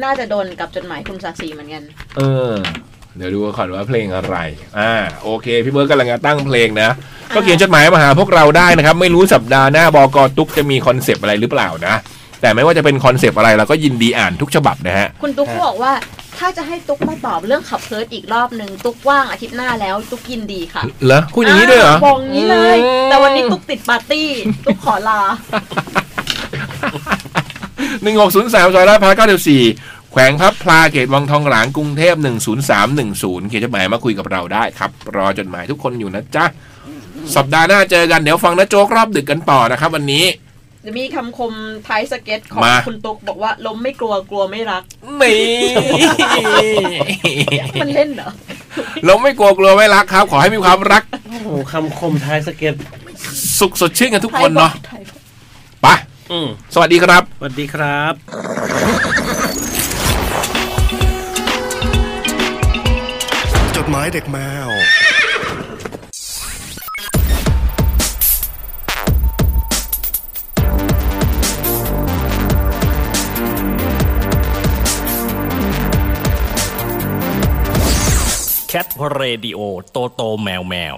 Speaker 4: น่าจะโดนกับจดหมายคุณสาสีเหมือนกัน
Speaker 3: เออ เดี๋ยวดูก่อนว่าเพลงอะไร อ่า โอเค พี่เบิร์ดกำลังจะตั้งเพลงนะ ก็เขียนจดหมายมาหาพวกเราได้นะครับ ไม่รู้สัปดาห์หน้าบอกอตุ๊กจะมีคอนเซปต์อะไรหรือเปล่านะ แต่ไม่ว่าจะเป็นคอนเซปต์อะไรเราก็ยินดีอ่านทุกฉบับนะฮะ
Speaker 4: คุณตุ๊กก็บอกว่าถ้าจะให้ตุ๊กมาตอบเรื่องขับเพิร์ดอีกรอบหนึ่งตุ๊กว่างอาทิตย์หน้าแล้วตุ๊กยินดีค่ะ
Speaker 3: เหรอคุณอย่างนี้ด้วยเหรอ
Speaker 4: าวบอกงี้เลย แต่วันนี้ตุ๊กติดปาร์ตี้ ตุ๊กขอลา
Speaker 3: หนึ่งหกศูนย์สามซอยลาดพร้าวเก้าสิบสี่แขวงพับพลาเขตวังทองหลางกรุงเทพหนึ่งศูนย์สามหนึ่งศูนย์เขียนจดหมายมาคุยกับเราได้ครับ รอจดหมายทุกคนอยู่นะจ๊ะ สัปดาห์หน้าเจอกัน เดี๋ยวฟังนะโจ๊กรอบดึกกันต่อนะครับ วันนี้
Speaker 4: จะมีคำคมท้ายสเก็ตของ
Speaker 3: มา
Speaker 4: คุณตุ๊กบอกว่าล้มไม่กลัวกลัวไม่รัก
Speaker 3: ไม่
Speaker 4: มันเล่นเหรอ
Speaker 3: เราไม่กลัวกลัวไม่รักครับ ขอให้มีความรัก
Speaker 5: โอ้โหคำคมท้ายสเก็ต
Speaker 3: สุขสดชื่นกันทุกคนเนาะไป
Speaker 5: อืม
Speaker 3: สวัสดีครับ
Speaker 5: สวัสดีครับ
Speaker 2: จดหมายเด็กแมว
Speaker 1: แคทเรดิโอโตโตแมวแมว